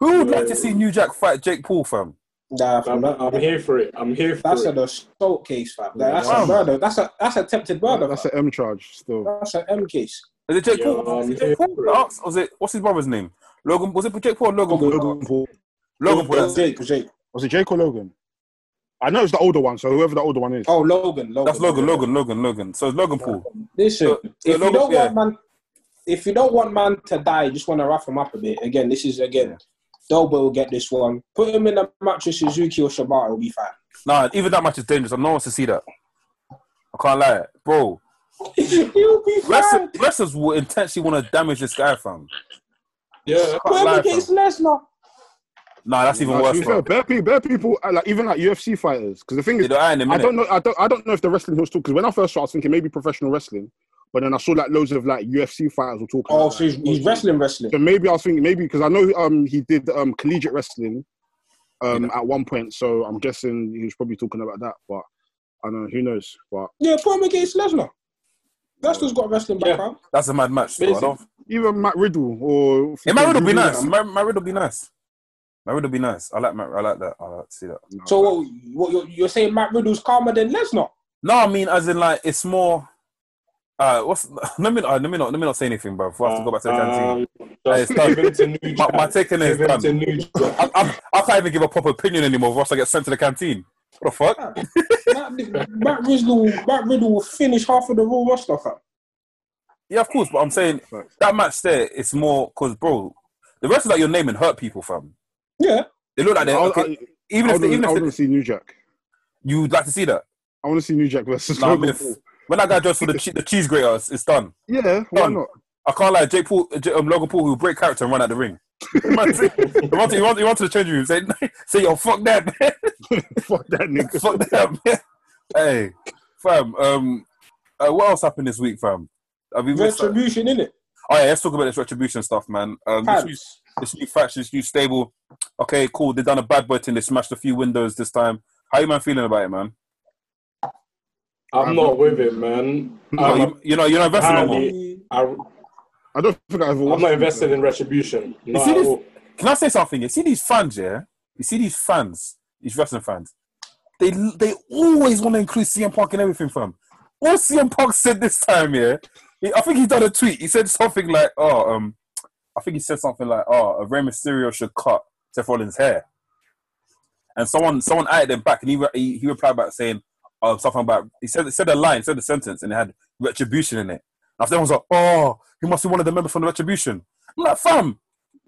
[SPEAKER 2] Who would like to see New Jack fight Jake Paul, fam?
[SPEAKER 1] Nah, fam,
[SPEAKER 4] I'm,
[SPEAKER 1] that- um,
[SPEAKER 4] I'm here for it. I'm here for
[SPEAKER 1] That's
[SPEAKER 4] it.
[SPEAKER 1] an assault case, fam. Like, that's
[SPEAKER 2] Yeah.
[SPEAKER 1] a murder. That's a that's attempted murder.
[SPEAKER 5] that's
[SPEAKER 1] That's,
[SPEAKER 5] an M charge still.
[SPEAKER 1] that's an M case.
[SPEAKER 2] Is it Jake
[SPEAKER 4] Yeah,
[SPEAKER 2] Paul? Was
[SPEAKER 4] I'm
[SPEAKER 2] it Jake Paul?
[SPEAKER 4] here.
[SPEAKER 2] that asked? Or Was it what's his brother's name? Logan? Was it Jake Paul? Or Logan. Paul?
[SPEAKER 5] Logan Paul.
[SPEAKER 2] Logan Paul. that's-
[SPEAKER 1] Jake, Jake.
[SPEAKER 5] Was it Jake or Logan? I know it's the older one, so whoever the older one is.
[SPEAKER 1] Oh, Logan. Logan.
[SPEAKER 2] That's Logan. Logan. Logan. Logan. So it's Logan Paul.
[SPEAKER 1] Listen,
[SPEAKER 2] So- so
[SPEAKER 1] if you
[SPEAKER 2] Logan-
[SPEAKER 1] don't
[SPEAKER 2] yeah.
[SPEAKER 1] want man, if you don't want man to die, you just want to rough him up a bit. Again, this is again. Dolby will get this one. Put him in a match with Suzuki or Shibata, will be fine.
[SPEAKER 2] Nah, even that match is dangerous. I know wants to see that. I can't lie, bro.
[SPEAKER 1] He'll be
[SPEAKER 2] Wrestlers,
[SPEAKER 1] fine.
[SPEAKER 2] wrestlers will intentionally want to damage this guy, fam.
[SPEAKER 4] Yeah.
[SPEAKER 2] Can't
[SPEAKER 1] Put him
[SPEAKER 2] lie,
[SPEAKER 1] against
[SPEAKER 2] fam.
[SPEAKER 1] Lesnar.
[SPEAKER 2] Nah, that's even
[SPEAKER 5] Like, to
[SPEAKER 2] worse,
[SPEAKER 5] be
[SPEAKER 2] bro.
[SPEAKER 5] fair, bare, pe- bare people, uh, like even like UFC fighters, because the thing
[SPEAKER 2] They
[SPEAKER 5] is,
[SPEAKER 2] don't iron him,
[SPEAKER 5] I don't
[SPEAKER 2] innit?
[SPEAKER 5] know. I don't. I don't know if the wrestling was talking. Because when I first saw, it, I was thinking maybe professional wrestling, but then I saw like loads of like UFC fighters were talking.
[SPEAKER 1] Oh,
[SPEAKER 5] about
[SPEAKER 1] so he's,
[SPEAKER 5] that.
[SPEAKER 1] he's wrestling, wrestling.
[SPEAKER 5] So maybe I was thinking maybe because I know um he did um collegiate wrestling, um at one point. So I'm guessing he was probably talking about that. But I don't know who knows. But
[SPEAKER 1] Yeah, put him against Lesnar. Lesnar's got a wrestling
[SPEAKER 4] Yeah.
[SPEAKER 1] background.
[SPEAKER 2] That's a mad match. Bro. I don't...
[SPEAKER 5] even Matt Riddle or
[SPEAKER 2] Hey, Marid will be nice. Marid will be nice. Marid will be nice. I like Matt. I like that. I like to see that.
[SPEAKER 5] No,
[SPEAKER 1] So what, what you're, you're saying Matt Riddle's calmer than Lesnar?
[SPEAKER 2] No, I mean, as in, like, it's more. Uh, what's let me uh, let me not let me not say anything, bro. Before I have to go back to the canteen.
[SPEAKER 4] Um,
[SPEAKER 2] Hey,
[SPEAKER 4] just
[SPEAKER 2] stop.
[SPEAKER 4] give him to New
[SPEAKER 2] My,
[SPEAKER 4] Jack.
[SPEAKER 2] my taking is
[SPEAKER 4] Give him to
[SPEAKER 2] done.
[SPEAKER 4] New Jack.
[SPEAKER 2] I, I, I can't even give a proper opinion anymore. Before I get sent to the canteen. What the fuck?
[SPEAKER 1] Matt, Matt Riddle, Matt Riddle will finish half of the Raw roster. fam.
[SPEAKER 2] Yeah, of course, but I'm saying
[SPEAKER 5] Facts.
[SPEAKER 2] that match there is more because, bro, the rest of that you're naming hurt people, fam.
[SPEAKER 1] Yeah,
[SPEAKER 2] They look like
[SPEAKER 5] I,
[SPEAKER 2] they're okay,
[SPEAKER 5] I,
[SPEAKER 2] even
[SPEAKER 5] I,
[SPEAKER 2] if they,
[SPEAKER 5] wouldn't-
[SPEAKER 2] even
[SPEAKER 5] I
[SPEAKER 2] if
[SPEAKER 5] want
[SPEAKER 2] they,
[SPEAKER 5] to see New Jack.
[SPEAKER 2] you'd like to see that.
[SPEAKER 5] I want to see New Jack versus
[SPEAKER 2] Nah, I mean,
[SPEAKER 5] Logan
[SPEAKER 2] if-
[SPEAKER 5] Paul.
[SPEAKER 2] when that guy goes for the, che- the cheese grater, it's, it's done.
[SPEAKER 5] Yeah, why
[SPEAKER 2] Done.
[SPEAKER 5] not?
[SPEAKER 2] I can't lie, Jake Paul, J- um, Logan Paul, who break character and run out the ring. he wants to, he wants to, he wants to the changing room. Say, say, yo, fuck that, man.
[SPEAKER 5] Fuck that nigga.
[SPEAKER 2] fuck that, man. Hey, fam. Um, uh, what else happened this week, fam? Have we missed? Oh
[SPEAKER 1] retribution in it.
[SPEAKER 2] yeah, let's talk about this retribution stuff, man. Um, this week-
[SPEAKER 1] Pants.
[SPEAKER 2] this new faction, this new stable. Okay, cool. They done a bad boy thing. They smashed a few windows this time. How you man feeling about it, man?
[SPEAKER 4] I'm not with it, man.
[SPEAKER 2] Oh,
[SPEAKER 4] I'm,
[SPEAKER 2] you, you know, you're not investing no more.
[SPEAKER 4] Um, Apparently- I,
[SPEAKER 5] I don't think I ever watched
[SPEAKER 4] I'm not
[SPEAKER 5] it,
[SPEAKER 4] invested
[SPEAKER 5] though.
[SPEAKER 4] in retribution. Not
[SPEAKER 2] see
[SPEAKER 4] at
[SPEAKER 2] this?
[SPEAKER 4] all.
[SPEAKER 2] Can I say something? You see these fans, yeah. You see these fans, these wrestling fans. They they always want to include CM Punk in everything, fam. What CM Punk said this time, yeah. he- I think he done a tweet. He said something like, "Oh, um, I think he said something like, oh, a Rey Mysterio should cut Seth Rollins' hair." And someone someone added him back, and he re- he, he replied back saying, "Oh, something about." He said said a line, said a sentence, and it had retribution in it. After everyone's like, "Oh, he must be one of the members from the retribution." I'm like, fam,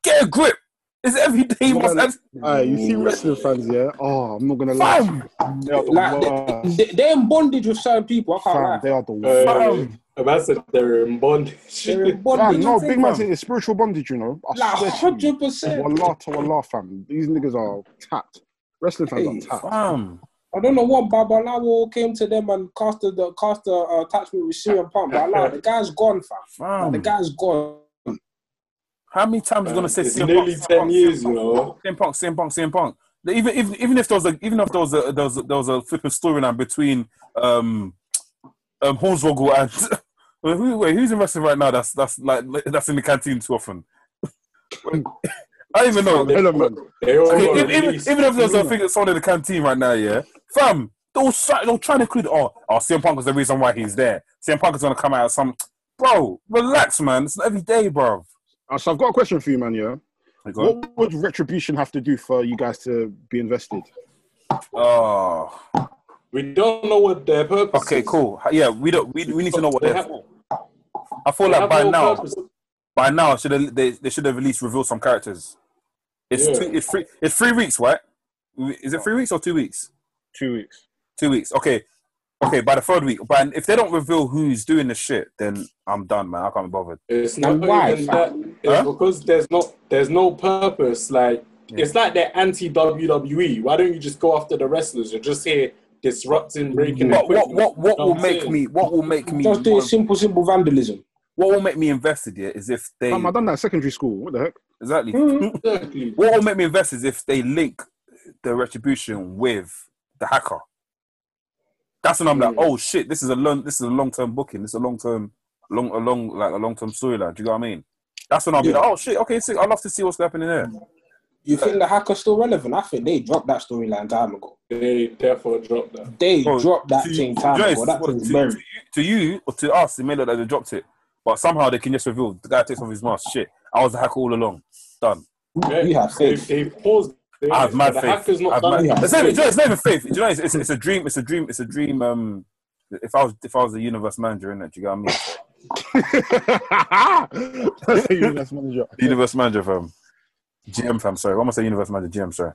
[SPEAKER 2] get a grip. It's every day. You must
[SPEAKER 5] Man,
[SPEAKER 2] have
[SPEAKER 5] Alright, you see wrestling fans, yeah? Oh, I'm not gonna lie.
[SPEAKER 2] fam.
[SPEAKER 5] They are the
[SPEAKER 1] Like,
[SPEAKER 5] worst.
[SPEAKER 1] They, they're in bondage with certain people. I can't
[SPEAKER 5] Fam,
[SPEAKER 1] lie.
[SPEAKER 5] they are the worst.
[SPEAKER 4] Uh, I said they're in bondage.
[SPEAKER 1] They're in bondage.
[SPEAKER 5] Fam, no,
[SPEAKER 1] with
[SPEAKER 5] big
[SPEAKER 1] things,
[SPEAKER 5] man,
[SPEAKER 1] fam.
[SPEAKER 5] it's spiritual bondage, you know. I
[SPEAKER 1] Like
[SPEAKER 5] swear to you.
[SPEAKER 1] hundred percent.
[SPEAKER 5] Wallah to wallah, fam. These niggas are tapped. Wrestling fans
[SPEAKER 1] Hey,
[SPEAKER 5] are tapped.
[SPEAKER 2] Fam.
[SPEAKER 1] I don't know what Babalawo came to them and cast the cast the uh, attachment with CM Punk, but like, the guy's gone, fam. Like,
[SPEAKER 2] Fam.
[SPEAKER 1] the guy's gone.
[SPEAKER 2] How many times are you gonna say
[SPEAKER 4] Um, It's
[SPEAKER 2] CM
[SPEAKER 4] nearly
[SPEAKER 2] Punk,
[SPEAKER 4] 10
[SPEAKER 2] CM Punk,
[SPEAKER 4] years,
[SPEAKER 2] CM
[SPEAKER 4] you know.
[SPEAKER 2] Punk, CM Punk, CM Punk, CM Punk? Even even even if there was a even if there was a there was a, there was a flipping storyline between um um Hornswoggle and wait, who, wait who's in wrestling right now? That's that's like that's in the canteen too often. I don't even know.
[SPEAKER 5] Element.
[SPEAKER 4] They all
[SPEAKER 2] Okay,
[SPEAKER 4] got
[SPEAKER 2] even, even,
[SPEAKER 4] released.
[SPEAKER 2] even if there's a thing that's on in the canteen right now, yeah, fam, they'll, try, they'll try to include. Oh, oh, CM Punk was the reason why he's there. CM Punk is gonna come out of some. Bro, relax, man. It's not every day, bro.
[SPEAKER 5] Uh, so I've got a question for you, man. Yeah, what would retribution have to do for you guys to be invested?
[SPEAKER 2] Oh,
[SPEAKER 4] We don't know what their purpose
[SPEAKER 2] okay,
[SPEAKER 4] is.
[SPEAKER 2] cool. Yeah, we don't. We, we need to know what
[SPEAKER 4] They
[SPEAKER 2] they're
[SPEAKER 4] have-
[SPEAKER 2] for. I feel
[SPEAKER 4] They
[SPEAKER 2] like
[SPEAKER 4] have
[SPEAKER 2] by
[SPEAKER 4] no
[SPEAKER 2] now,
[SPEAKER 4] purpose.
[SPEAKER 2] by now, should have, they they should have at least revealed some characters. It's
[SPEAKER 4] Yeah.
[SPEAKER 2] two, it's three it's three weeks, right? Is it three weeks or two weeks?
[SPEAKER 5] Two weeks.
[SPEAKER 2] Two weeks. Okay. Okay, by the third week. But if they don't reveal who's doing the shit, then I'm done, man. I can't be bothered.
[SPEAKER 4] It's not
[SPEAKER 8] why?
[SPEAKER 4] even that. It's
[SPEAKER 2] Huh?
[SPEAKER 4] because there's no there's no purpose. Like it's like they're anti WWE. Why don't you just go after the wrestlers? You're just here disrupting, breaking.
[SPEAKER 2] What what
[SPEAKER 4] equipment.
[SPEAKER 2] what, what
[SPEAKER 4] You know
[SPEAKER 2] will
[SPEAKER 4] I'm
[SPEAKER 2] make
[SPEAKER 4] saying?
[SPEAKER 2] me what will make me
[SPEAKER 1] Just do simple, simple vandalism.
[SPEAKER 2] what will make me invested here is if they
[SPEAKER 5] Um, I done that at secondary school. What the heck?
[SPEAKER 2] exactly
[SPEAKER 4] Exactly.
[SPEAKER 2] what will make me invest is if they link the retribution with the hacker. That's when I'm like, oh shit, this is a long this is a long term booking. This is a long term long a long like a long term storyline. Do you know what I mean? That's when I'll be like, oh shit, okay, sick. I'd love to see what's happening there.
[SPEAKER 1] You think the hacker's still relevant? I think they dropped that storyline time ago.
[SPEAKER 4] They therefore dropped that.
[SPEAKER 1] They
[SPEAKER 2] Bro,
[SPEAKER 1] dropped that
[SPEAKER 2] to you-
[SPEAKER 1] thing time
[SPEAKER 2] Joyce,
[SPEAKER 1] ago. That
[SPEAKER 2] what,
[SPEAKER 1] thing's
[SPEAKER 2] to, to
[SPEAKER 1] buried.
[SPEAKER 2] you, to you or to us, it may look like they dropped it, but somehow they can just reveal the guy takes off his mask. Shit, I was the hacker all along. Done.
[SPEAKER 4] Yeah.
[SPEAKER 1] You have
[SPEAKER 4] They,
[SPEAKER 1] faith.
[SPEAKER 4] they paused. it.
[SPEAKER 2] I have mad
[SPEAKER 4] the
[SPEAKER 2] faith.
[SPEAKER 4] hacker's
[SPEAKER 2] I
[SPEAKER 4] not
[SPEAKER 2] have
[SPEAKER 4] done
[SPEAKER 2] mad-
[SPEAKER 1] it.
[SPEAKER 2] It's not even- Joyce, it's not even faith. Do you know, it's, it's, it's a dream. It's a dream. It's a dream. Um, if I was if I was the universe manager in it, do you know what I mean?
[SPEAKER 5] That's you, that's manager.
[SPEAKER 2] Universe manager, fam. GM, fam. Sorry, what am I saying? Universe manager, GM. Sorry.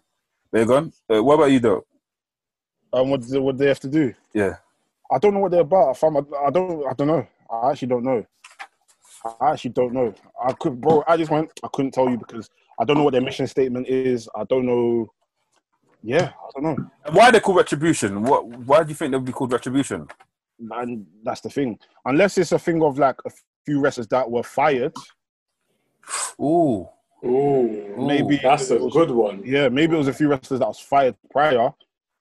[SPEAKER 2] There you gone. Uh, what about you, though?
[SPEAKER 5] Um, what do- what do they have to do?
[SPEAKER 2] Yeah.
[SPEAKER 5] I don't know what they're about. Fam. I, I don't. I don't know. I actually don't know. I actually don't know. I could, bro. I just went. I couldn't tell you because I don't know what their mission statement is. I don't know. Yeah, I don't know.
[SPEAKER 2] And why are they called retribution? What? Why do you think they'll be called retribution?
[SPEAKER 5] and that's the thing. Unless it's a thing of like a few wrestlers that were fired,
[SPEAKER 2] Ooh.
[SPEAKER 4] Ooh,
[SPEAKER 5] maybe
[SPEAKER 4] that's a
[SPEAKER 5] it was-
[SPEAKER 4] good one.
[SPEAKER 5] Yeah, maybe it was a few wrestlers that was fired prior,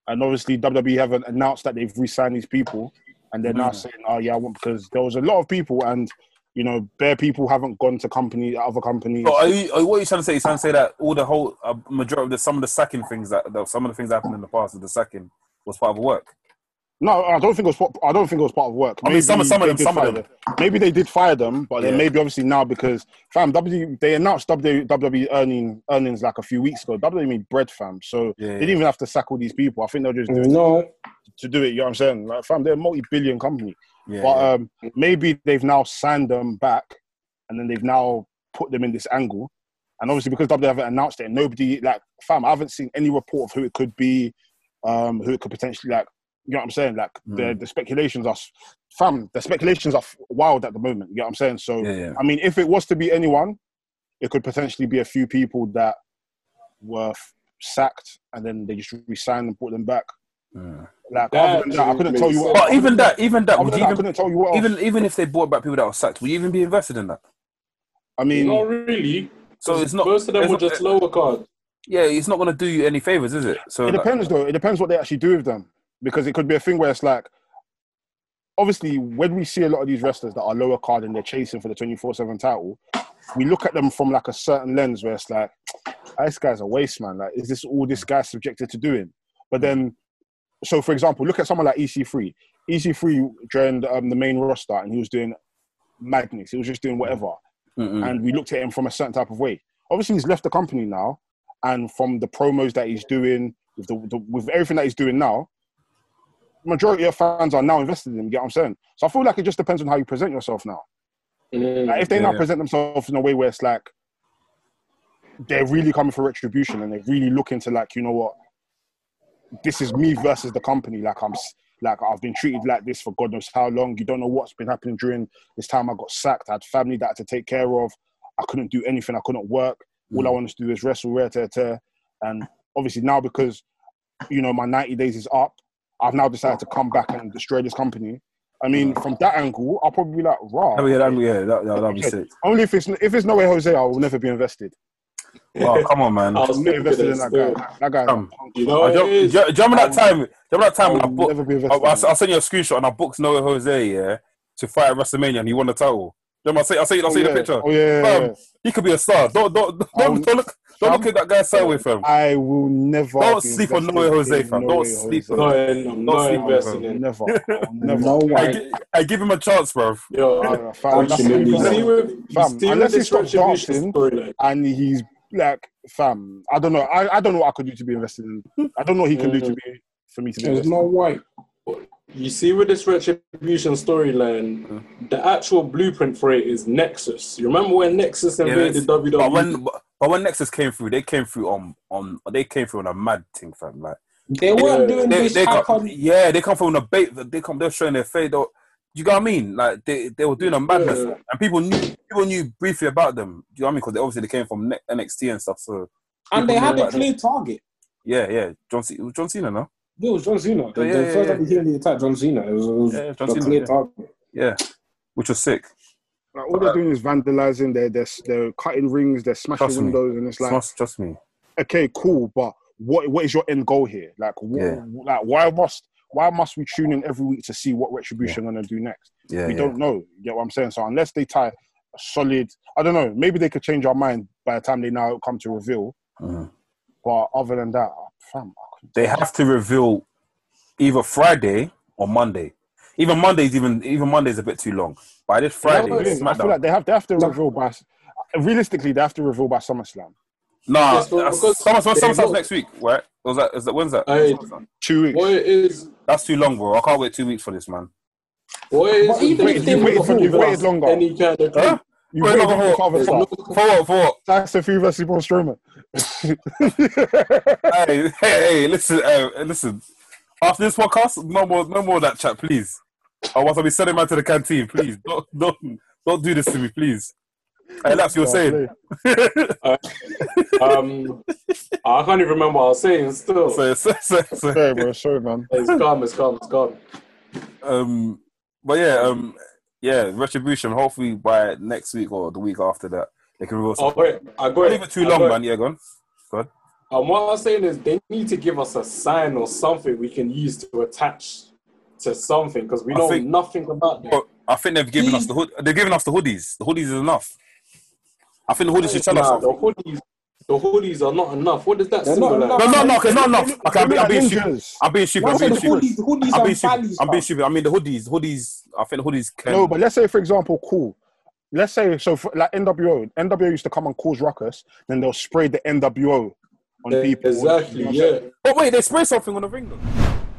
[SPEAKER 5] and obviously WWE haven't announced that they've re-signed these people, and they're
[SPEAKER 2] Mm.
[SPEAKER 5] now saying, "Oh yeah, I want," because there was a lot of people, and you know, bare people haven't gone to company other companies.
[SPEAKER 2] So are you, are, what are you trying to say? You trying to say that all the whole uh, majority of the some of the sacking things that, that some of the things that happened in the past with the sacking was part of work.
[SPEAKER 5] No, I don't think it was. part- I don't think it was part of work.
[SPEAKER 2] I mean, some- some of
[SPEAKER 5] they
[SPEAKER 2] them-
[SPEAKER 5] did
[SPEAKER 2] some of
[SPEAKER 5] fire
[SPEAKER 2] them.
[SPEAKER 5] Maybe they did fire them, but
[SPEAKER 2] Yeah.
[SPEAKER 5] then maybe obviously now because fam, W they announced W WWE earning earnings like a few weeks ago. WWE made bread, fam. So
[SPEAKER 2] Yeah,
[SPEAKER 5] they
[SPEAKER 2] yeah.
[SPEAKER 5] didn't even have to sack all these people. I think they're just doing
[SPEAKER 1] No,
[SPEAKER 5] to do it. You know what I'm saying? Like, fam, they're a multi-billion company.
[SPEAKER 2] Yeah,
[SPEAKER 5] but
[SPEAKER 2] yeah.
[SPEAKER 5] um, maybe they've now signed them back, and then they've now put them in this angle. And obviously, because WWE haven't announced it, nobody like fam. I haven't seen any report of who it could be, um, who it could potentially like. You know what I'm saying? Like the,
[SPEAKER 2] Hmm.
[SPEAKER 5] the speculations are, s- fam. The speculations are f- wild at the moment. You know what I'm saying? So
[SPEAKER 2] yeah, yeah.
[SPEAKER 5] I mean, if it was to be anyone, it could potentially be a few people that were f- sacked, and then they just re-signed and put them back.
[SPEAKER 2] Mm.
[SPEAKER 5] Like
[SPEAKER 4] That
[SPEAKER 5] other than that, I couldn't
[SPEAKER 4] makes
[SPEAKER 5] tell you. What,
[SPEAKER 4] sense.
[SPEAKER 2] But even that, even that,
[SPEAKER 5] other
[SPEAKER 2] would
[SPEAKER 5] than
[SPEAKER 2] you
[SPEAKER 5] that, I
[SPEAKER 2] even,
[SPEAKER 5] couldn't tell you what. Even,
[SPEAKER 2] even even if they brought back people that were sacked, would you even be invested in that?
[SPEAKER 5] I mean,
[SPEAKER 4] not really.
[SPEAKER 2] So it's not.
[SPEAKER 4] Most of them
[SPEAKER 2] it's
[SPEAKER 4] were
[SPEAKER 2] not-
[SPEAKER 4] just lower card.
[SPEAKER 2] Yeah, it's not going to do you any favors, is it? So
[SPEAKER 5] It
[SPEAKER 2] like,
[SPEAKER 5] depends, though. It depends what they actually do with them because it could be a thing where it's like, obviously, when we see a lot of these wrestlers that are lower card and they're chasing for the twenty four seven title, we look at them from like a certain lens where it's like, "Ah, this guy's a waste, man. Like, is this all this guy's subjected to doing? But then, so for example, look at someone like E EC3. EC3 joined um, the main roster and he was doing madness. He was just doing whatever
[SPEAKER 2] mm-mm.
[SPEAKER 5] and we looked at him from a certain type of way. Obviously, he's left the company now, and from the promos that he's doing, with, the, the, with everything that he's doing now, majority of fans are now invested in him. You get what I'm saying? So I feel like it just depends on how you present yourself now. Like, if they
[SPEAKER 2] Yeah,
[SPEAKER 5] now
[SPEAKER 2] yeah.
[SPEAKER 5] present themselves in a way where it's like they're really coming for retribution and they're really looking to like, you know what, this is me versus the company. Like I'm s- like I've been treated like this for God knows how long. You don't know what's been happening during this time. I got sacked. I had family that I had to take care of. I couldn't do anything. I couldn't work. All I wanted to do is wrestle, rare, tear, tear. And obviously now because you know my 90 days is up, I've now decided to come back and destroy this company I mean, from that angle, I'll probably be like, raw.
[SPEAKER 2] Oh, yeah, that, yeah, that, that, that'd be sick.
[SPEAKER 5] Only if it's if it's no way Jose, I will never be invested.
[SPEAKER 2] Oh, come on, man.
[SPEAKER 4] I was
[SPEAKER 5] Never
[SPEAKER 4] looking at
[SPEAKER 5] invested
[SPEAKER 4] it
[SPEAKER 5] in that
[SPEAKER 4] still.
[SPEAKER 5] guy. That guy.
[SPEAKER 2] Come.
[SPEAKER 4] You know
[SPEAKER 2] I
[SPEAKER 4] what
[SPEAKER 2] do,
[SPEAKER 4] it
[SPEAKER 2] do,
[SPEAKER 4] is?
[SPEAKER 2] do you remember
[SPEAKER 4] Um,
[SPEAKER 2] that time? Do you remember that
[SPEAKER 5] I
[SPEAKER 2] time when I
[SPEAKER 5] will
[SPEAKER 2] booked?
[SPEAKER 5] Oh, never be
[SPEAKER 2] I,
[SPEAKER 5] invested.
[SPEAKER 2] I,
[SPEAKER 5] in that.
[SPEAKER 2] I'll send you a screenshot and I booked Noah Jose yeah to fight at WrestleMania and he won the title. Do you remember? I see, I see, I
[SPEAKER 5] Oh,
[SPEAKER 2] see
[SPEAKER 5] yeah.
[SPEAKER 2] the picture.
[SPEAKER 5] Oh yeah. yeah, yeah.
[SPEAKER 2] Fam, he could be a star. Don't don't don't,
[SPEAKER 5] I'll-
[SPEAKER 2] don't look don't look at that guy sideways, fam.
[SPEAKER 5] I will never.
[SPEAKER 2] Don't
[SPEAKER 5] be
[SPEAKER 2] sleep on
[SPEAKER 5] invested
[SPEAKER 2] Noe Jose,
[SPEAKER 5] in
[SPEAKER 2] fam.
[SPEAKER 5] Noe
[SPEAKER 2] Don't sleep
[SPEAKER 5] Jose.
[SPEAKER 2] on-
[SPEAKER 4] No, I'm
[SPEAKER 2] Not
[SPEAKER 4] not
[SPEAKER 2] sleeping,
[SPEAKER 4] investing
[SPEAKER 2] bro.
[SPEAKER 4] in.
[SPEAKER 5] Never. I will never.
[SPEAKER 7] No
[SPEAKER 2] I,
[SPEAKER 7] way.
[SPEAKER 2] gi- I give him a chance, bro.
[SPEAKER 4] Yo, I-
[SPEAKER 5] Alright, fam, that's
[SPEAKER 4] you
[SPEAKER 5] it.
[SPEAKER 4] see with,
[SPEAKER 5] Fam,
[SPEAKER 4] you see
[SPEAKER 5] unless
[SPEAKER 4] with
[SPEAKER 5] he
[SPEAKER 4] this
[SPEAKER 5] stops
[SPEAKER 4] retribution
[SPEAKER 5] dancing-
[SPEAKER 4] storyline.
[SPEAKER 5] and he's like, fam. I don't know. I, I don't know what I could do to be invested in. I don't know what he can do to
[SPEAKER 2] Mm-hmm.
[SPEAKER 5] be for me to be
[SPEAKER 6] There's
[SPEAKER 5] invested.
[SPEAKER 6] no way.
[SPEAKER 4] You see with this retribution storyline, the actual blueprint for it is Nexus. You remember when Nexus
[SPEAKER 2] Yeah,
[SPEAKER 4] invaded E?
[SPEAKER 2] that's-
[SPEAKER 4] WWE?
[SPEAKER 2] But when but but when Nexus came through, they came through on on they came through on a mad thing, fam. Like
[SPEAKER 8] They weren't doing
[SPEAKER 2] they,
[SPEAKER 8] this
[SPEAKER 2] they
[SPEAKER 8] hack
[SPEAKER 2] come,
[SPEAKER 8] on.
[SPEAKER 2] yeah, they come from a bait. They come, they're showing their fade. Or, you know what I mean? Like they, they were doing a madness,
[SPEAKER 4] Yeah.
[SPEAKER 2] and people knew people knew briefly about them. Do you know what I mean? Because they obviously they came from Ne- NXT and stuff. So
[SPEAKER 8] And they
[SPEAKER 2] people
[SPEAKER 8] had
[SPEAKER 2] know
[SPEAKER 8] a
[SPEAKER 2] about them.
[SPEAKER 8] clear target.
[SPEAKER 2] Yeah, yeah, John C- it was John Cena, no?
[SPEAKER 8] It was John Cena. The,
[SPEAKER 2] Oh, Yeah,
[SPEAKER 8] the
[SPEAKER 2] yeah,
[SPEAKER 8] first
[SPEAKER 2] yeah.
[SPEAKER 8] time he heard the attack, John Cena. It was, it was
[SPEAKER 2] Yeah, yeah, John
[SPEAKER 8] a
[SPEAKER 2] Cena,
[SPEAKER 8] clear
[SPEAKER 2] yeah.
[SPEAKER 8] target.
[SPEAKER 2] Yeah, which was sick.
[SPEAKER 5] Like, all they're doing is vandalizing. They're they're, they're cutting rings. They're smashing
[SPEAKER 2] Trust me.
[SPEAKER 5] windows, and it's like,
[SPEAKER 2] trust, trust me.
[SPEAKER 5] okay, cool, but what what is your end goal here? Like, what,
[SPEAKER 2] Yeah.
[SPEAKER 5] like why must why must we tune in every week to see what retribution gonna do next?
[SPEAKER 2] Yeah,
[SPEAKER 5] we
[SPEAKER 2] yeah.
[SPEAKER 5] don't know. You get what I'm saying? So unless they tie a solid, I don't know. Maybe they could change our mind by the time they now come to reveal.
[SPEAKER 2] Mhm.
[SPEAKER 5] But other than that, fam, I couldn't-
[SPEAKER 2] They have to reveal either Friday or Monday. Even Monday's even even Monday's a bit too long. By this Friday,
[SPEAKER 5] I feel
[SPEAKER 2] SmackDown.
[SPEAKER 5] like they have they have to reveal by. Realistically, they have to reveal by SummerSlam.
[SPEAKER 2] nah,
[SPEAKER 4] Yes, but
[SPEAKER 2] that's-
[SPEAKER 4] because-
[SPEAKER 2] Summer, Summer,
[SPEAKER 4] Yeah,
[SPEAKER 2] Summer's
[SPEAKER 4] look.
[SPEAKER 2] next week, right? Was that is that when's that?
[SPEAKER 4] Hey.
[SPEAKER 5] Two weeks.
[SPEAKER 4] What it is,
[SPEAKER 2] That's too long, bro. I can't wait two weeks for this, man.
[SPEAKER 4] what it is,
[SPEAKER 8] But even
[SPEAKER 4] they
[SPEAKER 8] if they
[SPEAKER 4] do
[SPEAKER 5] waited
[SPEAKER 4] not
[SPEAKER 5] for- you've
[SPEAKER 4] give
[SPEAKER 5] waited
[SPEAKER 4] us
[SPEAKER 5] longer.
[SPEAKER 4] Any kind of
[SPEAKER 2] Huh?
[SPEAKER 5] You
[SPEAKER 2] Wait,
[SPEAKER 5] waited
[SPEAKER 2] no, hold
[SPEAKER 5] for other
[SPEAKER 4] There's no-
[SPEAKER 5] stuff.
[SPEAKER 2] For what? For what?
[SPEAKER 5] Tyson Fury versus Braun Strowman.
[SPEAKER 2] hey, hey, hey, listen, hey, listen. After this podcast, no more, no more of that chat, please. I want to be sending man to the canteen, please. Don't, don't, don't do this to me, please. Hey, that's what you're saying.
[SPEAKER 4] um, I can't even remember what I was saying. Still,
[SPEAKER 2] so, so, so, so,
[SPEAKER 5] Sorry, bro. Sorry, man.
[SPEAKER 4] it's gone. It's gone. It's gone.
[SPEAKER 2] um, but yeah, um, yeah, retribution. Hopefully by next week or the week after that, they can reveal.
[SPEAKER 4] Oh
[SPEAKER 2] something.
[SPEAKER 4] wait, I got
[SPEAKER 2] Don't
[SPEAKER 4] it.
[SPEAKER 2] leave it too
[SPEAKER 4] I
[SPEAKER 2] long,
[SPEAKER 4] got it.
[SPEAKER 2] man. Yeah, go on.
[SPEAKER 4] And what I'm saying is, they need to give us a sign or something we can use to attach to something because we
[SPEAKER 2] I
[SPEAKER 4] know
[SPEAKER 2] think-
[SPEAKER 4] nothing about them.
[SPEAKER 2] But I think they've given us the hood. They've given us the hoodies. The hoodies is enough. I think the hoodies should tell us.
[SPEAKER 4] Nah,
[SPEAKER 2] something.
[SPEAKER 4] the hoodies, the hoodies are not enough. What does that
[SPEAKER 8] They're
[SPEAKER 4] symbolize?
[SPEAKER 8] not
[SPEAKER 2] No, no, no, because not enough. Okay, I'm, be- I'm being
[SPEAKER 5] Ninjas.
[SPEAKER 2] stupid. I'm being
[SPEAKER 8] I
[SPEAKER 2] stupid. I'm
[SPEAKER 8] said
[SPEAKER 2] being
[SPEAKER 8] the
[SPEAKER 2] stupid.
[SPEAKER 8] hoodies, hoodies
[SPEAKER 2] I'm being
[SPEAKER 8] and
[SPEAKER 2] stupid.
[SPEAKER 8] valleys.
[SPEAKER 2] I'm
[SPEAKER 8] fam.
[SPEAKER 2] being stupid. I mean, the hoodies, hoodies. I think the hoodies can.
[SPEAKER 5] No, but let's say, for example, cool. Let's say, so for, like NWO, NWO used to come and cause ruckus, then they'll spray the NWO on
[SPEAKER 8] Eh,
[SPEAKER 5] people.
[SPEAKER 4] Exactly. Yeah.
[SPEAKER 2] Oh, wait, they spray something on the ring. though.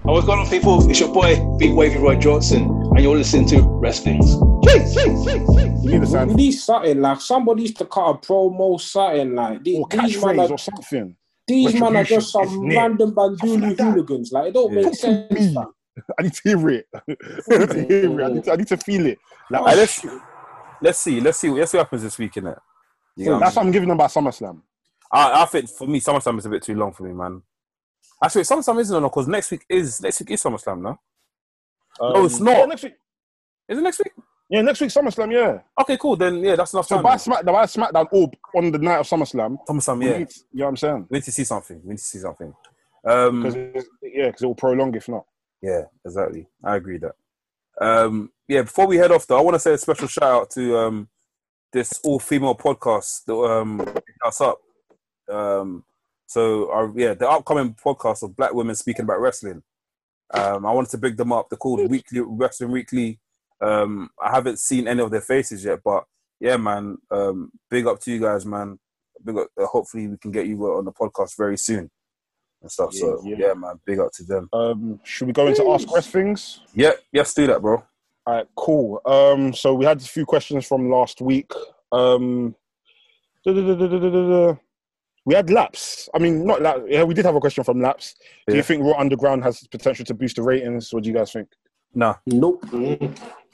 [SPEAKER 9] Oh, what's going on, people? It's your boy, Big Wavy Roy Johnson, and you're listening to Wrestling's.
[SPEAKER 5] You need a sign
[SPEAKER 8] We need something like somebody's to cut a promo, something like these,
[SPEAKER 2] Oh,
[SPEAKER 5] or
[SPEAKER 8] these man
[SPEAKER 5] catchphrase
[SPEAKER 8] are,
[SPEAKER 5] or something.
[SPEAKER 8] these man are just
[SPEAKER 5] Retribution is
[SPEAKER 8] some
[SPEAKER 5] near.
[SPEAKER 8] random
[SPEAKER 5] Something
[SPEAKER 8] bandulu
[SPEAKER 5] like that.
[SPEAKER 8] hooligans. Like it don't
[SPEAKER 2] Yeah.
[SPEAKER 8] make sense.
[SPEAKER 5] Me.
[SPEAKER 8] fam.
[SPEAKER 5] I need to hear it. I need to hear it. I need to, I need to feel it.
[SPEAKER 8] Oh,
[SPEAKER 5] Like,
[SPEAKER 2] Alright, let's, let's see. Let's see. Let's see what happens this week, innit? You get what
[SPEAKER 5] that's what I'm giving them by SummerSlam.
[SPEAKER 2] I, mean? I, I think for me, SummerSlam is a bit too long for me, man. Actually, SummerSlam isn't on because next week is next week is SummerSlam, no? no, it's
[SPEAKER 5] Um,
[SPEAKER 8] Oh.
[SPEAKER 5] Yeah,
[SPEAKER 2] not.
[SPEAKER 5] next week.
[SPEAKER 2] Is it next week?
[SPEAKER 5] Yeah, next week SummerSlam. Yeah.
[SPEAKER 2] Okay, cool. Then yeah, that's enough
[SPEAKER 5] So
[SPEAKER 2] time.
[SPEAKER 5] by
[SPEAKER 2] then.
[SPEAKER 5] SmackDown, by SmackDown, or on the night of SummerSlam,
[SPEAKER 2] SummerSlam,
[SPEAKER 5] we
[SPEAKER 2] yeah.
[SPEAKER 5] need- you know what I'm saying?
[SPEAKER 2] We need to see something. We need to see something.
[SPEAKER 8] Mm.
[SPEAKER 2] Um,
[SPEAKER 5] Because yeah, because it will prolong if not.
[SPEAKER 2] Yeah, exactly. I agree with that. Um, yeah, before we head off though, I want to say a special shout out to um, this all female podcast that um, picked us up. Um, so our, yeah, the upcoming podcast of black women speaking about wrestling. Um, I wanted to big them up. They're called Weekly Wrestling Weekly. Um, I haven't seen any of their faces yet, but yeah, man, um, big up to you guys, man. Big up, uh, hopefully we can get you uh, on the podcast very soon and stuff. so
[SPEAKER 5] Yeah, yeah.
[SPEAKER 2] yeah, man, big up to them.
[SPEAKER 5] Um, should we go into ask West things?
[SPEAKER 2] Yeah, yes, do that, bro.
[SPEAKER 5] All right, cool. Um, so we had a few questions from last week. Um, we had Laps. I mean, not Laps. Yeah, we did have a question from Laps. Do
[SPEAKER 2] Yeah.
[SPEAKER 5] you think Raw Underground has potential to boost the ratings? What do you guys think?
[SPEAKER 2] No.
[SPEAKER 8] Nope.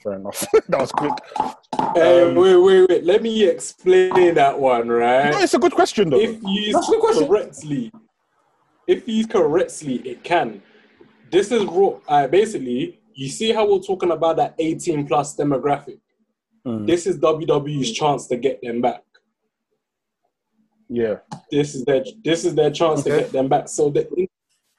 [SPEAKER 5] Fair enough. that was quick.
[SPEAKER 4] Mm-hmm. Hey,
[SPEAKER 5] Um,
[SPEAKER 4] wait, wait, wait. Let me explain that one,
[SPEAKER 2] Uh,
[SPEAKER 5] No,
[SPEAKER 4] right?
[SPEAKER 5] it's a good question though.
[SPEAKER 4] If used
[SPEAKER 8] That's the question.
[SPEAKER 4] correctly, if used correctly, it can. This is raw. Uh, basically, You see how we're talking about that 18 plus demographic?
[SPEAKER 2] Mm.
[SPEAKER 4] This is WWE's chance to get them back.
[SPEAKER 5] Yeah.
[SPEAKER 4] This is their this is their chance to
[SPEAKER 2] Okay.
[SPEAKER 4] get them back. So that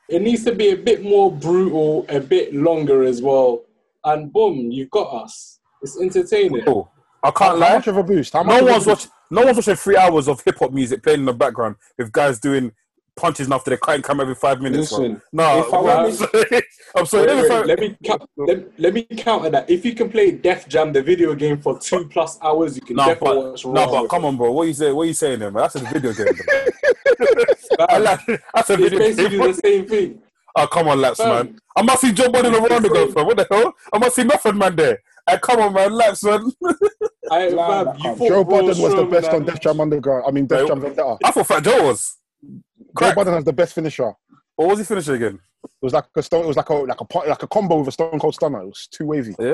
[SPEAKER 4] it needs to be a bit more brutal, a bit longer as well. And boom, you got us. It's entertaining.
[SPEAKER 2] Cool. I
[SPEAKER 5] How,
[SPEAKER 2] can't
[SPEAKER 5] how
[SPEAKER 2] lie.
[SPEAKER 5] much of a boost? How much
[SPEAKER 2] No
[SPEAKER 5] of a
[SPEAKER 2] one's
[SPEAKER 5] boost?
[SPEAKER 2] watching. No one's watching three hours of hip hop music playing in the background with guys doing punches after they can't come every five minutes. bro.
[SPEAKER 1] Listen,
[SPEAKER 2] no,
[SPEAKER 1] if I
[SPEAKER 2] I'm
[SPEAKER 4] was-
[SPEAKER 2] sorry. I'm sorry.
[SPEAKER 4] Wait,
[SPEAKER 2] Every
[SPEAKER 4] wait,
[SPEAKER 2] five-
[SPEAKER 4] let me count, let, let me counter that. If you can play Def Jam, the video game, for two plus hours, you can
[SPEAKER 2] No,
[SPEAKER 4] definitely
[SPEAKER 2] but
[SPEAKER 4] watch Raw.
[SPEAKER 2] no, but come on, bro. What you say? What you saying, there, man? That's a video game. Bro. I like- That's a
[SPEAKER 4] It's
[SPEAKER 2] video
[SPEAKER 4] basically
[SPEAKER 2] game.
[SPEAKER 4] the same thing.
[SPEAKER 2] Oh, come on, laps,
[SPEAKER 4] Fam.
[SPEAKER 2] man. I must see Joe Budden
[SPEAKER 4] It's the
[SPEAKER 2] around the
[SPEAKER 4] same.
[SPEAKER 2] girl, fam. What the hell? I must see nothing, man. There. Hey, come on, man, laps, man.
[SPEAKER 4] I,
[SPEAKER 1] Nah,
[SPEAKER 4] fam, you thought
[SPEAKER 5] Joe
[SPEAKER 4] Braun
[SPEAKER 5] Budden was the
[SPEAKER 4] Strowman
[SPEAKER 5] best on
[SPEAKER 4] and-
[SPEAKER 5] Death Jam Underground. I mean, Death
[SPEAKER 2] Right.
[SPEAKER 5] Jam Vendetta.
[SPEAKER 2] I thought Fat Joe was.
[SPEAKER 5] Joe
[SPEAKER 2] Correct.
[SPEAKER 5] Budden has the best finisher. It
[SPEAKER 2] What was he finishing again?
[SPEAKER 5] was like a stone. It was like a like a po- like a combo with a Stone Cold Stunner. It was too wavy.
[SPEAKER 2] Okay.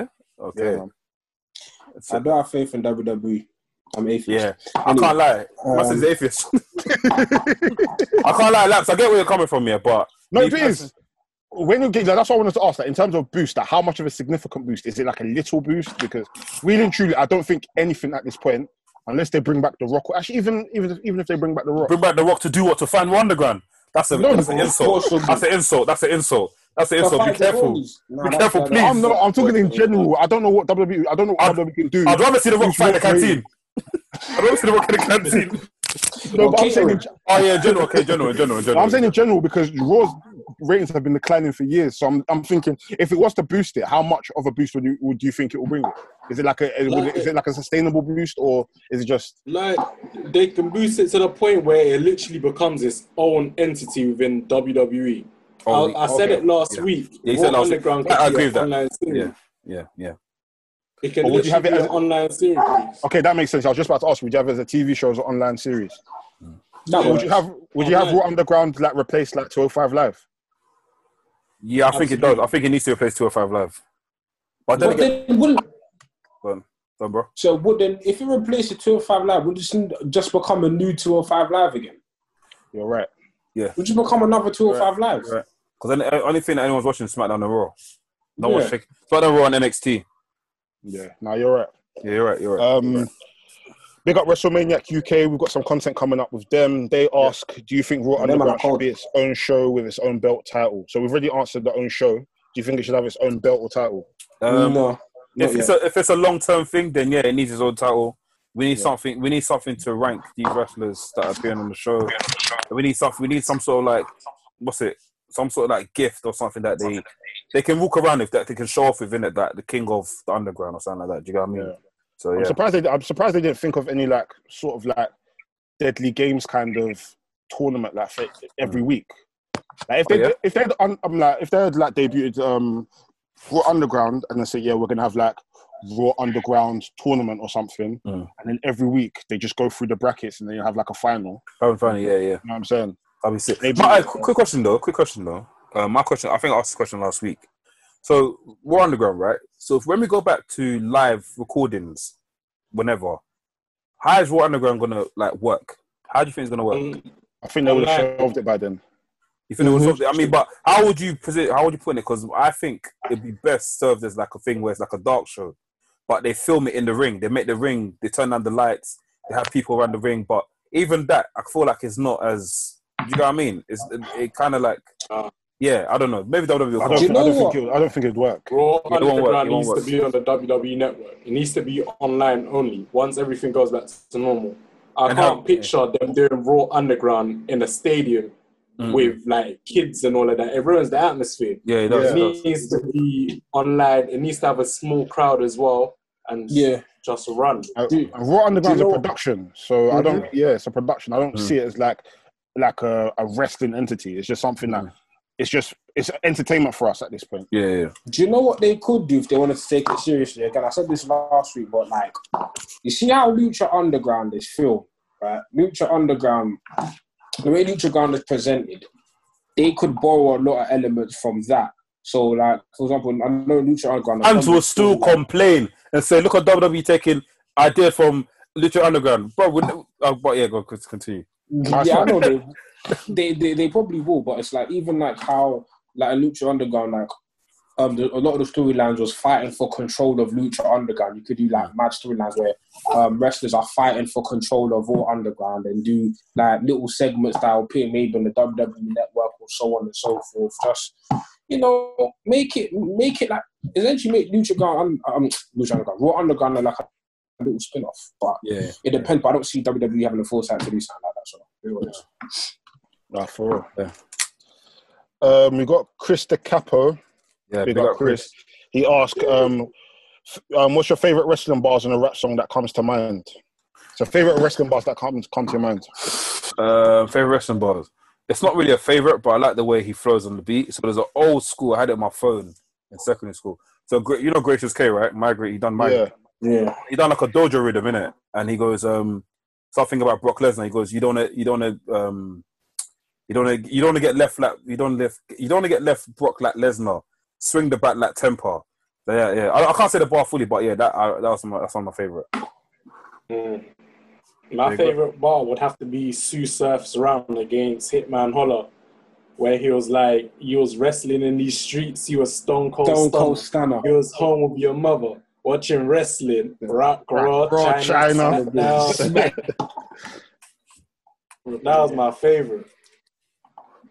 [SPEAKER 5] Yeah, man.
[SPEAKER 1] I don't have faith in
[SPEAKER 8] E.
[SPEAKER 1] WWE. I'm atheist.
[SPEAKER 2] Yeah, I can't lie.
[SPEAKER 8] Um,
[SPEAKER 1] Um,
[SPEAKER 2] Master's the atheist. I can't lie, Laps. I get where you're coming from here, but
[SPEAKER 5] No,
[SPEAKER 2] Me
[SPEAKER 5] it is. When you get, like, that's what I wanted to ask. Like, in terms of boost, like, how much of a significant boost is it? Like a little boost, because really and truly, I don't think anything at this point, unless they bring back the Rock. Actually, even even even if they bring back the Rock,
[SPEAKER 2] bring back the rock to do what to fan Wonderground. That's a
[SPEAKER 5] No,
[SPEAKER 2] that's an
[SPEAKER 1] of
[SPEAKER 2] insult.
[SPEAKER 1] course you'll
[SPEAKER 2] That's an insult. That's an insult. That's an insult. Be
[SPEAKER 1] fight the
[SPEAKER 2] careful.
[SPEAKER 1] Raws. Nah,
[SPEAKER 2] Be
[SPEAKER 1] that's
[SPEAKER 2] careful,
[SPEAKER 1] not-
[SPEAKER 2] please.
[SPEAKER 5] I'm not. I'm talking
[SPEAKER 8] E.
[SPEAKER 5] in general. I don't know what WWE. I don't know what
[SPEAKER 2] I'd-
[SPEAKER 5] WWE can do.
[SPEAKER 2] I'd rather see the rock
[SPEAKER 5] Who's
[SPEAKER 2] fight the
[SPEAKER 5] Rock Lee?
[SPEAKER 2] canteen. I'd rather see the rock in the canteen.
[SPEAKER 5] no, but I'm saying in,
[SPEAKER 2] Oh yeah, in general. Okay, general, in general, in
[SPEAKER 5] But
[SPEAKER 2] general.
[SPEAKER 5] I'm saying in general because Raw's ratings have been declining for years. So I'm, I'm thinking if it was to boost it, how much of a boost would you would you think it will bring? It? Is it like a is it- is it like a sustainable boost or is it just
[SPEAKER 4] Like they can boost it to the point where it literally becomes its own entity within WWE.
[SPEAKER 2] Oh,
[SPEAKER 4] I, I said
[SPEAKER 2] okay.
[SPEAKER 4] it last
[SPEAKER 2] Yeah.
[SPEAKER 4] week.
[SPEAKER 2] Yeah, you
[SPEAKER 4] Raw
[SPEAKER 2] said last week.
[SPEAKER 4] Underground
[SPEAKER 2] I- I
[SPEAKER 4] could be
[SPEAKER 2] agree
[SPEAKER 4] an
[SPEAKER 2] with that.
[SPEAKER 4] Online series.
[SPEAKER 2] Yeah. Yeah, yeah.
[SPEAKER 4] It can
[SPEAKER 5] Or would
[SPEAKER 4] literally
[SPEAKER 5] you have
[SPEAKER 4] be
[SPEAKER 5] it
[SPEAKER 4] an
[SPEAKER 5] as-
[SPEAKER 4] online series.
[SPEAKER 2] Oh,
[SPEAKER 5] okay? That makes sense. I was just about to ask. Would you have it as a TV show or as an online series?
[SPEAKER 4] That
[SPEAKER 5] Would you have Would you have Raw Underground like replace like 205 Live?
[SPEAKER 2] Yeah, I think it does. I think it needs to replace 205 Live. But then
[SPEAKER 1] But
[SPEAKER 2] again,
[SPEAKER 1] then wouldn't
[SPEAKER 2] done, bro.
[SPEAKER 1] so would then if you replace the 205 live, would this just become a new 205 live again?
[SPEAKER 5] You're right.
[SPEAKER 1] Would you become another 205 live?
[SPEAKER 2] Right. Because the uh, only thing that anyone's watching is SmackDown and Raw. No one's
[SPEAKER 1] Yeah.
[SPEAKER 2] checking. SmackDown Raw and NXT.
[SPEAKER 5] Yeah. No, you're right.
[SPEAKER 2] Yeah, you're right. You're right.
[SPEAKER 5] Um, big up WrestleMania UK. We've got some content coming up with them. They ask, do you think Raw
[SPEAKER 1] Them are
[SPEAKER 5] Underground should
[SPEAKER 1] cold.
[SPEAKER 5] be its own show with its own belt title? So we've already answered the own show. Do you think it should have its own belt or title?
[SPEAKER 2] Um,
[SPEAKER 1] no. not
[SPEAKER 2] if, it's a, if it's a long term thing, then yeah, it needs its own title. We need something. We need something to rank these wrestlers that are appearing on the show. We need something. We need some sort of like, what's it? Some sort of like gift or something that they they can walk around with that they can show off within it, that the king of the underground or something like that. Do you get what I mean?
[SPEAKER 5] Yeah.
[SPEAKER 2] So
[SPEAKER 5] I'm
[SPEAKER 2] yeah,
[SPEAKER 5] surprised. They, I'm surprised they didn't think of any like sort of like deadly games kind of tournament like for every week. Like if
[SPEAKER 2] Oh,
[SPEAKER 5] they
[SPEAKER 2] yeah?
[SPEAKER 5] if they had un, um, like if they had like debuted um Raw Underground and they say yeah we're gonna have like Raw Underground tournament or something,
[SPEAKER 2] Mm.
[SPEAKER 5] and then every week they just go through the brackets and then you have like a final.
[SPEAKER 2] I'm funny. Yeah, yeah.
[SPEAKER 5] You know what I'm saying?
[SPEAKER 2] I'll be sick.
[SPEAKER 5] Maybe-
[SPEAKER 2] But, uh, qu- quick question though. Quick question though. Uh, my question. I think I asked this question last week. So we're underground, right? So if, when we go back to live recordings, whenever, how is Raw Underground gonna like work? How do you think it's gonna
[SPEAKER 4] Mm. Um,
[SPEAKER 2] work?
[SPEAKER 5] I think they would
[SPEAKER 4] Online.
[SPEAKER 5] have solved it by then.
[SPEAKER 2] You think it was something? I mean, but how would you present? How would you put it? Because I think it'd be best served as like a thing where it's like a dark show, but they film it in the ring. They make the ring. They turn on the lights. They have people around the ring. But even that, I feel like it's not as. Do you know what I mean? It's it, kind of like.
[SPEAKER 4] Ah.
[SPEAKER 2] Yeah, I don't know. Maybe WWE will
[SPEAKER 5] I
[SPEAKER 2] come up
[SPEAKER 5] don't,
[SPEAKER 1] Do you
[SPEAKER 5] think, I
[SPEAKER 1] know
[SPEAKER 5] don't
[SPEAKER 1] what?
[SPEAKER 5] think it, I don't think it'd work.
[SPEAKER 4] Raw
[SPEAKER 2] Yeah, it won't work,
[SPEAKER 4] Underground
[SPEAKER 2] it won't
[SPEAKER 4] needs to
[SPEAKER 2] work.
[SPEAKER 4] be on the WWE network. It needs to be online only. Once everything goes back to normal, I
[SPEAKER 2] And
[SPEAKER 4] can't
[SPEAKER 2] how-
[SPEAKER 4] picture them doing Raw Underground in a stadium
[SPEAKER 2] Mm.
[SPEAKER 4] with like kids and all of that. It ruins the atmosphere.
[SPEAKER 2] Yeah, it does.
[SPEAKER 4] It
[SPEAKER 2] it does.
[SPEAKER 4] needs to be online. It needs to have a small crowd as well and
[SPEAKER 1] Yeah.
[SPEAKER 4] just run.
[SPEAKER 5] Uh,
[SPEAKER 1] Do-
[SPEAKER 5] Raw Underground's
[SPEAKER 1] do you
[SPEAKER 5] a
[SPEAKER 1] know-
[SPEAKER 5] production, so I don't. Yeah, it's a production. I don't
[SPEAKER 2] Mm.
[SPEAKER 5] see it as like like a, a wrestling entity. It's just something that it's just it's entertainment for us at this point.
[SPEAKER 2] Yeah, yeah.
[SPEAKER 1] Do you know what they could do if they wanted to take it seriously? Again, I said this last week, but like, you see how Lucha Underground is filmed, right? Lucha Underground, the way Lucha Underground is presented, they could borrow a lot of elements from that. So, like, for example, I know Lucha Underground.
[SPEAKER 2] Fans will still complain and say, "Look at WWE taking idea from Lucha Underground, bro." wouldn't- Uh, but yeah, go continue.
[SPEAKER 1] Yeah, I know they, they, they, they probably will, but it's like even like how like a Lucha Underground, like um, the, a lot of the storylines was fighting for control of Lucha Underground. You could do like mad storylines where um, wrestlers are fighting for control of all Underground and do like little segments that will appear maybe on the WWE Network or so on and so forth. Just you know, make it make it like essentially make Lucha Underground, um, Lucha Underground, Raw Underground like a little spin off. But
[SPEAKER 2] Yeah.
[SPEAKER 1] it depends. But I don't see WWE having the foresight to do something like that. So. be honest.
[SPEAKER 5] Nah, for real.
[SPEAKER 2] Yeah.
[SPEAKER 5] Um, we got Chris De Capo.
[SPEAKER 2] Yeah,
[SPEAKER 5] Big up, Chris. He asked, um, f- um, "What's your favorite wrestling bars in a rap song that comes to mind?" So, favorite wrestling bars that comes come to your mind.
[SPEAKER 2] Uh, favorite wrestling bars. It's not really a favorite, but I like the way he flows on the beat. So there's an old school. I had it on my phone in secondary school. So gra- you know Gracious K, right? Migrate. He done migrate.
[SPEAKER 5] Yeah,
[SPEAKER 4] Yeah.
[SPEAKER 2] He done like a dojo rhythm in it, and he goes um something about Brock Lesnar. He goes, you don't wanna- you don't wanna, um you don't wanna, you don't wanna get left like you don't left you don't wanna get left Brock like Lesnar. Swing the bat like Temper. So, yeah, yeah. I, I can't say the bar fully, but yeah, that I, that was my, that's one of my favorite.
[SPEAKER 4] Mm. My
[SPEAKER 2] There you go.
[SPEAKER 4] favorite bar would have to be Sue Surf's round against Hitman Holler, where he was like, he was wrestling in these streets. He was stone cold.
[SPEAKER 1] Stone Cold
[SPEAKER 4] Stunner.
[SPEAKER 1] Stunner.
[SPEAKER 4] He was home with your mother watching wrestling. Rock, raw,
[SPEAKER 5] Raw,
[SPEAKER 4] China.
[SPEAKER 5] China.
[SPEAKER 4] Smackdown. that was my favorite.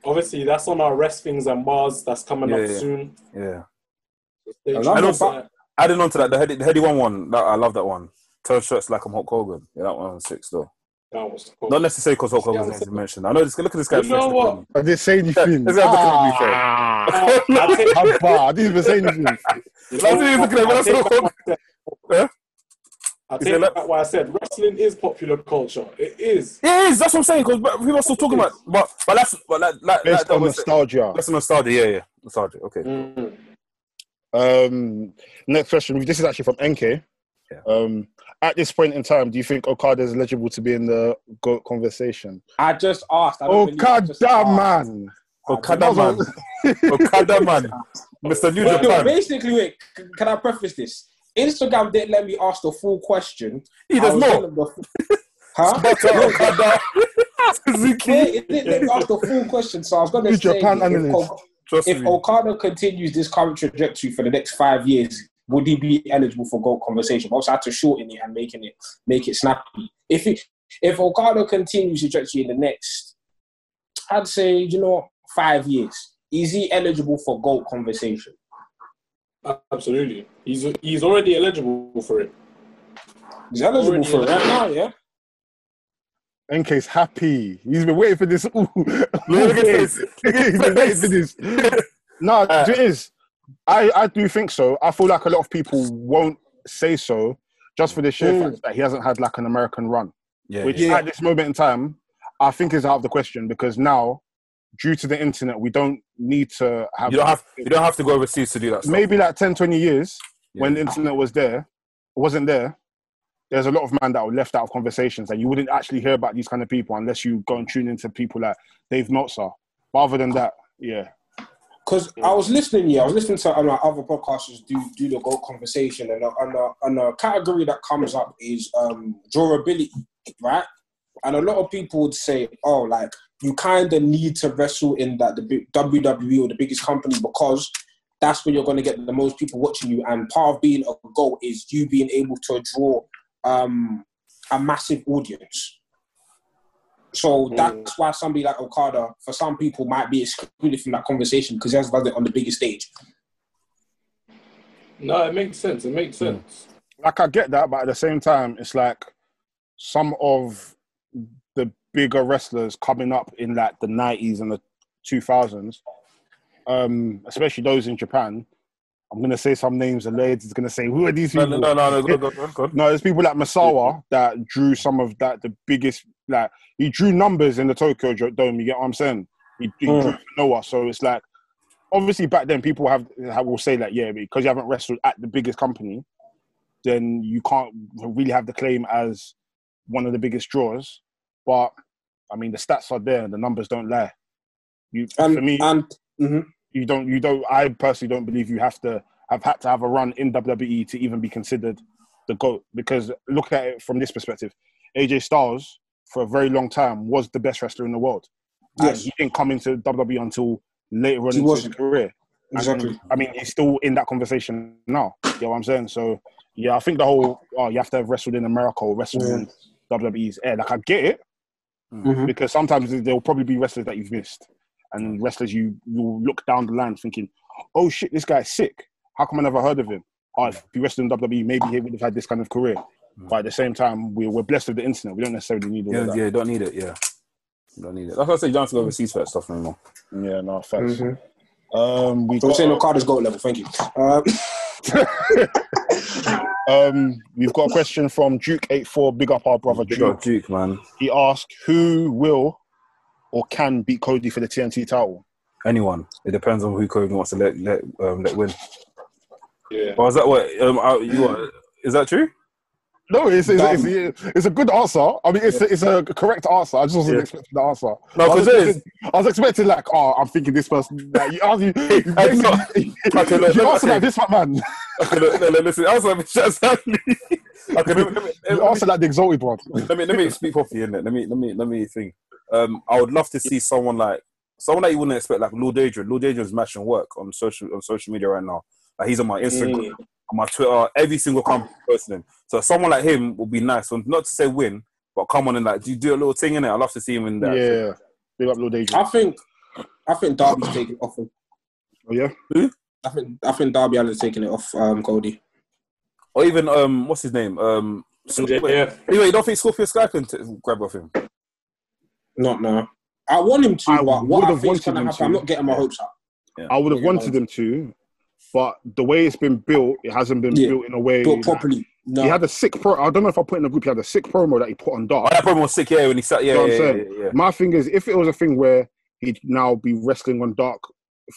[SPEAKER 4] Obviously, that's on our rest things and bars that's coming
[SPEAKER 2] Yeah,
[SPEAKER 4] up
[SPEAKER 2] yeah.
[SPEAKER 4] soon.
[SPEAKER 2] Yeah.
[SPEAKER 4] Stay
[SPEAKER 1] I
[SPEAKER 4] tuned
[SPEAKER 1] love
[SPEAKER 4] for
[SPEAKER 2] that bar.
[SPEAKER 4] that.
[SPEAKER 2] adding on to that, the heady, the heady one one, that, I love that one. Tell shirts like I'm Hulk Hogan. Yeah, that one was six though.
[SPEAKER 4] That was cool.
[SPEAKER 2] Not necessarily because Hulk Hogan's name is mentioned. I know. Just look at this guy.
[SPEAKER 4] You know what?
[SPEAKER 5] I didn't say anything.
[SPEAKER 2] This guy's looking at me fair.
[SPEAKER 5] Ah.
[SPEAKER 4] Oh, I take-
[SPEAKER 5] I'm bad. I didn't even say anything.
[SPEAKER 4] You
[SPEAKER 2] That's
[SPEAKER 4] know
[SPEAKER 2] what he's
[SPEAKER 4] what?
[SPEAKER 2] looking at, but
[SPEAKER 4] I
[SPEAKER 2] that's
[SPEAKER 4] take
[SPEAKER 2] not
[SPEAKER 4] back what I
[SPEAKER 2] Huh?
[SPEAKER 4] said. I
[SPEAKER 2] He said
[SPEAKER 4] take
[SPEAKER 2] that-
[SPEAKER 4] back what I said. Wrestling is popular culture. It is.
[SPEAKER 2] Yeah, it is. That's what I'm saying. Because people are still talking about, but but that's but that that, that,
[SPEAKER 5] Based
[SPEAKER 2] that
[SPEAKER 5] on
[SPEAKER 2] was
[SPEAKER 5] nostalgia.
[SPEAKER 2] that's nostalgia. Yeah, yeah, nostalgia. Okay.
[SPEAKER 4] Mm.
[SPEAKER 5] Um, next question. This is actually from NK.
[SPEAKER 2] Yeah.
[SPEAKER 5] Um, at this point in time, do you think Okada is eligible to be in the goat conversation?
[SPEAKER 1] I just asked. I don't believe I
[SPEAKER 5] Okada,
[SPEAKER 1] just asked.
[SPEAKER 5] Oh, man.
[SPEAKER 2] Okada man, Okada man, Mr. New
[SPEAKER 1] Well, no,
[SPEAKER 2] Japan.
[SPEAKER 1] basically, wait, c- can I preface this? Instagram didn't let me ask the full question.
[SPEAKER 2] He
[SPEAKER 1] I
[SPEAKER 2] does
[SPEAKER 1] was
[SPEAKER 2] not.
[SPEAKER 1] in the- Huh?
[SPEAKER 2] But uh, Okada,
[SPEAKER 1] Yeah,
[SPEAKER 2] Suzuki.
[SPEAKER 1] it didn't let me ask the full question, so I was going to
[SPEAKER 5] New
[SPEAKER 1] say
[SPEAKER 5] Japan
[SPEAKER 1] if,
[SPEAKER 5] analyst.
[SPEAKER 1] Ok-
[SPEAKER 2] Trust
[SPEAKER 1] if
[SPEAKER 2] me.
[SPEAKER 1] Okada continues this current trajectory for the next five years, would he be eligible for gold conversation? But also, I had to shorten it and making it make it snappy. If it, if Okada continues his trajectory in the next, I'd say you know what, five years, is he eligible for gold conversation?
[SPEAKER 4] Absolutely. He's he's already eligible for it.
[SPEAKER 1] He's eligible
[SPEAKER 4] Already
[SPEAKER 1] for it right now, yeah.
[SPEAKER 5] NK's happy. He's been waiting for this. Ooh.
[SPEAKER 2] Look at this. Look at
[SPEAKER 5] He's been waiting for this.
[SPEAKER 2] this.
[SPEAKER 5] No,
[SPEAKER 2] Uh,
[SPEAKER 5] it is. I, I do think so. I feel like a lot of people won't say so just for the sheer fact that he hasn't had like an American run,
[SPEAKER 2] Yeah,
[SPEAKER 5] which
[SPEAKER 2] yeah.
[SPEAKER 5] at this moment in time, I think is out of the question because now, due to the internet, we don't need to have.
[SPEAKER 2] You don't have you don't have to go overseas to do that. Stuff.
[SPEAKER 5] maybe like 10, 20 years when
[SPEAKER 2] Yeah.
[SPEAKER 5] the internet was there, wasn't there. There's a lot of man that were left out of conversations, and you wouldn't actually hear about these kind of people unless you go and tune into people like Dave Meltzer. But other than that, yeah,
[SPEAKER 1] Because I was listening, yeah, I was listening to um, like, other podcasters do do the goal conversation, and a, and, a, and a category that comes up is um, durability, right? And a lot of people would say, oh, like you kind of need to wrestle in that the big WWE or the biggest company because that's where you're going to get the most people watching you. And part of being a goal is you being able to draw um, a massive audience. So
[SPEAKER 5] Mm.
[SPEAKER 1] that's why somebody like Okada, for some people, might be excluded from that conversation because he has done it on the biggest stage.
[SPEAKER 4] No, it makes sense. It makes sense.
[SPEAKER 5] like I get that, but at the same time, it's like some of the bigger wrestlers coming up in like the 90s and the 2000s, um, especially those in Japan. I'm gonna say some names, and lads is gonna say, "Who are these
[SPEAKER 2] No,
[SPEAKER 5] people?"
[SPEAKER 2] no, no, no, no, go, go, go, go.
[SPEAKER 5] No, there's people like Masawa that drew some of that the biggest like he drew numbers in the Tokyo Dro- Dome. You get what I'm saying? He, he drew Noah, so it's like obviously back then people have, have will say that yeah because you haven't wrestled at the biggest company, then you can't really have the claim as one of the biggest draws. But I mean the stats are there, the numbers don't lie. You
[SPEAKER 1] And,
[SPEAKER 5] for me,
[SPEAKER 1] and
[SPEAKER 5] you don't you don't I personally don't believe you have to have had to have a run in WWE to even be considered the GOAT because look at it from this perspective. AJ Styles for a very long time was the best wrestler in the world. And
[SPEAKER 1] Yes.
[SPEAKER 5] he didn't come into WWE E until later on
[SPEAKER 1] He
[SPEAKER 5] in his
[SPEAKER 1] wasn't.
[SPEAKER 5] career.
[SPEAKER 1] Exactly.
[SPEAKER 5] I mean, he's still in that conversation now. You know what I'm saying? So, yeah, I think the whole, oh, you have to have wrestled in America or wrestled in WWE's air. Like, I get it.
[SPEAKER 7] Mhm.
[SPEAKER 5] Because sometimes there'll probably be wrestlers that you've missed. And wrestlers you, you'll look down the line thinking, oh, shit, this guy's sick. How come I never heard of him? Oh, if he wrestled in WWE, maybe he would have had this kind of career. But at the same time, we, we're blessed with the internet. We don't necessarily need all
[SPEAKER 2] Mm. Yeah,
[SPEAKER 5] of that.
[SPEAKER 2] yeah, you don't need it. Yeah, you don't need it. That's why I say you don't have to go overseas for that stuff anymore.
[SPEAKER 5] Yeah, no, facts. Um, we
[SPEAKER 1] Don't
[SPEAKER 5] got,
[SPEAKER 1] say no card is goal level. Thank you. Uh,
[SPEAKER 5] um, we've got a question from Duke84. Big up our brother
[SPEAKER 2] Big up
[SPEAKER 5] Duke.
[SPEAKER 2] Duke, man.
[SPEAKER 5] He asked, who will or can beat Cody for the TNT title?
[SPEAKER 2] Anyone. It depends on who Cody wants to let let um, let win.
[SPEAKER 4] Yeah.
[SPEAKER 2] Or is that what um I, you are, is that true?
[SPEAKER 5] No, it's, it's, it's, it's, a good answer. I mean, it's, a, it's a correct answer. I just wasn't
[SPEAKER 2] Yeah.
[SPEAKER 5] expecting the answer.
[SPEAKER 2] No,
[SPEAKER 5] I was,
[SPEAKER 2] because
[SPEAKER 5] expecting, I was expecting like, oh, I'm thinking this person. Like, you, you, you,
[SPEAKER 2] Hey, no. Okay, look,
[SPEAKER 5] you
[SPEAKER 2] look,
[SPEAKER 5] answered
[SPEAKER 2] okay.
[SPEAKER 5] like this, my man.
[SPEAKER 2] Okay, look, look, look, listen, I was like, shut up. Okay, let me, let me, let
[SPEAKER 5] You
[SPEAKER 2] me-
[SPEAKER 5] answered like the exalted one.
[SPEAKER 2] let me let me speak properly in it. Let me let me let me think. Um, I would love to see someone like someone that you wouldn't expect, like Lord Adrian. Lord Adrian's matching work on social on social media right now. Like he's on my Instagram, on
[SPEAKER 4] Mm.
[SPEAKER 2] my Twitter, every single company posting him. So someone like him would be nice. So not to say win, but come on and like do, do a little thing in it. I love to see him in there.
[SPEAKER 5] Yeah. Big up Lord Adrian.
[SPEAKER 1] I think, I think Darby's taking it off. him. Hmm?
[SPEAKER 5] Oh, yeah.
[SPEAKER 1] I think, I think Darby Allen's taking it off um, Cody.
[SPEAKER 2] Or even um, what's his name? Um, Scorpio.
[SPEAKER 4] MJF.
[SPEAKER 2] Anyway, you don't think Scorpio Sky can t- grab off him?
[SPEAKER 1] Not now. I want him to,
[SPEAKER 5] I
[SPEAKER 1] but
[SPEAKER 5] would
[SPEAKER 1] what I
[SPEAKER 5] have
[SPEAKER 1] think's
[SPEAKER 5] wanted
[SPEAKER 1] going to
[SPEAKER 5] him
[SPEAKER 1] happen, I'm
[SPEAKER 5] to.
[SPEAKER 1] not getting my hopes up.
[SPEAKER 5] I would have
[SPEAKER 1] Yeah,
[SPEAKER 5] wanted him to, but the way it's been built, it hasn't been
[SPEAKER 1] Yeah.
[SPEAKER 5] built in a way.
[SPEAKER 1] But
[SPEAKER 5] that-
[SPEAKER 1] properly, no.
[SPEAKER 5] He had a sick pro. I don't know if I put in the group. He had a sick promo that he put on
[SPEAKER 2] Oh,
[SPEAKER 5] Dark.
[SPEAKER 2] that problem was sick. Yeah, when he sat. Yeah,
[SPEAKER 5] You know what
[SPEAKER 2] yeah,
[SPEAKER 5] I'm
[SPEAKER 2] yeah,
[SPEAKER 5] saying?
[SPEAKER 2] yeah, yeah.
[SPEAKER 5] My thing is, if it was a thing where he'd now be wrestling on Dark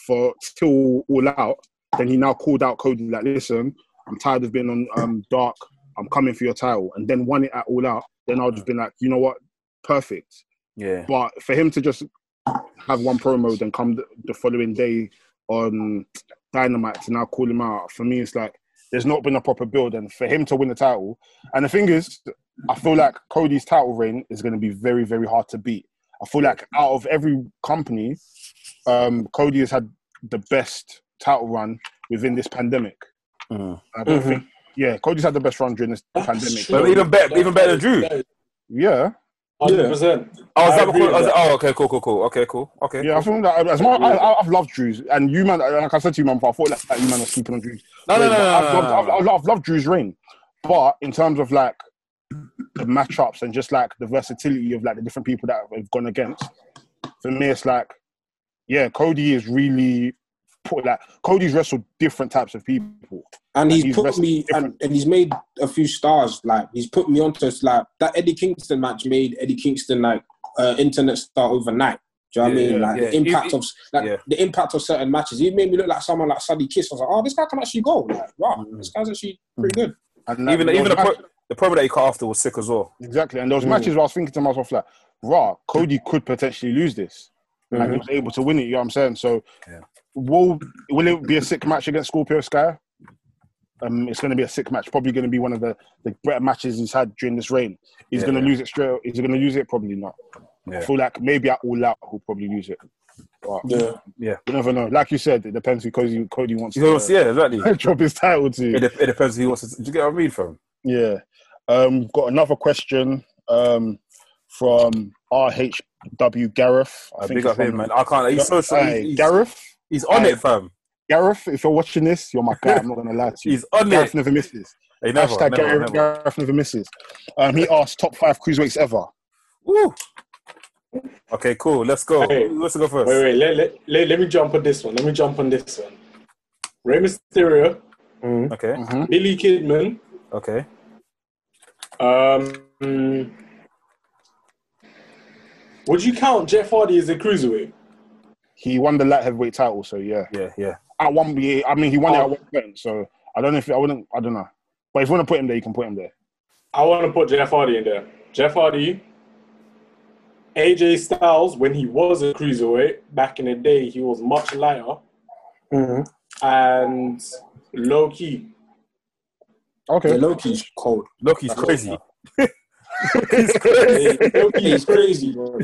[SPEAKER 5] for till all out, then he now called out Cody like, "Listen, I'm tired of being on um, Dark. I'm coming for your title," and then won it at all out. Then I'll just be like, you know what, perfect.
[SPEAKER 2] yeah.
[SPEAKER 5] But for him to just have one promo, then come the, the following day on Dynamite to now call him out, for me, it's like there's not been a proper build. And for him to win the title, and the thing is, I feel like Cody's title reign is going to be very, very hard to beat. I feel like out of every company, um, Cody has had the best title run within this pandemic.
[SPEAKER 2] Mm.
[SPEAKER 5] I don't think, yeah, Cody's had the best run during this pandemic.
[SPEAKER 4] Mm-hmm. true.
[SPEAKER 2] But even better, even better than Drew.
[SPEAKER 5] Yeah,
[SPEAKER 4] 100%.
[SPEAKER 2] Oh, is
[SPEAKER 4] I
[SPEAKER 2] that
[SPEAKER 4] agree
[SPEAKER 2] because,
[SPEAKER 4] with
[SPEAKER 2] oh, is
[SPEAKER 4] that.
[SPEAKER 2] it- oh, okay, cool, cool, cool. Okay, cool. Okay.
[SPEAKER 5] yeah. I feel that as much, I, I- I've loved Drew's, and you man, like I said to you, man, before, I thought like, that you man was sleeping on Drew's.
[SPEAKER 2] No, no, no, no,
[SPEAKER 5] But I've,
[SPEAKER 2] no,
[SPEAKER 5] loved,
[SPEAKER 2] no,
[SPEAKER 5] I've,
[SPEAKER 2] no.
[SPEAKER 5] I've, loved, I've loved Drew's reign, but in terms of like the matchups and just like the versatility of like the different people that we've gone against, for me, it's like, yeah, Cody is really put like Cody's wrestled different types of people.
[SPEAKER 1] and
[SPEAKER 5] Like,
[SPEAKER 1] he's,
[SPEAKER 5] he's
[SPEAKER 1] put
[SPEAKER 5] wrestled
[SPEAKER 1] me and,
[SPEAKER 5] different.
[SPEAKER 1] and he's made a few stars. Like he's put me onto like that Eddie Kingston match made Eddie Kingston like uh, internet star overnight. Do you know what
[SPEAKER 2] Yeah,
[SPEAKER 1] I mean?
[SPEAKER 2] yeah,
[SPEAKER 1] Like
[SPEAKER 2] yeah.
[SPEAKER 1] the impact
[SPEAKER 2] It-
[SPEAKER 1] of like
[SPEAKER 2] yeah.
[SPEAKER 1] the impact of certain matches. He made me look like someone like Sadi Kiss. I was like, oh, this guy can actually go. Like, wow,
[SPEAKER 5] Mm-hmm.
[SPEAKER 1] this guy's actually pretty good.
[SPEAKER 5] And like,
[SPEAKER 2] Even
[SPEAKER 5] there
[SPEAKER 2] even the,
[SPEAKER 5] was
[SPEAKER 2] pro- Mm.
[SPEAKER 5] match-
[SPEAKER 2] the promo that he cut after was sick as well.
[SPEAKER 5] exactly, and those matches where I was thinking to myself like, raw, Cody could potentially lose this. Like he was able to win it. You know what I'm saying? So,
[SPEAKER 2] Mm-hmm. Yeah.
[SPEAKER 5] will will it be a sick match against Scorpio Sky? Um, it's going to be a sick match. Probably going to be one of the, the better matches he's had during this reign. He's
[SPEAKER 2] Yeah,
[SPEAKER 5] going to
[SPEAKER 2] yeah.
[SPEAKER 5] lose it straight. Is he going to lose it? Probably not.
[SPEAKER 2] Yeah.
[SPEAKER 5] I feel like maybe at all out he'll probably lose it. But
[SPEAKER 1] Yeah.
[SPEAKER 5] you never know. Like you said, it depends who Cody, Cody wants
[SPEAKER 2] You know,
[SPEAKER 5] to
[SPEAKER 2] yeah, exactly.
[SPEAKER 5] uh, drop his title to.
[SPEAKER 2] It, dep- it depends who he wants to. Do you get what I mean from?
[SPEAKER 5] Yeah. Um, we've got another question um, from RHW Gareth.
[SPEAKER 2] Uh,
[SPEAKER 5] think
[SPEAKER 2] big
[SPEAKER 5] it's
[SPEAKER 2] up him,
[SPEAKER 5] from-
[SPEAKER 2] man. I can't. He's social.
[SPEAKER 5] Aye,
[SPEAKER 2] he's,
[SPEAKER 5] Gareth?
[SPEAKER 2] he's on
[SPEAKER 5] Aye.
[SPEAKER 2] it, fam.
[SPEAKER 5] Gareth, if you're watching this, you're my guy. I'm not going to lie to you.
[SPEAKER 2] He's on
[SPEAKER 5] Gareth
[SPEAKER 2] it.
[SPEAKER 5] never misses.
[SPEAKER 2] Hey, never,
[SPEAKER 5] Hashtag
[SPEAKER 2] never,
[SPEAKER 5] Gareth,
[SPEAKER 2] never.
[SPEAKER 5] Gareth never misses. Um, he asked top five cruiserweights ever.
[SPEAKER 2] Woo. Okay, cool. Let's go.
[SPEAKER 4] Hey.
[SPEAKER 2] Who wants to go first?
[SPEAKER 4] Wait, wait, let, let, let, let me jump on this one. Let me jump on this one. Rey Mysterio,
[SPEAKER 2] Okay,
[SPEAKER 4] Billy Kidman,
[SPEAKER 2] okay.
[SPEAKER 4] um, would you count Jeff Hardy as a cruiserweight?
[SPEAKER 5] He won the light heavyweight title, so yeah.
[SPEAKER 2] Yeah, yeah.
[SPEAKER 5] At one, yeah, I mean, he won it
[SPEAKER 4] Oh.
[SPEAKER 5] at one point, so I don't know if I wouldn't. I don't know. But if you want to put him there, you can put him there.
[SPEAKER 4] I want to put Jeff Hardy in there. Jeff Hardy, AJ Styles, when he was a cruiserweight back in the day, he was much lighter
[SPEAKER 2] Mm-hmm.
[SPEAKER 4] and low key.
[SPEAKER 1] yeah,
[SPEAKER 5] Okay.
[SPEAKER 1] Loki's cold.
[SPEAKER 2] Look, he's
[SPEAKER 1] That's
[SPEAKER 2] crazy. he's crazy.
[SPEAKER 4] Low key
[SPEAKER 1] He's
[SPEAKER 4] is
[SPEAKER 1] crazy, bro.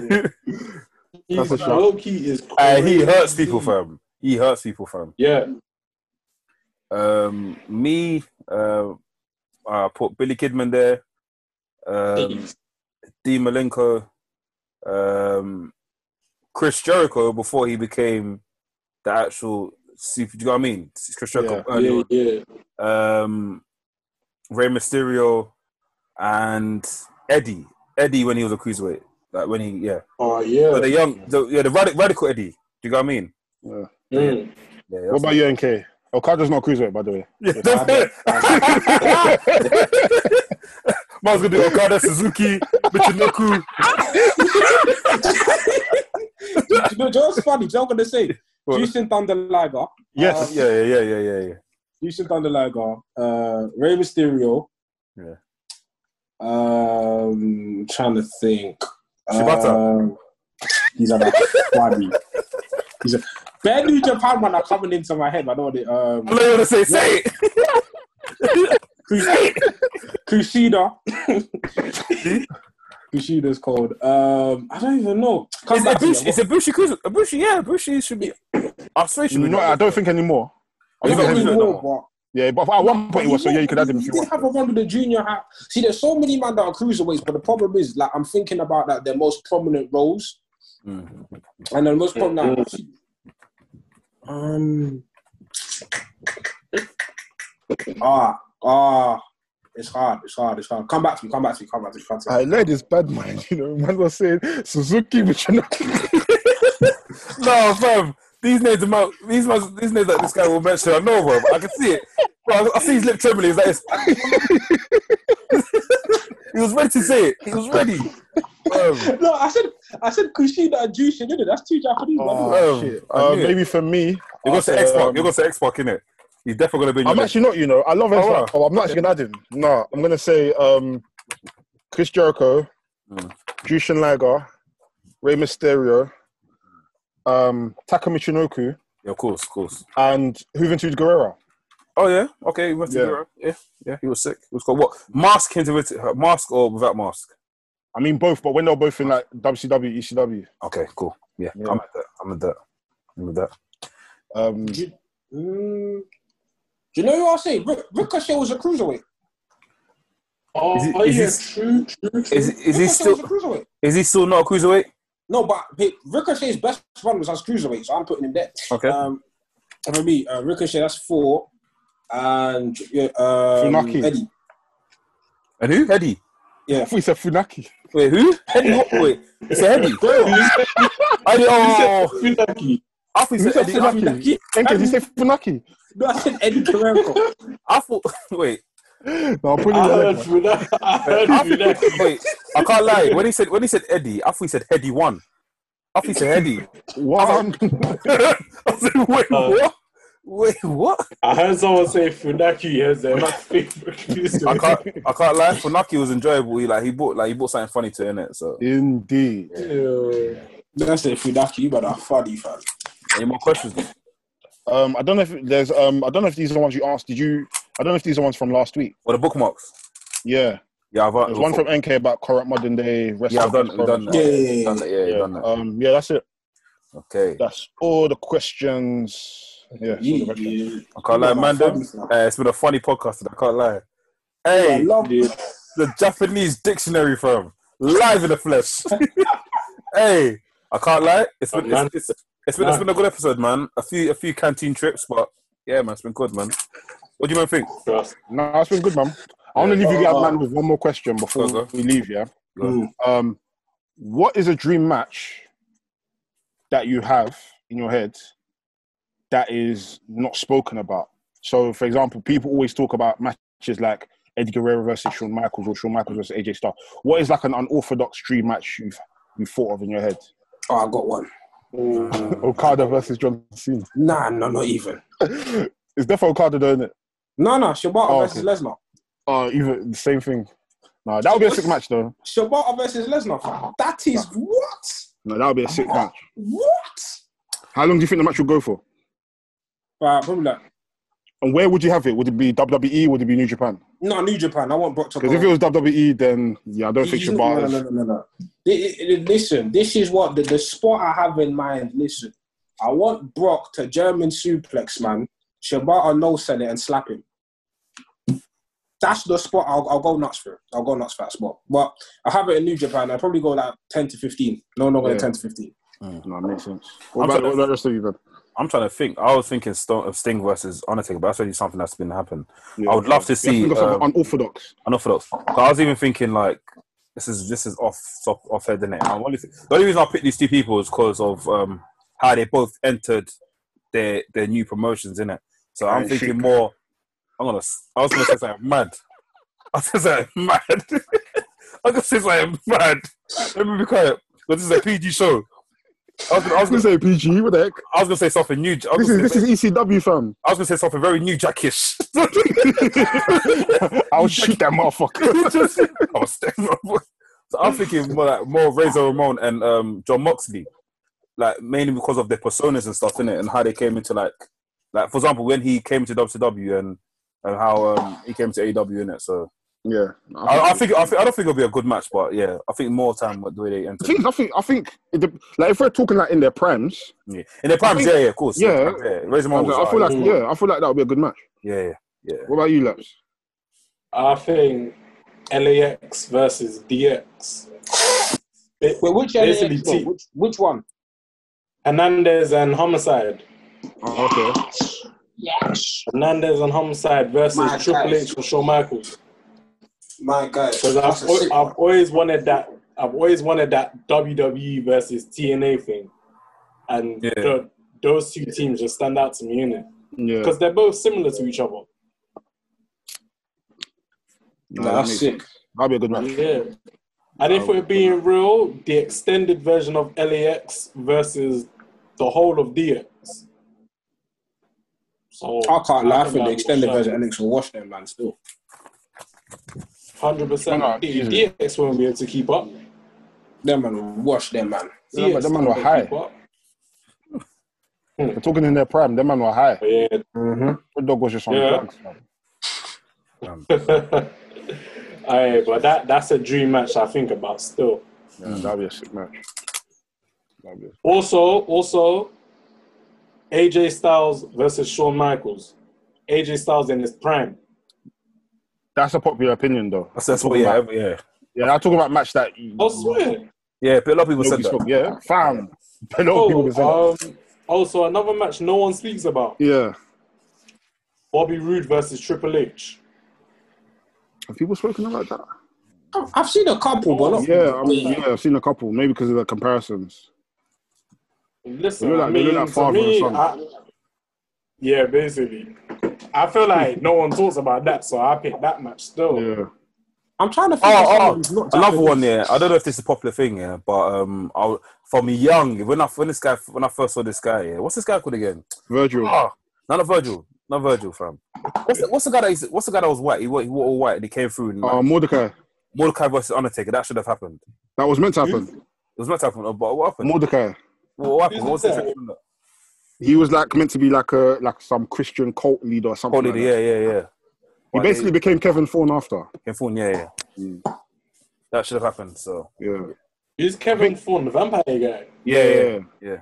[SPEAKER 4] He's
[SPEAKER 5] That's a shock.
[SPEAKER 4] low key is crazy.
[SPEAKER 2] Aye, he Uh, hurts people, fam. He hurts people, fam.
[SPEAKER 4] Yeah.
[SPEAKER 2] Um, me, uh, I put Billy Kidman there. Um, D Malenko, um, Chris Jericho before he became the actual super. Do you know what I mean? Chris Jericho earlier
[SPEAKER 4] Yeah, yeah.
[SPEAKER 2] um, Rey Mysterio, and Eddie. Eddie when he was a cruiserweight, like when he yeah.
[SPEAKER 4] Oh, yeah.
[SPEAKER 2] But the young, the, yeah, the radical, radical Eddie. Do you know what I mean?
[SPEAKER 4] Mm.
[SPEAKER 2] Yeah.
[SPEAKER 5] What about you, NK? Okada's not cruiserweight, by the way.
[SPEAKER 2] Man's gonna do Okada, Suzuki, Michinoku.
[SPEAKER 1] you know, Joe's funny. Joe's gonna say
[SPEAKER 2] What?
[SPEAKER 1] Justin Thunder Liger.
[SPEAKER 5] Yes.
[SPEAKER 2] Yeah, yeah, yeah, yeah, yeah, yeah.
[SPEAKER 1] Justin Thunder Liger. Uh, Rey Mysterio.
[SPEAKER 2] Yeah.
[SPEAKER 1] Um, trying to think.
[SPEAKER 2] Shibata.
[SPEAKER 1] Um, these are like funny. These are bare New Japan man are coming into my head. I know they um
[SPEAKER 2] I know you wanna say, say it.
[SPEAKER 1] Crus- Crusader.
[SPEAKER 2] Hmm?
[SPEAKER 1] Crusader's called. Um, I don't even know. Come
[SPEAKER 2] It's
[SPEAKER 1] back to me.
[SPEAKER 2] Ibushi, it's Ibushi Cruiser. Ibushi, yeah, Ibushi should be. I swear, it should be.
[SPEAKER 5] No, I don't think anymore.
[SPEAKER 1] I
[SPEAKER 2] He's
[SPEAKER 1] don't
[SPEAKER 2] not
[SPEAKER 1] even
[SPEAKER 2] heavyweight no
[SPEAKER 1] know,
[SPEAKER 2] more.
[SPEAKER 1] but
[SPEAKER 5] Yeah, but at one point he was. So yeah, you could add him if you
[SPEAKER 1] did have
[SPEAKER 5] want.
[SPEAKER 1] a run with the junior hat. See, there's so many man that are cruiserweights, but the problem is, like, I'm thinking about like their most prominent roles,
[SPEAKER 2] Mm.
[SPEAKER 1] and the most prominent. Um. Ah, ah, it's hard. It's hard. It's hard. Come back to me. Come back to me. Come back to me. Come back to me.
[SPEAKER 5] I know this bad man. You know, man was saying Suzuki, but you know,
[SPEAKER 2] No, fam. These names, my, these ones, these names that this guy will mention, I know, bro. I can see it. Bro, I, I see his lip trembling. He's like, it's- he was ready to say it. He was ready. Bro,
[SPEAKER 1] No, I said, I said Kushida and Jushin, didn't it? That's two Japanese. man.
[SPEAKER 5] Oh,
[SPEAKER 2] Um,
[SPEAKER 5] shit.
[SPEAKER 2] I
[SPEAKER 5] Uh,
[SPEAKER 2] knew it.
[SPEAKER 5] maybe for me,
[SPEAKER 2] you're gonna say
[SPEAKER 5] I'd
[SPEAKER 2] X
[SPEAKER 5] say,
[SPEAKER 2] Pac.
[SPEAKER 5] um,
[SPEAKER 2] You're gonna say X Pac, innit? He's definitely gonna be. In your
[SPEAKER 5] I'm
[SPEAKER 2] list.
[SPEAKER 5] actually not. You know, I love Enzo.
[SPEAKER 2] Oh, wow.
[SPEAKER 5] Oh, I'm not actually gonna add him. No, I'm gonna say um, Chris Jericho, Hmm.
[SPEAKER 2] Mm.
[SPEAKER 5] Jushin Liger, Rey Mysterio, um, Taka Michinoku,
[SPEAKER 2] Yeah, of course, of course.
[SPEAKER 5] and Juventud Guerrero.
[SPEAKER 2] Oh yeah, okay. He went to
[SPEAKER 5] Yeah.
[SPEAKER 2] Europe. Yeah, yeah. He was sick. He was called what? Mask came to visit- mask or without mask?
[SPEAKER 5] I mean, both, but when they're both in like WCW, ECW.
[SPEAKER 2] Okay, cool. Yeah,
[SPEAKER 5] Yeah.
[SPEAKER 2] I'm at that. I'm at that. I'm at that.
[SPEAKER 5] Um,
[SPEAKER 1] Mm. Do you know who I'll say? Ri- Ricochet was a cruiserweight.
[SPEAKER 4] Oh,
[SPEAKER 2] Is it-
[SPEAKER 4] oh,
[SPEAKER 2] is
[SPEAKER 4] yeah,
[SPEAKER 2] this-
[SPEAKER 4] true, true, true.
[SPEAKER 2] Is is he
[SPEAKER 1] Ricochet
[SPEAKER 2] still?
[SPEAKER 1] was a cruiserweight.
[SPEAKER 2] Is he still not a cruiserweight?
[SPEAKER 1] No, but hey, Ricochet's best run was as cruiserweight, so I'm putting him there.
[SPEAKER 2] Okay.
[SPEAKER 1] Um, and for me, uh, Ricochet, that's four. And yeah, um,
[SPEAKER 5] Funaki.
[SPEAKER 1] Eddie.
[SPEAKER 2] And who? Eddie.
[SPEAKER 5] I thought he said Funaki.
[SPEAKER 2] Wait, who? Eddie. What? Wait, it's Eddie. Eddie. Oh,
[SPEAKER 4] Funaki.
[SPEAKER 2] I thought you
[SPEAKER 5] Who
[SPEAKER 2] said
[SPEAKER 5] said
[SPEAKER 2] Eddie. I,
[SPEAKER 5] Funaki? Enke, did you say Funaki?
[SPEAKER 1] No, I said Eddie Karenko.
[SPEAKER 2] I thought. Wait,
[SPEAKER 5] No, I'm putting
[SPEAKER 4] I
[SPEAKER 5] him
[SPEAKER 4] heard
[SPEAKER 5] there.
[SPEAKER 4] Funaki. I heard
[SPEAKER 2] I thought,
[SPEAKER 4] Funaki.
[SPEAKER 2] wait. I can't lie. When he said when he said Eddie, I thought he said Eddie one. I thought he said Eddie.
[SPEAKER 5] One.
[SPEAKER 2] I said, wait, what? Wait, what?
[SPEAKER 4] I heard someone say Funaki as their favorite cruiser.
[SPEAKER 2] I can't. I can't lie. Funaki was enjoyable. He like he bought like he bought something funny to it, innit? So
[SPEAKER 5] Indeed.
[SPEAKER 4] Yeah.
[SPEAKER 1] That's it, Funaki. You better funny, fam.
[SPEAKER 2] any more questions?
[SPEAKER 5] Um, I don't know if there's. Um, I don't know if these are the ones you asked. Did you? I don't know if these are ones from last week.
[SPEAKER 2] Or the bookmarks?
[SPEAKER 5] Yeah,
[SPEAKER 2] Yeah, I've
[SPEAKER 5] there's one from NK about current modern day wrestling.
[SPEAKER 2] yeah, I've done, we've done that.
[SPEAKER 1] Yeah, yeah, yeah,
[SPEAKER 2] Done that, yeah,
[SPEAKER 5] Yeah,
[SPEAKER 2] done that.
[SPEAKER 5] um, yeah, that's it.
[SPEAKER 2] Okay,
[SPEAKER 5] That's all the questions. Yeah, that's all the
[SPEAKER 1] You,
[SPEAKER 5] questions.
[SPEAKER 1] you,
[SPEAKER 2] I can't lie, man. them- Uh, it's been a funny podcast. today, I can't lie.
[SPEAKER 1] I
[SPEAKER 2] Hey,
[SPEAKER 1] love you.
[SPEAKER 2] the Japanese dictionary firm live in the flesh. hey, I can't lie. It's been
[SPEAKER 4] man.
[SPEAKER 2] it's, it's, it's been it's been a good episode, man. A few a few canteen trips, but yeah, man, it's been good, man. What do you man think?
[SPEAKER 4] Trust.
[SPEAKER 5] No, that's been good, man. I want to leave you guys, man, with one more question before
[SPEAKER 2] uh, Go, go.
[SPEAKER 5] we leave. Yeah.
[SPEAKER 2] Go.
[SPEAKER 5] Um, what is a dream match that you have in your head that is not spoken about? So, for example, people always talk about matches like Eddie Guerrero versus Shawn Michaels or Shawn Michaels versus AJ Styles. What is like an unorthodox dream match you've you thought of in your head?
[SPEAKER 1] Oh, I got one.
[SPEAKER 5] Okada versus John Cena.
[SPEAKER 1] Nah, no, not even.
[SPEAKER 5] it's definitely Okada, though, isn't it?
[SPEAKER 1] No, no, Shibata
[SPEAKER 5] Oh,
[SPEAKER 1] versus
[SPEAKER 5] okay.
[SPEAKER 1] Lesnar.
[SPEAKER 5] Oh, even the same thing. No, that would be a sick match, though.
[SPEAKER 1] Shibata versus Lesnar.
[SPEAKER 5] Ah.
[SPEAKER 1] fam. That is what?
[SPEAKER 5] No, that would be a sick match.
[SPEAKER 1] What?
[SPEAKER 5] How long do you think the match would go for?
[SPEAKER 1] Right, probably like
[SPEAKER 5] And where would you have it? Would it be WWE? Would it be New Japan?
[SPEAKER 1] no New Japan. I want Brock to
[SPEAKER 5] Because if it was WWE, then yeah, I don't think
[SPEAKER 1] You- No,
[SPEAKER 5] Shibata.
[SPEAKER 1] no, no, no, no. Li- li- li- Listen, this is what the, the spot I have in mind. Listen, I want Brock to German suplex, man. Shibata no sell it and slap him. That's the spot I'll, I'll go nuts for. I'll go nuts for that spot. But I have it in New Japan. I probably go like 10 to 15. No longer than
[SPEAKER 5] Yeah.
[SPEAKER 1] 10 to 15.
[SPEAKER 5] No, it makes sense. What
[SPEAKER 2] I'm
[SPEAKER 5] about,
[SPEAKER 2] sorry.
[SPEAKER 5] what about the rest of you, man?
[SPEAKER 2] I'm trying to think. I was thinking Stone, of Sting versus Undertaker, but that's really something that's been happening. I would love to
[SPEAKER 5] Yeah, I
[SPEAKER 2] see
[SPEAKER 5] think of something
[SPEAKER 2] um,
[SPEAKER 5] unorthodox.
[SPEAKER 2] unorthodox. 'Cause I was even thinking like this is this is off off, off head, isn't it? I only, th- the only reason I picked these two people is because of um, how they both entered their their new promotions, in it. So I'm
[SPEAKER 10] Right,
[SPEAKER 2] thinking
[SPEAKER 10] shoot.
[SPEAKER 2] more. I'm gonna. s- I was gonna say something mad. I was gonna say something mad. I was gonna say something mad. Let me be quiet. 'cause this is a PG show. I was, gonna- I was,
[SPEAKER 5] I was
[SPEAKER 2] gonna,
[SPEAKER 5] gonna say PG. What the heck?
[SPEAKER 2] I was gonna say something new. I was
[SPEAKER 5] This
[SPEAKER 2] gonna
[SPEAKER 5] is
[SPEAKER 2] say-
[SPEAKER 5] this is ECW fam.
[SPEAKER 2] I was gonna say something very new jackish.
[SPEAKER 5] I'll shoot that motherfucker.
[SPEAKER 2] Just- I was stepping up. so I'm thinking more like more Razor Ramon and um, John Moxley, like mainly because of their personas and stuff in it, and how they came into like, like for example when he came to WCW and and how um, he came to AW in it. So
[SPEAKER 5] Yeah,
[SPEAKER 2] I, I think I, think, I don't think it'll be a good match, but yeah, I think more time with the way they
[SPEAKER 5] I
[SPEAKER 2] enter.
[SPEAKER 5] think I think I think it, dep- like if we're talking like in their primes,
[SPEAKER 2] Yeah. In their primes, yeah, yeah, of course.
[SPEAKER 5] Yeah.
[SPEAKER 2] Razor
[SPEAKER 5] I,
[SPEAKER 2] Ramon. Was,
[SPEAKER 5] feel like
[SPEAKER 2] alright.
[SPEAKER 5] yeah, I feel like that would be a good match.
[SPEAKER 2] yeah, yeah.
[SPEAKER 5] What about you, Laps?
[SPEAKER 4] I think LAX versus DX. Ba-
[SPEAKER 1] Wait, which
[SPEAKER 4] Basically
[SPEAKER 1] LAX,
[SPEAKER 4] cheap.
[SPEAKER 1] bro? which, which one?
[SPEAKER 4] Hernandez and Homicide.
[SPEAKER 5] Oh, okay.
[SPEAKER 4] Hernandez and Homicide versus
[SPEAKER 1] My
[SPEAKER 4] Triple
[SPEAKER 1] guys.
[SPEAKER 4] H or Shawn Michaels.
[SPEAKER 1] My guy.
[SPEAKER 4] Because I've, al- I've always wanted that. I've always wanted that WWE versus TNA thing, and
[SPEAKER 2] Yeah.
[SPEAKER 4] tho- those two teams just stand out to me, innit?
[SPEAKER 5] Yeah.
[SPEAKER 4] Because they're both similar to each other.
[SPEAKER 5] No, that makes-
[SPEAKER 1] sick.
[SPEAKER 5] That'd be a good match.
[SPEAKER 4] Yeah. And if we're being real, the extended version of LAX versus the whole of DX. So
[SPEAKER 1] I can't lie. I think
[SPEAKER 4] that
[SPEAKER 1] the extended
[SPEAKER 4] will shine.
[SPEAKER 1] version of NX will wash them, man, still.
[SPEAKER 4] Hundred percent.
[SPEAKER 5] No, no,
[SPEAKER 4] The
[SPEAKER 5] easily.
[SPEAKER 4] DX won't be able to keep up.
[SPEAKER 1] Them, man, will wash them, man.
[SPEAKER 5] Yeah, but
[SPEAKER 4] DX
[SPEAKER 5] them man
[SPEAKER 4] won't
[SPEAKER 5] were
[SPEAKER 4] keep
[SPEAKER 5] high.
[SPEAKER 4] up.
[SPEAKER 5] We're talking in their prime. Them man were high.
[SPEAKER 4] But yeah.
[SPEAKER 5] Red Dog was just on
[SPEAKER 4] Yeah.
[SPEAKER 5] drugs. Man.
[SPEAKER 4] Aye, but that that's a dream match I think about still.
[SPEAKER 5] Yeah, that'd be a sick match. That'd be a-
[SPEAKER 4] Also, also, AJ Styles versus Shawn Michaels. AJ Styles in his prime.
[SPEAKER 5] That's a popular opinion though.
[SPEAKER 2] That's, that's what. Yeah, yeah,
[SPEAKER 5] Yeah, I'm talking about match that. you-
[SPEAKER 4] I swear.
[SPEAKER 2] yeah. But a lot of people said
[SPEAKER 5] Nobody
[SPEAKER 2] that.
[SPEAKER 5] spoke. Yeah, fam. A lot of people can say that.
[SPEAKER 4] Oh, um, also another match no one speaks about:
[SPEAKER 5] Yeah.
[SPEAKER 4] Bobby Roode versus Triple H.
[SPEAKER 5] Have people spoken about that?
[SPEAKER 1] I've- I've seen a couple, but not.
[SPEAKER 5] Yeah, I mean, yeah, I've seen a couple. Maybe because of the comparisons.
[SPEAKER 4] Listen,
[SPEAKER 5] They look like-
[SPEAKER 4] I
[SPEAKER 5] they
[SPEAKER 4] mean,
[SPEAKER 5] look like
[SPEAKER 4] to
[SPEAKER 5] father
[SPEAKER 4] me,
[SPEAKER 5] and
[SPEAKER 4] I, yeah, basically. I feel like no one talks about that, so I picked that match still.
[SPEAKER 5] Yeah.
[SPEAKER 1] I'm trying to figure
[SPEAKER 2] Oh,
[SPEAKER 1] out.
[SPEAKER 2] oh, another one. Yeah, I don't know if this is a popular thing. Yeah, but um, I, from young, when I when this guy when I first saw this guy, yeah, what's this guy called again?
[SPEAKER 5] Virgil.
[SPEAKER 2] Oh, not a Virgil, not Virgil, fam. What's the, what's the guy that he's, what's the guy that was white? He, wa- he wore all white and he came through. And, like,
[SPEAKER 5] Uh, Mordecai.
[SPEAKER 2] Mordecai versus Undertaker. That should have happened. It
[SPEAKER 5] That was meant to happen.
[SPEAKER 2] was meant to happen, but what happened?
[SPEAKER 5] Mordecai.
[SPEAKER 2] what happened?
[SPEAKER 4] Who's
[SPEAKER 2] What was this?
[SPEAKER 4] that?
[SPEAKER 5] He was like meant to be like a like some Christian cult leader or something.
[SPEAKER 2] Holy,
[SPEAKER 5] Like that.
[SPEAKER 2] yeah, yeah, yeah.
[SPEAKER 5] He
[SPEAKER 2] But
[SPEAKER 5] basically became Kevin Thorne after.
[SPEAKER 2] they came through, yeah, yeah. That should have happened. So
[SPEAKER 5] Yeah.
[SPEAKER 4] Who's Kevin Thorne, the vampire guy?
[SPEAKER 2] yeah, yeah. yeah.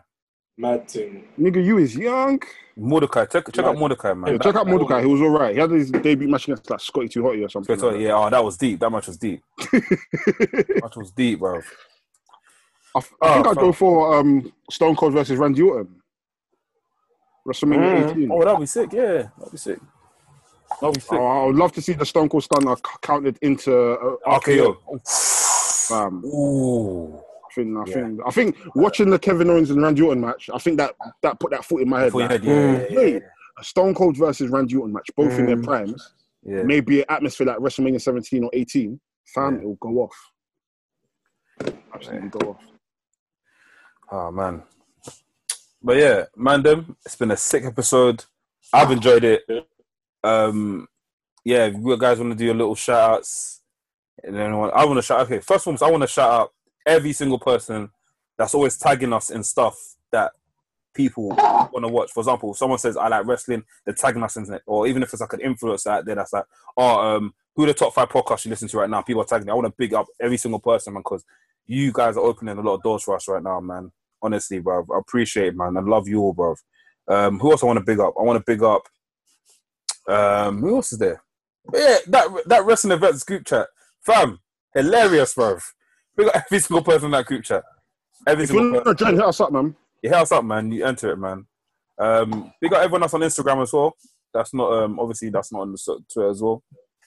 [SPEAKER 4] Mad thing.
[SPEAKER 5] Nigga, you is young.
[SPEAKER 2] Mordecai, check check out Mordecai, man.
[SPEAKER 5] Yeah,
[SPEAKER 2] That-
[SPEAKER 5] check out Mordecai. He was all right. He had his debut match against like Scotty Too Hotty or something.
[SPEAKER 2] Yeah,
[SPEAKER 5] like
[SPEAKER 2] oh, that was deep. That match was deep. that match was deep, bro.
[SPEAKER 5] that. I, f- I think
[SPEAKER 2] Oh,
[SPEAKER 5] I'd go for um, Stone Cold versus Randy Orton. WrestleMania 18.
[SPEAKER 2] Oh, that'd be sick. Yeah, that'd be sick. That'd be sick.
[SPEAKER 5] Oh, I would love to see the Stone Cold stunner c- counted into uh,
[SPEAKER 2] RKO.
[SPEAKER 5] Bam.
[SPEAKER 2] Oh, Ooh.
[SPEAKER 5] I think, I,
[SPEAKER 2] Yeah.
[SPEAKER 5] think, I think watching the Kevin Owens and Randy Orton match, I think that that put that foot in my head.
[SPEAKER 2] Before you
[SPEAKER 5] like,
[SPEAKER 2] had, yeah, yeah, yeah,
[SPEAKER 5] Hey, a Stone Cold versus Randy Orton match, both in their primes,
[SPEAKER 2] yeah.
[SPEAKER 5] maybe an atmosphere like WrestleMania 17 or 18, fam, it'll go off. Absolutely go off.
[SPEAKER 2] Oh man. But yeah, Mandem, it's been a sick episode. I've enjoyed it. Um, yeah, if you guys want to do your little shout outs, and then I want to shout. Okay, first of all, I want to shout out every single person that's always tagging us in stuff that people want to watch. For example, if someone says I like wrestling, they're tagging us in it, or even if it's like an influencer out there that's like, oh, um, who are the top five podcasts you listen to right now? People are tagging. me. I want to big up every single person, man, because you guys are opening a lot of doors for us right now, man. Honestly, bruv. I appreciate it, man. I love you all, bruv. Um, who else I want to big up? I want to big up. Um, who else is there? Yeah, that that wrestling events group chat, fam, hilarious, bruv. Big up every single person in that group chat. Every
[SPEAKER 5] If
[SPEAKER 2] single
[SPEAKER 5] you
[SPEAKER 2] person.
[SPEAKER 5] want to join, hit us up, man.
[SPEAKER 2] Yeah, hit us up, man. You enter it, man. Um, we got everyone else on Instagram as well. That's not um, obviously that's not on the so- Twitter as well.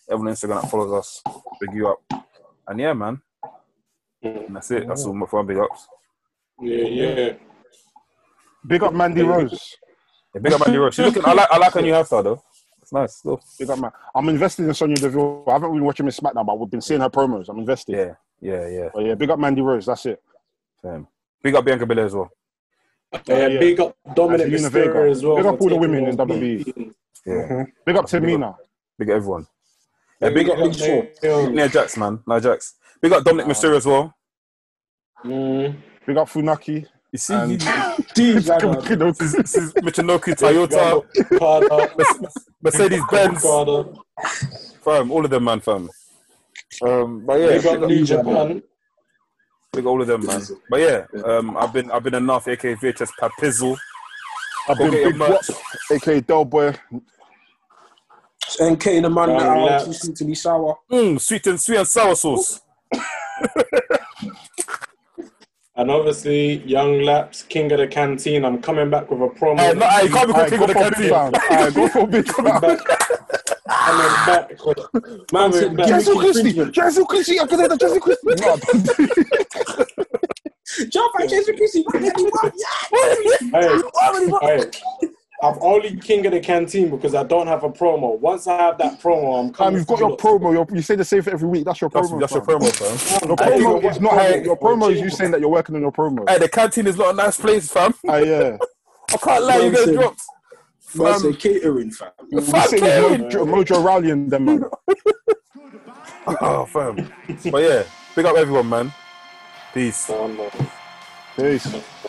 [SPEAKER 2] Everyone on Instagram that follows us, big you up. And yeah, man. And that's it. That's all my fun big ups.
[SPEAKER 4] Yeah, yeah.
[SPEAKER 5] Big up Mandy Rose.
[SPEAKER 2] Yeah, big up Andy Ross. She's looking. I like. I like her new hairstyle though. It's nice. Still.
[SPEAKER 5] Big up, man. I'm invested in Sonya Deville. I haven't been watching Miss SmackDown, but we've been seeing her promos. I'm invested.
[SPEAKER 2] Yeah. Yeah. Yeah.
[SPEAKER 5] But yeah, big up Mandy Rose. That's it.
[SPEAKER 2] Same. Big up Bianca Belair as well.
[SPEAKER 4] Yeah,
[SPEAKER 5] yeah.
[SPEAKER 4] Big up Dominic
[SPEAKER 5] Angelina
[SPEAKER 4] Mysterio
[SPEAKER 5] Vega.
[SPEAKER 4] as well.
[SPEAKER 5] Big up
[SPEAKER 4] for
[SPEAKER 5] all the
[SPEAKER 4] taking
[SPEAKER 5] women in E.
[SPEAKER 4] on
[SPEAKER 5] WWE.
[SPEAKER 4] Beaton.
[SPEAKER 2] Yeah.
[SPEAKER 5] Big up
[SPEAKER 2] Big up.
[SPEAKER 5] Tamina.
[SPEAKER 2] Big up everyone. Yeah. Big up. Big Shaw.
[SPEAKER 4] Naomi.
[SPEAKER 2] Nia Jax, man. Nia Jax. Big up Dominic Mysterio as well.
[SPEAKER 4] Mm.
[SPEAKER 5] Big up Funaki.
[SPEAKER 2] You see,
[SPEAKER 5] And-
[SPEAKER 2] this
[SPEAKER 1] Jeez, I know.
[SPEAKER 2] is, this is Michinoku
[SPEAKER 4] Big
[SPEAKER 2] Toyota,
[SPEAKER 4] up Okada.
[SPEAKER 2] Mercedes Benz.
[SPEAKER 4] Okada.
[SPEAKER 2] Fam, all of them, man, fam. Um, but yeah,
[SPEAKER 4] Big up New
[SPEAKER 2] big up,
[SPEAKER 4] Japan.
[SPEAKER 2] big up all of them, man. But yeah, um, I've been, I've been enough. AKA VHS Papizzle.
[SPEAKER 5] I've
[SPEAKER 2] Go
[SPEAKER 5] been
[SPEAKER 2] get your
[SPEAKER 5] Big Wop,
[SPEAKER 2] merch.
[SPEAKER 5] aka Del Boy.
[SPEAKER 1] It's NK the man
[SPEAKER 4] Um,
[SPEAKER 1] that um,
[SPEAKER 4] yeah.
[SPEAKER 1] too sweet to be sour.
[SPEAKER 2] Mm, sweet and sweet and sour sauce.
[SPEAKER 4] And obviously, Young Laps, King of the Canteen. I'm coming back with a promo.
[SPEAKER 2] Hey, no, hey, you can't be called
[SPEAKER 5] Alright,
[SPEAKER 2] king
[SPEAKER 5] go
[SPEAKER 2] of the
[SPEAKER 5] for Big Bang.
[SPEAKER 2] canteen.
[SPEAKER 5] Alright, go for Big Bang.
[SPEAKER 4] Back- coming back with,
[SPEAKER 1] Man said,
[SPEAKER 4] coming back
[SPEAKER 5] Jesus
[SPEAKER 4] with
[SPEAKER 5] Christi! Jesus Christi! I'm gonna Jesus Christi!
[SPEAKER 1] Jump at Jason Christie, man, get me one.
[SPEAKER 4] Hey, hey, I'm only king of the canteen because I don't have a promo. Once I have that promo, I'm coming.
[SPEAKER 5] Fam, you've got
[SPEAKER 4] for
[SPEAKER 5] your promo. Your, you say the same for every week. That's your
[SPEAKER 2] That's,
[SPEAKER 5] promo.
[SPEAKER 2] that's your
[SPEAKER 5] fam.
[SPEAKER 2] promo, fam.
[SPEAKER 5] Your
[SPEAKER 2] Hey,
[SPEAKER 5] promo is not.
[SPEAKER 2] hey,
[SPEAKER 5] your promo is you saying that you're working on your promo.
[SPEAKER 2] Hey, the canteen is not a nice place, fam.
[SPEAKER 5] Ah, yeah.
[SPEAKER 2] I can't lie, you guys
[SPEAKER 1] Listen.
[SPEAKER 2] dropped.
[SPEAKER 1] Man
[SPEAKER 2] Fam.
[SPEAKER 1] said catering, fam.
[SPEAKER 5] You'll be sitting with Mojo, Mojo Rowley and them, man.
[SPEAKER 2] Oh, fam. but yeah, big up everyone, man. Peace.
[SPEAKER 4] promo.
[SPEAKER 5] Peace.